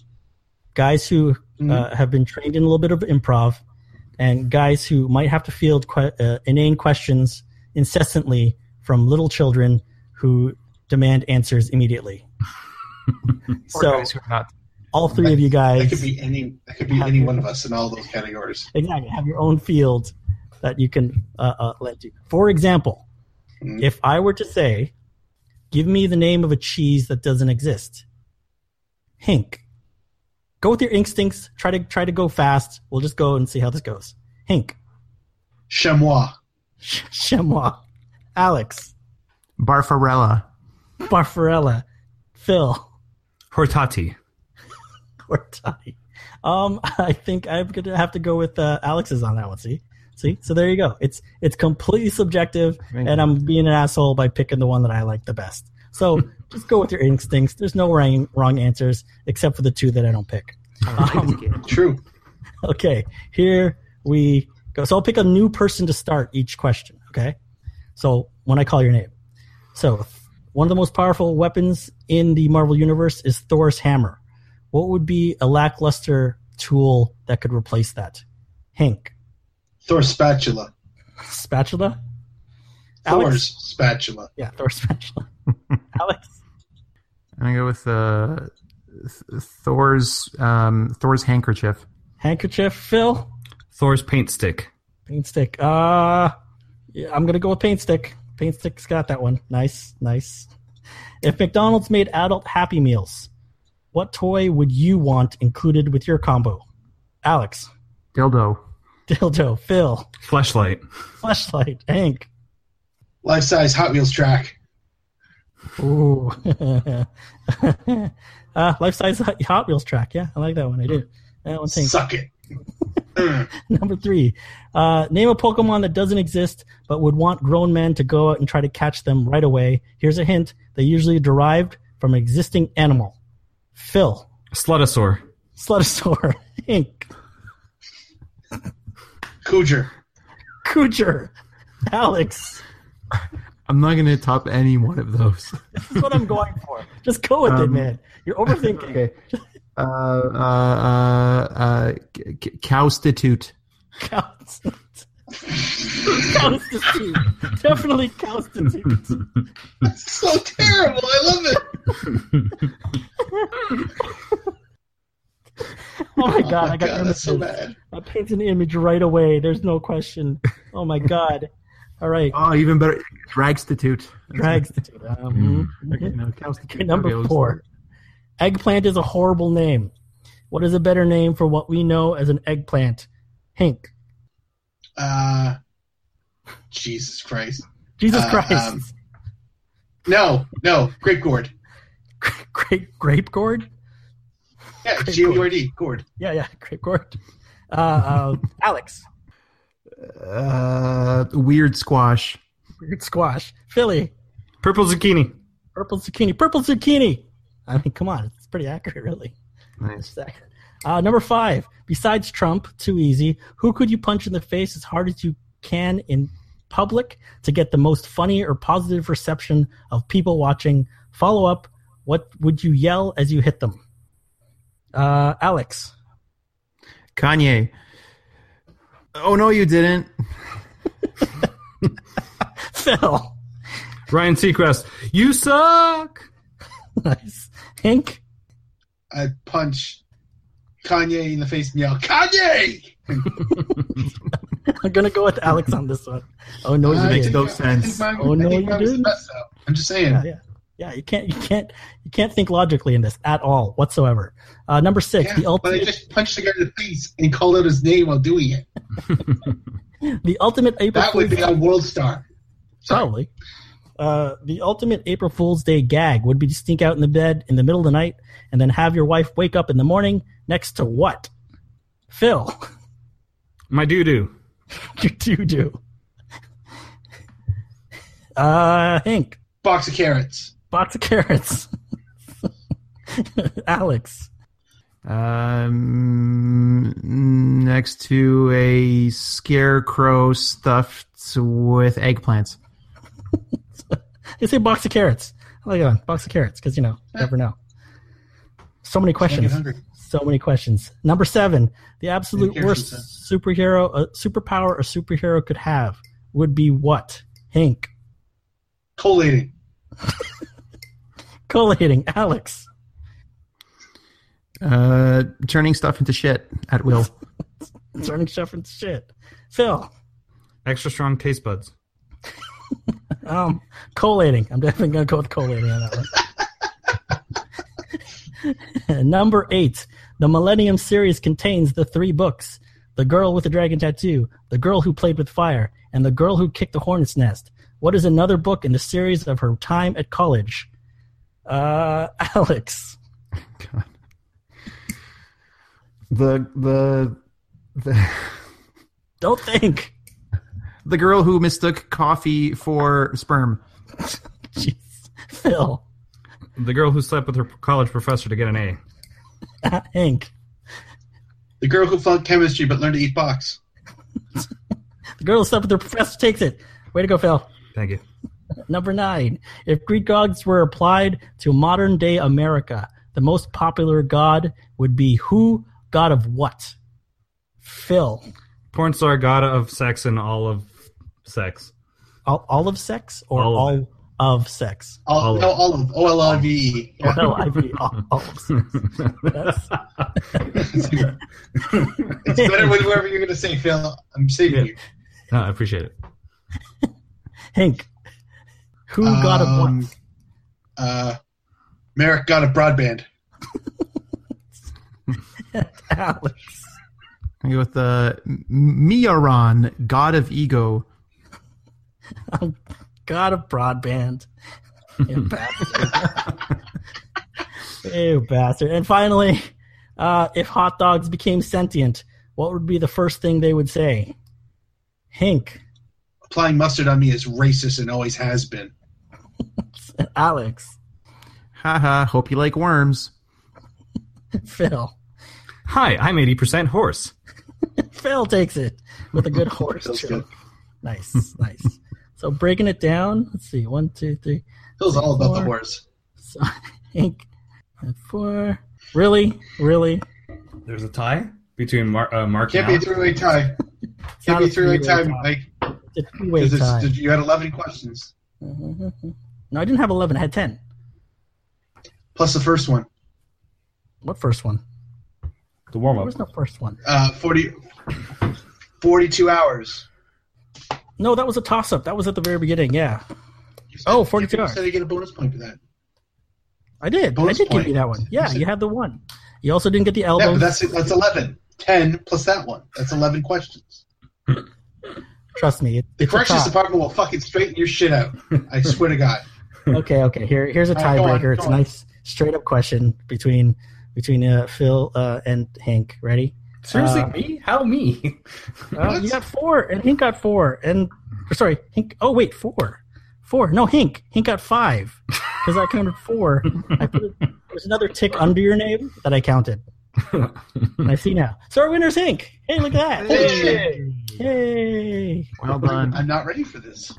Speaker 5: guys who
Speaker 7: Mhm.
Speaker 6: Mm-hmm.
Speaker 5: uh, have been trained in a little bit of improv, and guys who might have to field que- uh, inane questions incessantly from little children who demand answers immediately.
Speaker 6: Poor
Speaker 5: so-
Speaker 6: guys who are not
Speaker 5: All three of you
Speaker 7: That
Speaker 5: guys
Speaker 7: could be any. That could be
Speaker 5: Have
Speaker 7: any
Speaker 5: you-
Speaker 7: one of us in all those categories.
Speaker 5: exactly have your own field that you can uh, uh, lend to. For example,
Speaker 7: Mhm.
Speaker 5: if I were to say, "Give me the name of a cheese that doesn't exist," Hink. Go with your instincts. Try to try to go fast. We'll just go and see how this goes. Hink,
Speaker 7: Chamois.
Speaker 5: Ch- Chamois, Alex,
Speaker 6: Barfarella.
Speaker 5: Barfarella, Phil,
Speaker 8: Hortati.
Speaker 5: Cortati. Um, I think I'm gonna have to go with uh, Alex's on that one. See, see. So there you go. It's it's completely subjective. and I'm being an asshole by picking the one that I like the best. So just go with your instincts. There's no wrong, wrong answers except for the two that I don't pick. Um,
Speaker 7: True.
Speaker 5: okay, here we go. So I'll pick a new person to start each question. Okay, so when I call your name, so one of the most powerful weapons in the Marvel universe is Thor's hammer. What would be a lackluster tool that could replace that? Hank,
Speaker 7: Thor spatula.
Speaker 5: spatula.
Speaker 7: Thor's spatula.
Speaker 5: Yeah, Thor spatula. Alex.
Speaker 6: I'm gonna go with uh, Th- Thor's um, Thor's handkerchief.
Speaker 5: handkerchief, Phil.
Speaker 8: Thor's paint stick.
Speaker 5: Paint stick. Uh yeah, I'm gonna go with paint stick. Paint stick's got that one. Nice, nice. If McDonald's made adult Happy Meals, what toy would you want included with your combo? Alex,
Speaker 6: Dildo.
Speaker 5: dildo, Phil,
Speaker 8: Fleshlight.
Speaker 5: flashlight, Hank,
Speaker 7: Life size Hot Wheels track.
Speaker 5: Ooh. uh, life size Hot Wheels track. Yeah, I like that one. I do. That one thing.
Speaker 7: Suck it.
Speaker 5: Number three, uh, name a Pokemon that doesn't exist but would want grown men to go out and try to catch them right away. Here's a hint: they usually derived from an existing animal. Phil,
Speaker 8: Slutosaur.
Speaker 5: Slutosaur, Ink,
Speaker 7: Cooger.
Speaker 5: Coocher, Alex.
Speaker 6: I'm not going to top any one of those.
Speaker 5: This is what I'm going for. Just go with it,
Speaker 6: Um,
Speaker 5: man. You're overthinking.
Speaker 6: okay. Uh, uh, uh, uh, c- c- cowstitute.
Speaker 5: Counts. Constitute. Definitely constitute.
Speaker 7: So terrible. I love it.
Speaker 5: Oh my god, I got
Speaker 7: that's so
Speaker 5: images.
Speaker 7: bad.
Speaker 5: That paints an image right away. There's no question. Oh my god. All right.
Speaker 6: Oh, even better. Dragstitute.
Speaker 5: Drags.
Speaker 7: Mm-hmm.
Speaker 5: Um,
Speaker 6: Okay, no, cowstitute.
Speaker 5: okay,
Speaker 6: Okay,
Speaker 5: number
Speaker 6: let's-
Speaker 5: four. Eggplant is a horrible name. What is a better name for what we know as an eggplant? Hink.
Speaker 7: Uh, Jesus Christ.
Speaker 5: Jesus
Speaker 7: Uh, um,
Speaker 5: Christ.
Speaker 7: No, no. Grape gourd.
Speaker 5: grape grape gourd?
Speaker 7: Yeah,
Speaker 5: Grape
Speaker 7: G O U R D. Gourd.
Speaker 5: Yeah, yeah, grape gourd. Uh, uh, Alex.
Speaker 6: Uh, weird squash.
Speaker 5: Weird squash. Philly.
Speaker 8: Purple zucchini.
Speaker 5: Purple zucchini. Purple zucchini. I mean, come on, it's pretty accurate, really.
Speaker 6: Nice.
Speaker 5: It's accurate. Uh, number five. Besides Trump, too easy. Who could you punch in the face as hard as you can in public to get the most funny or positive reception of people watching? Follow up. What would you yell as you hit them? Uh, Alex.
Speaker 6: Kanye. Oh no, you didn't.
Speaker 5: Phil.
Speaker 8: Ryan Seacrest. You suck.
Speaker 5: nice. Hank.
Speaker 7: I punch Kanye in the face and yell, Kanye!
Speaker 5: I'm gonna go with Alex on this one. Oh no,
Speaker 7: I
Speaker 5: you
Speaker 6: makes
Speaker 5: didn't.
Speaker 7: think
Speaker 6: no
Speaker 7: I- I think
Speaker 6: sense.
Speaker 7: mine-
Speaker 5: Oh,
Speaker 7: I
Speaker 5: no,
Speaker 7: think
Speaker 5: you
Speaker 7: mine was the
Speaker 5: didn't.
Speaker 7: best, though. I'm just saying.
Speaker 5: yeah, yeah, yeah. You can't, you can't, you can't think logically in this at all whatsoever. Uh, number six,
Speaker 7: Yeah,
Speaker 5: the
Speaker 7: but I
Speaker 5: ultimate,
Speaker 7: just punched the guy in the face and called out his name while doing it.
Speaker 5: the ultimate April
Speaker 7: That would
Speaker 5: Fool's
Speaker 7: be a world star.
Speaker 5: probably. Uh, the ultimate April Fool's Day gag would be to sneak out in the bed in the middle of the night and then have your wife wake up in the morning next to what? Phil,
Speaker 8: My doo doo.
Speaker 5: your doo doo. Uh, Hank,
Speaker 7: Box of carrots.
Speaker 5: box of carrots. Alex,
Speaker 6: Um, next to a scarecrow stuffed with eggplants.
Speaker 5: They say box of carrots. I like that one. Box of carrots, because you know, you never know. So many
Speaker 7: I get
Speaker 5: questions.
Speaker 7: hungry.
Speaker 5: So many questions. Number seven, the absolute
Speaker 7: Here's
Speaker 5: worst superhero, uh, superpower a superhero could have would be what? Hank.
Speaker 7: Collating.
Speaker 5: Collating. Alex.
Speaker 6: Uh, turning stuff into shit at will.
Speaker 5: Turning chef and shit. Phil.
Speaker 8: Extra strong taste buds.
Speaker 5: Um, collating. I'm definitely gonna go with collating on that one. Number eight. The Millennium series contains the three books: The Girl with the Dragon Tattoo, The Girl Who Played with Fire, and The Girl Who Kicked the Hornet's Nest. What is another book in the series of her time at college? Uh, Alex.
Speaker 6: The the the,
Speaker 5: Don't think.
Speaker 6: the girl who mistook coffee for sperm.
Speaker 5: Jeez. Phil.
Speaker 8: The girl who slept with her college professor to get an A.
Speaker 5: Hank.
Speaker 7: The girl who flunked chemistry but learned to eat box.
Speaker 5: The girl who slept with her professor takes it. Way to go, Phil.
Speaker 8: Thank you.
Speaker 5: Number nine, if Greek gods were applied to modern day America, the most popular god would be who? God of what? Phil.
Speaker 8: Porn star gotta of sex and all of sex.
Speaker 5: All, all of sex or all,
Speaker 8: All of
Speaker 5: of, sex?
Speaker 7: All,
Speaker 8: Olive.
Speaker 7: no, olive. O L I V E. Yeah.
Speaker 5: Well, I mean, all, all of sex. That's-
Speaker 7: It's better with whoever you're going to say, Phil. I'm saving you.
Speaker 8: No, Uh, I appreciate it.
Speaker 5: Hank. Who god of
Speaker 7: Um,
Speaker 5: what?
Speaker 7: Uh, Merrick got a broadband.
Speaker 5: Alex.
Speaker 6: I go with the M- Miaron, god of ego.
Speaker 5: God of broadband. You bastard. you bastard. And finally, uh, if hot dogs became sentient, what would be the first thing they would say? Hink,
Speaker 7: Applying mustard on me is racist and always has been.
Speaker 5: Alex,
Speaker 6: Haha, hope you like worms.
Speaker 5: Phil.
Speaker 8: Hi, I'm 80% horse.
Speaker 5: Phil takes it with a good horse
Speaker 7: Phil's
Speaker 5: joke.
Speaker 7: good.
Speaker 5: Nice, nice. So breaking it down, let's see. One, two, three.
Speaker 7: Phil's all about the
Speaker 5: Or-
Speaker 7: horse.
Speaker 5: So, Hank, and four. Really, really.
Speaker 11: There's a tie? Between
Speaker 8: Between Mar- uh, Mark
Speaker 7: Can't
Speaker 8: and
Speaker 7: be a
Speaker 8: Alex.
Speaker 7: three-way tie.
Speaker 5: It's not
Speaker 7: Can't be
Speaker 5: a
Speaker 7: a three-way
Speaker 5: three-way
Speaker 7: tie, Mike.
Speaker 5: It's a two-way
Speaker 7: Because
Speaker 5: tie.
Speaker 7: it's- you had 11 questions
Speaker 5: Mhm. No, I didn't have eleven. I had ten.
Speaker 7: plus the first one.
Speaker 5: What first one?
Speaker 11: the warm
Speaker 5: There
Speaker 11: up.
Speaker 5: was no first one.
Speaker 7: Uh, 40, 42 hours.
Speaker 5: No, that was a toss-up. That was at the very beginning. Yeah,
Speaker 7: You said-
Speaker 5: Oh, 42
Speaker 7: You said you get a bonus point for that.
Speaker 5: I did.
Speaker 7: Bonus
Speaker 5: I did give
Speaker 7: point.
Speaker 5: you that one. Yeah,
Speaker 7: Yes, it-
Speaker 5: you had the one. You also didn't get the
Speaker 7: Yeah,
Speaker 5: elbow.
Speaker 7: but that's that's 11. 10 plus that one. That's 11 questions.
Speaker 5: Trust me. It,
Speaker 7: The
Speaker 5: it's a
Speaker 7: corrections
Speaker 5: tie.
Speaker 7: department will fucking straighten your shit out. I swear to God.
Speaker 5: okay, okay. Here, here's a
Speaker 7: All right, go on,
Speaker 5: tiebreaker. It's
Speaker 7: go
Speaker 5: a
Speaker 7: on.
Speaker 5: nice straight-up question between between uh, Phil uh, and Hank. Ready?
Speaker 11: Seriously,
Speaker 5: Uh,
Speaker 11: me? How me?
Speaker 5: Uh, you got four, and Hink got four, and or sorry, Hink. Oh wait, four, four. No, Hink. Hink got five because I counted four. I put a, there's another tick under your name that I counted. And I see now. So our winner's Hink. Hey, look at that!
Speaker 7: Holy shit.
Speaker 5: Yay!
Speaker 6: Well done.
Speaker 7: I'm not ready for this.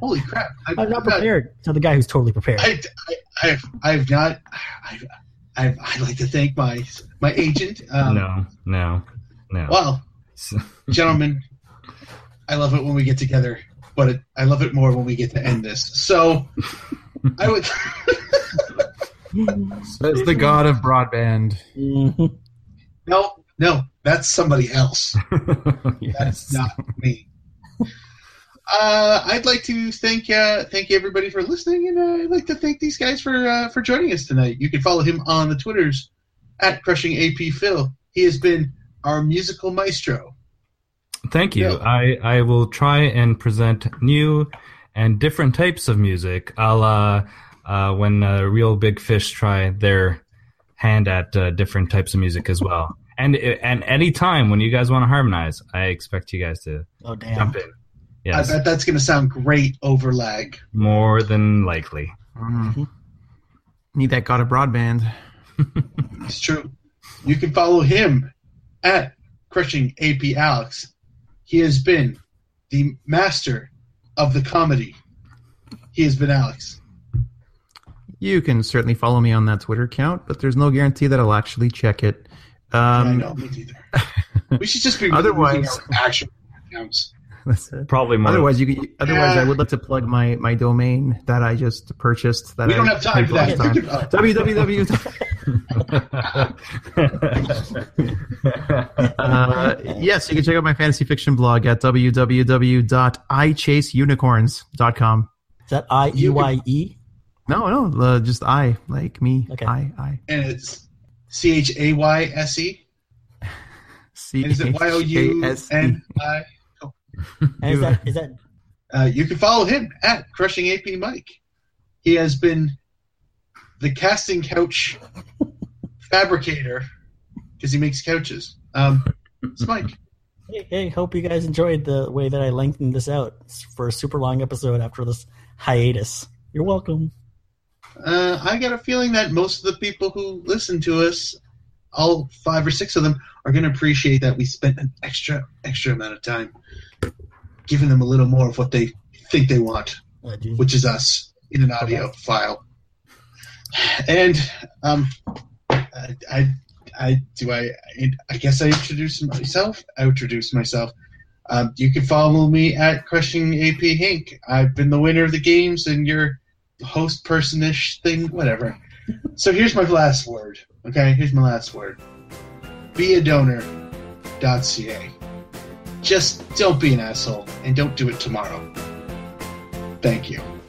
Speaker 7: Holy crap. I,
Speaker 5: I'm not prepared. So the guy who's totally prepared.
Speaker 7: I, I, I've, I've not. I've, I've, I'd like to thank my my agent. Um,
Speaker 8: no, no, no.
Speaker 7: Well, gentlemen, I love it when we get together, but it, I love it more when we get to end this. So, I would.
Speaker 6: That's the god of broadband.
Speaker 5: Mhm.
Speaker 7: No, no, that's somebody else. That's not me. Uh, I'd like to thank uh, thank everybody for listening, and uh, I'd like to thank these guys for uh, for joining us tonight. You can follow him on the Twitters at Crushing AP Phil. He has been our musical maestro.
Speaker 8: Thank you.
Speaker 7: Yeah.
Speaker 8: I, I will try and present new and different types of music, a la uh, when uh, real big fish try their hand at uh, different types of music as well. And and any time when you guys want to harmonize, I expect you guys to
Speaker 5: Oh damn!
Speaker 8: jump in. Yes,
Speaker 7: I bet that's going to sound great over lag.
Speaker 8: more than likely.
Speaker 6: Mm. Need that god of broadband.
Speaker 7: It's true. You can follow him at Crushing AP Alex. He has been the master of the comedy. He has been Alex.
Speaker 6: You can certainly follow me on that Twitter account, but there's no guarantee that I'll actually check it.
Speaker 7: I
Speaker 6: Um,
Speaker 7: know, me neither. we should just be
Speaker 6: Otherwise-
Speaker 7: using our actual accounts.
Speaker 6: that's it.
Speaker 8: Probably more.
Speaker 6: Otherwise, you can, otherwise
Speaker 7: Yeah.
Speaker 6: I would like to plug my, my domain that I just purchased. That
Speaker 7: We
Speaker 6: I
Speaker 7: don't have time for
Speaker 6: paid
Speaker 7: that.
Speaker 6: for last
Speaker 7: We can- uh,
Speaker 6: time. www. Uh, yes, you can check out my fantasy fiction blog at www.ichaseunicorns.com.
Speaker 5: Is that I E Y E?
Speaker 6: No, no, uh, just I, like me.
Speaker 5: Okay.
Speaker 6: I, I.
Speaker 7: and it's C H A Y S E.
Speaker 6: C
Speaker 7: And is
Speaker 6: E.
Speaker 7: it Y O U N I?
Speaker 5: And Is that is that
Speaker 7: Uh, you can follow him at Crushing AP Mike. He has been the casting couch fabricator because he makes couches. Um, it's Mike.
Speaker 5: Hey, hey, hope you guys enjoyed the way that I lengthened this out for a super long episode after this hiatus. You're welcome.
Speaker 7: Uh, I got a feeling that most of the people who listen to us, all five or six of them, are going to appreciate that we spent an extra, extra amount of time giving them a little more of what they think they want.
Speaker 5: Uh, geez.
Speaker 7: Mm-hmm. which is us in an audio file. And um, I, I, I do I, I guess I introduce myself. I introduce myself. Um, you can follow me at Crushing AP Hink. I've been the winner of the games and your host personish thing, whatever. so here's my last word. Okay, here's my last word. Be a donor.ca. Just don't be an asshole and don't do it tomorrow. Thank you.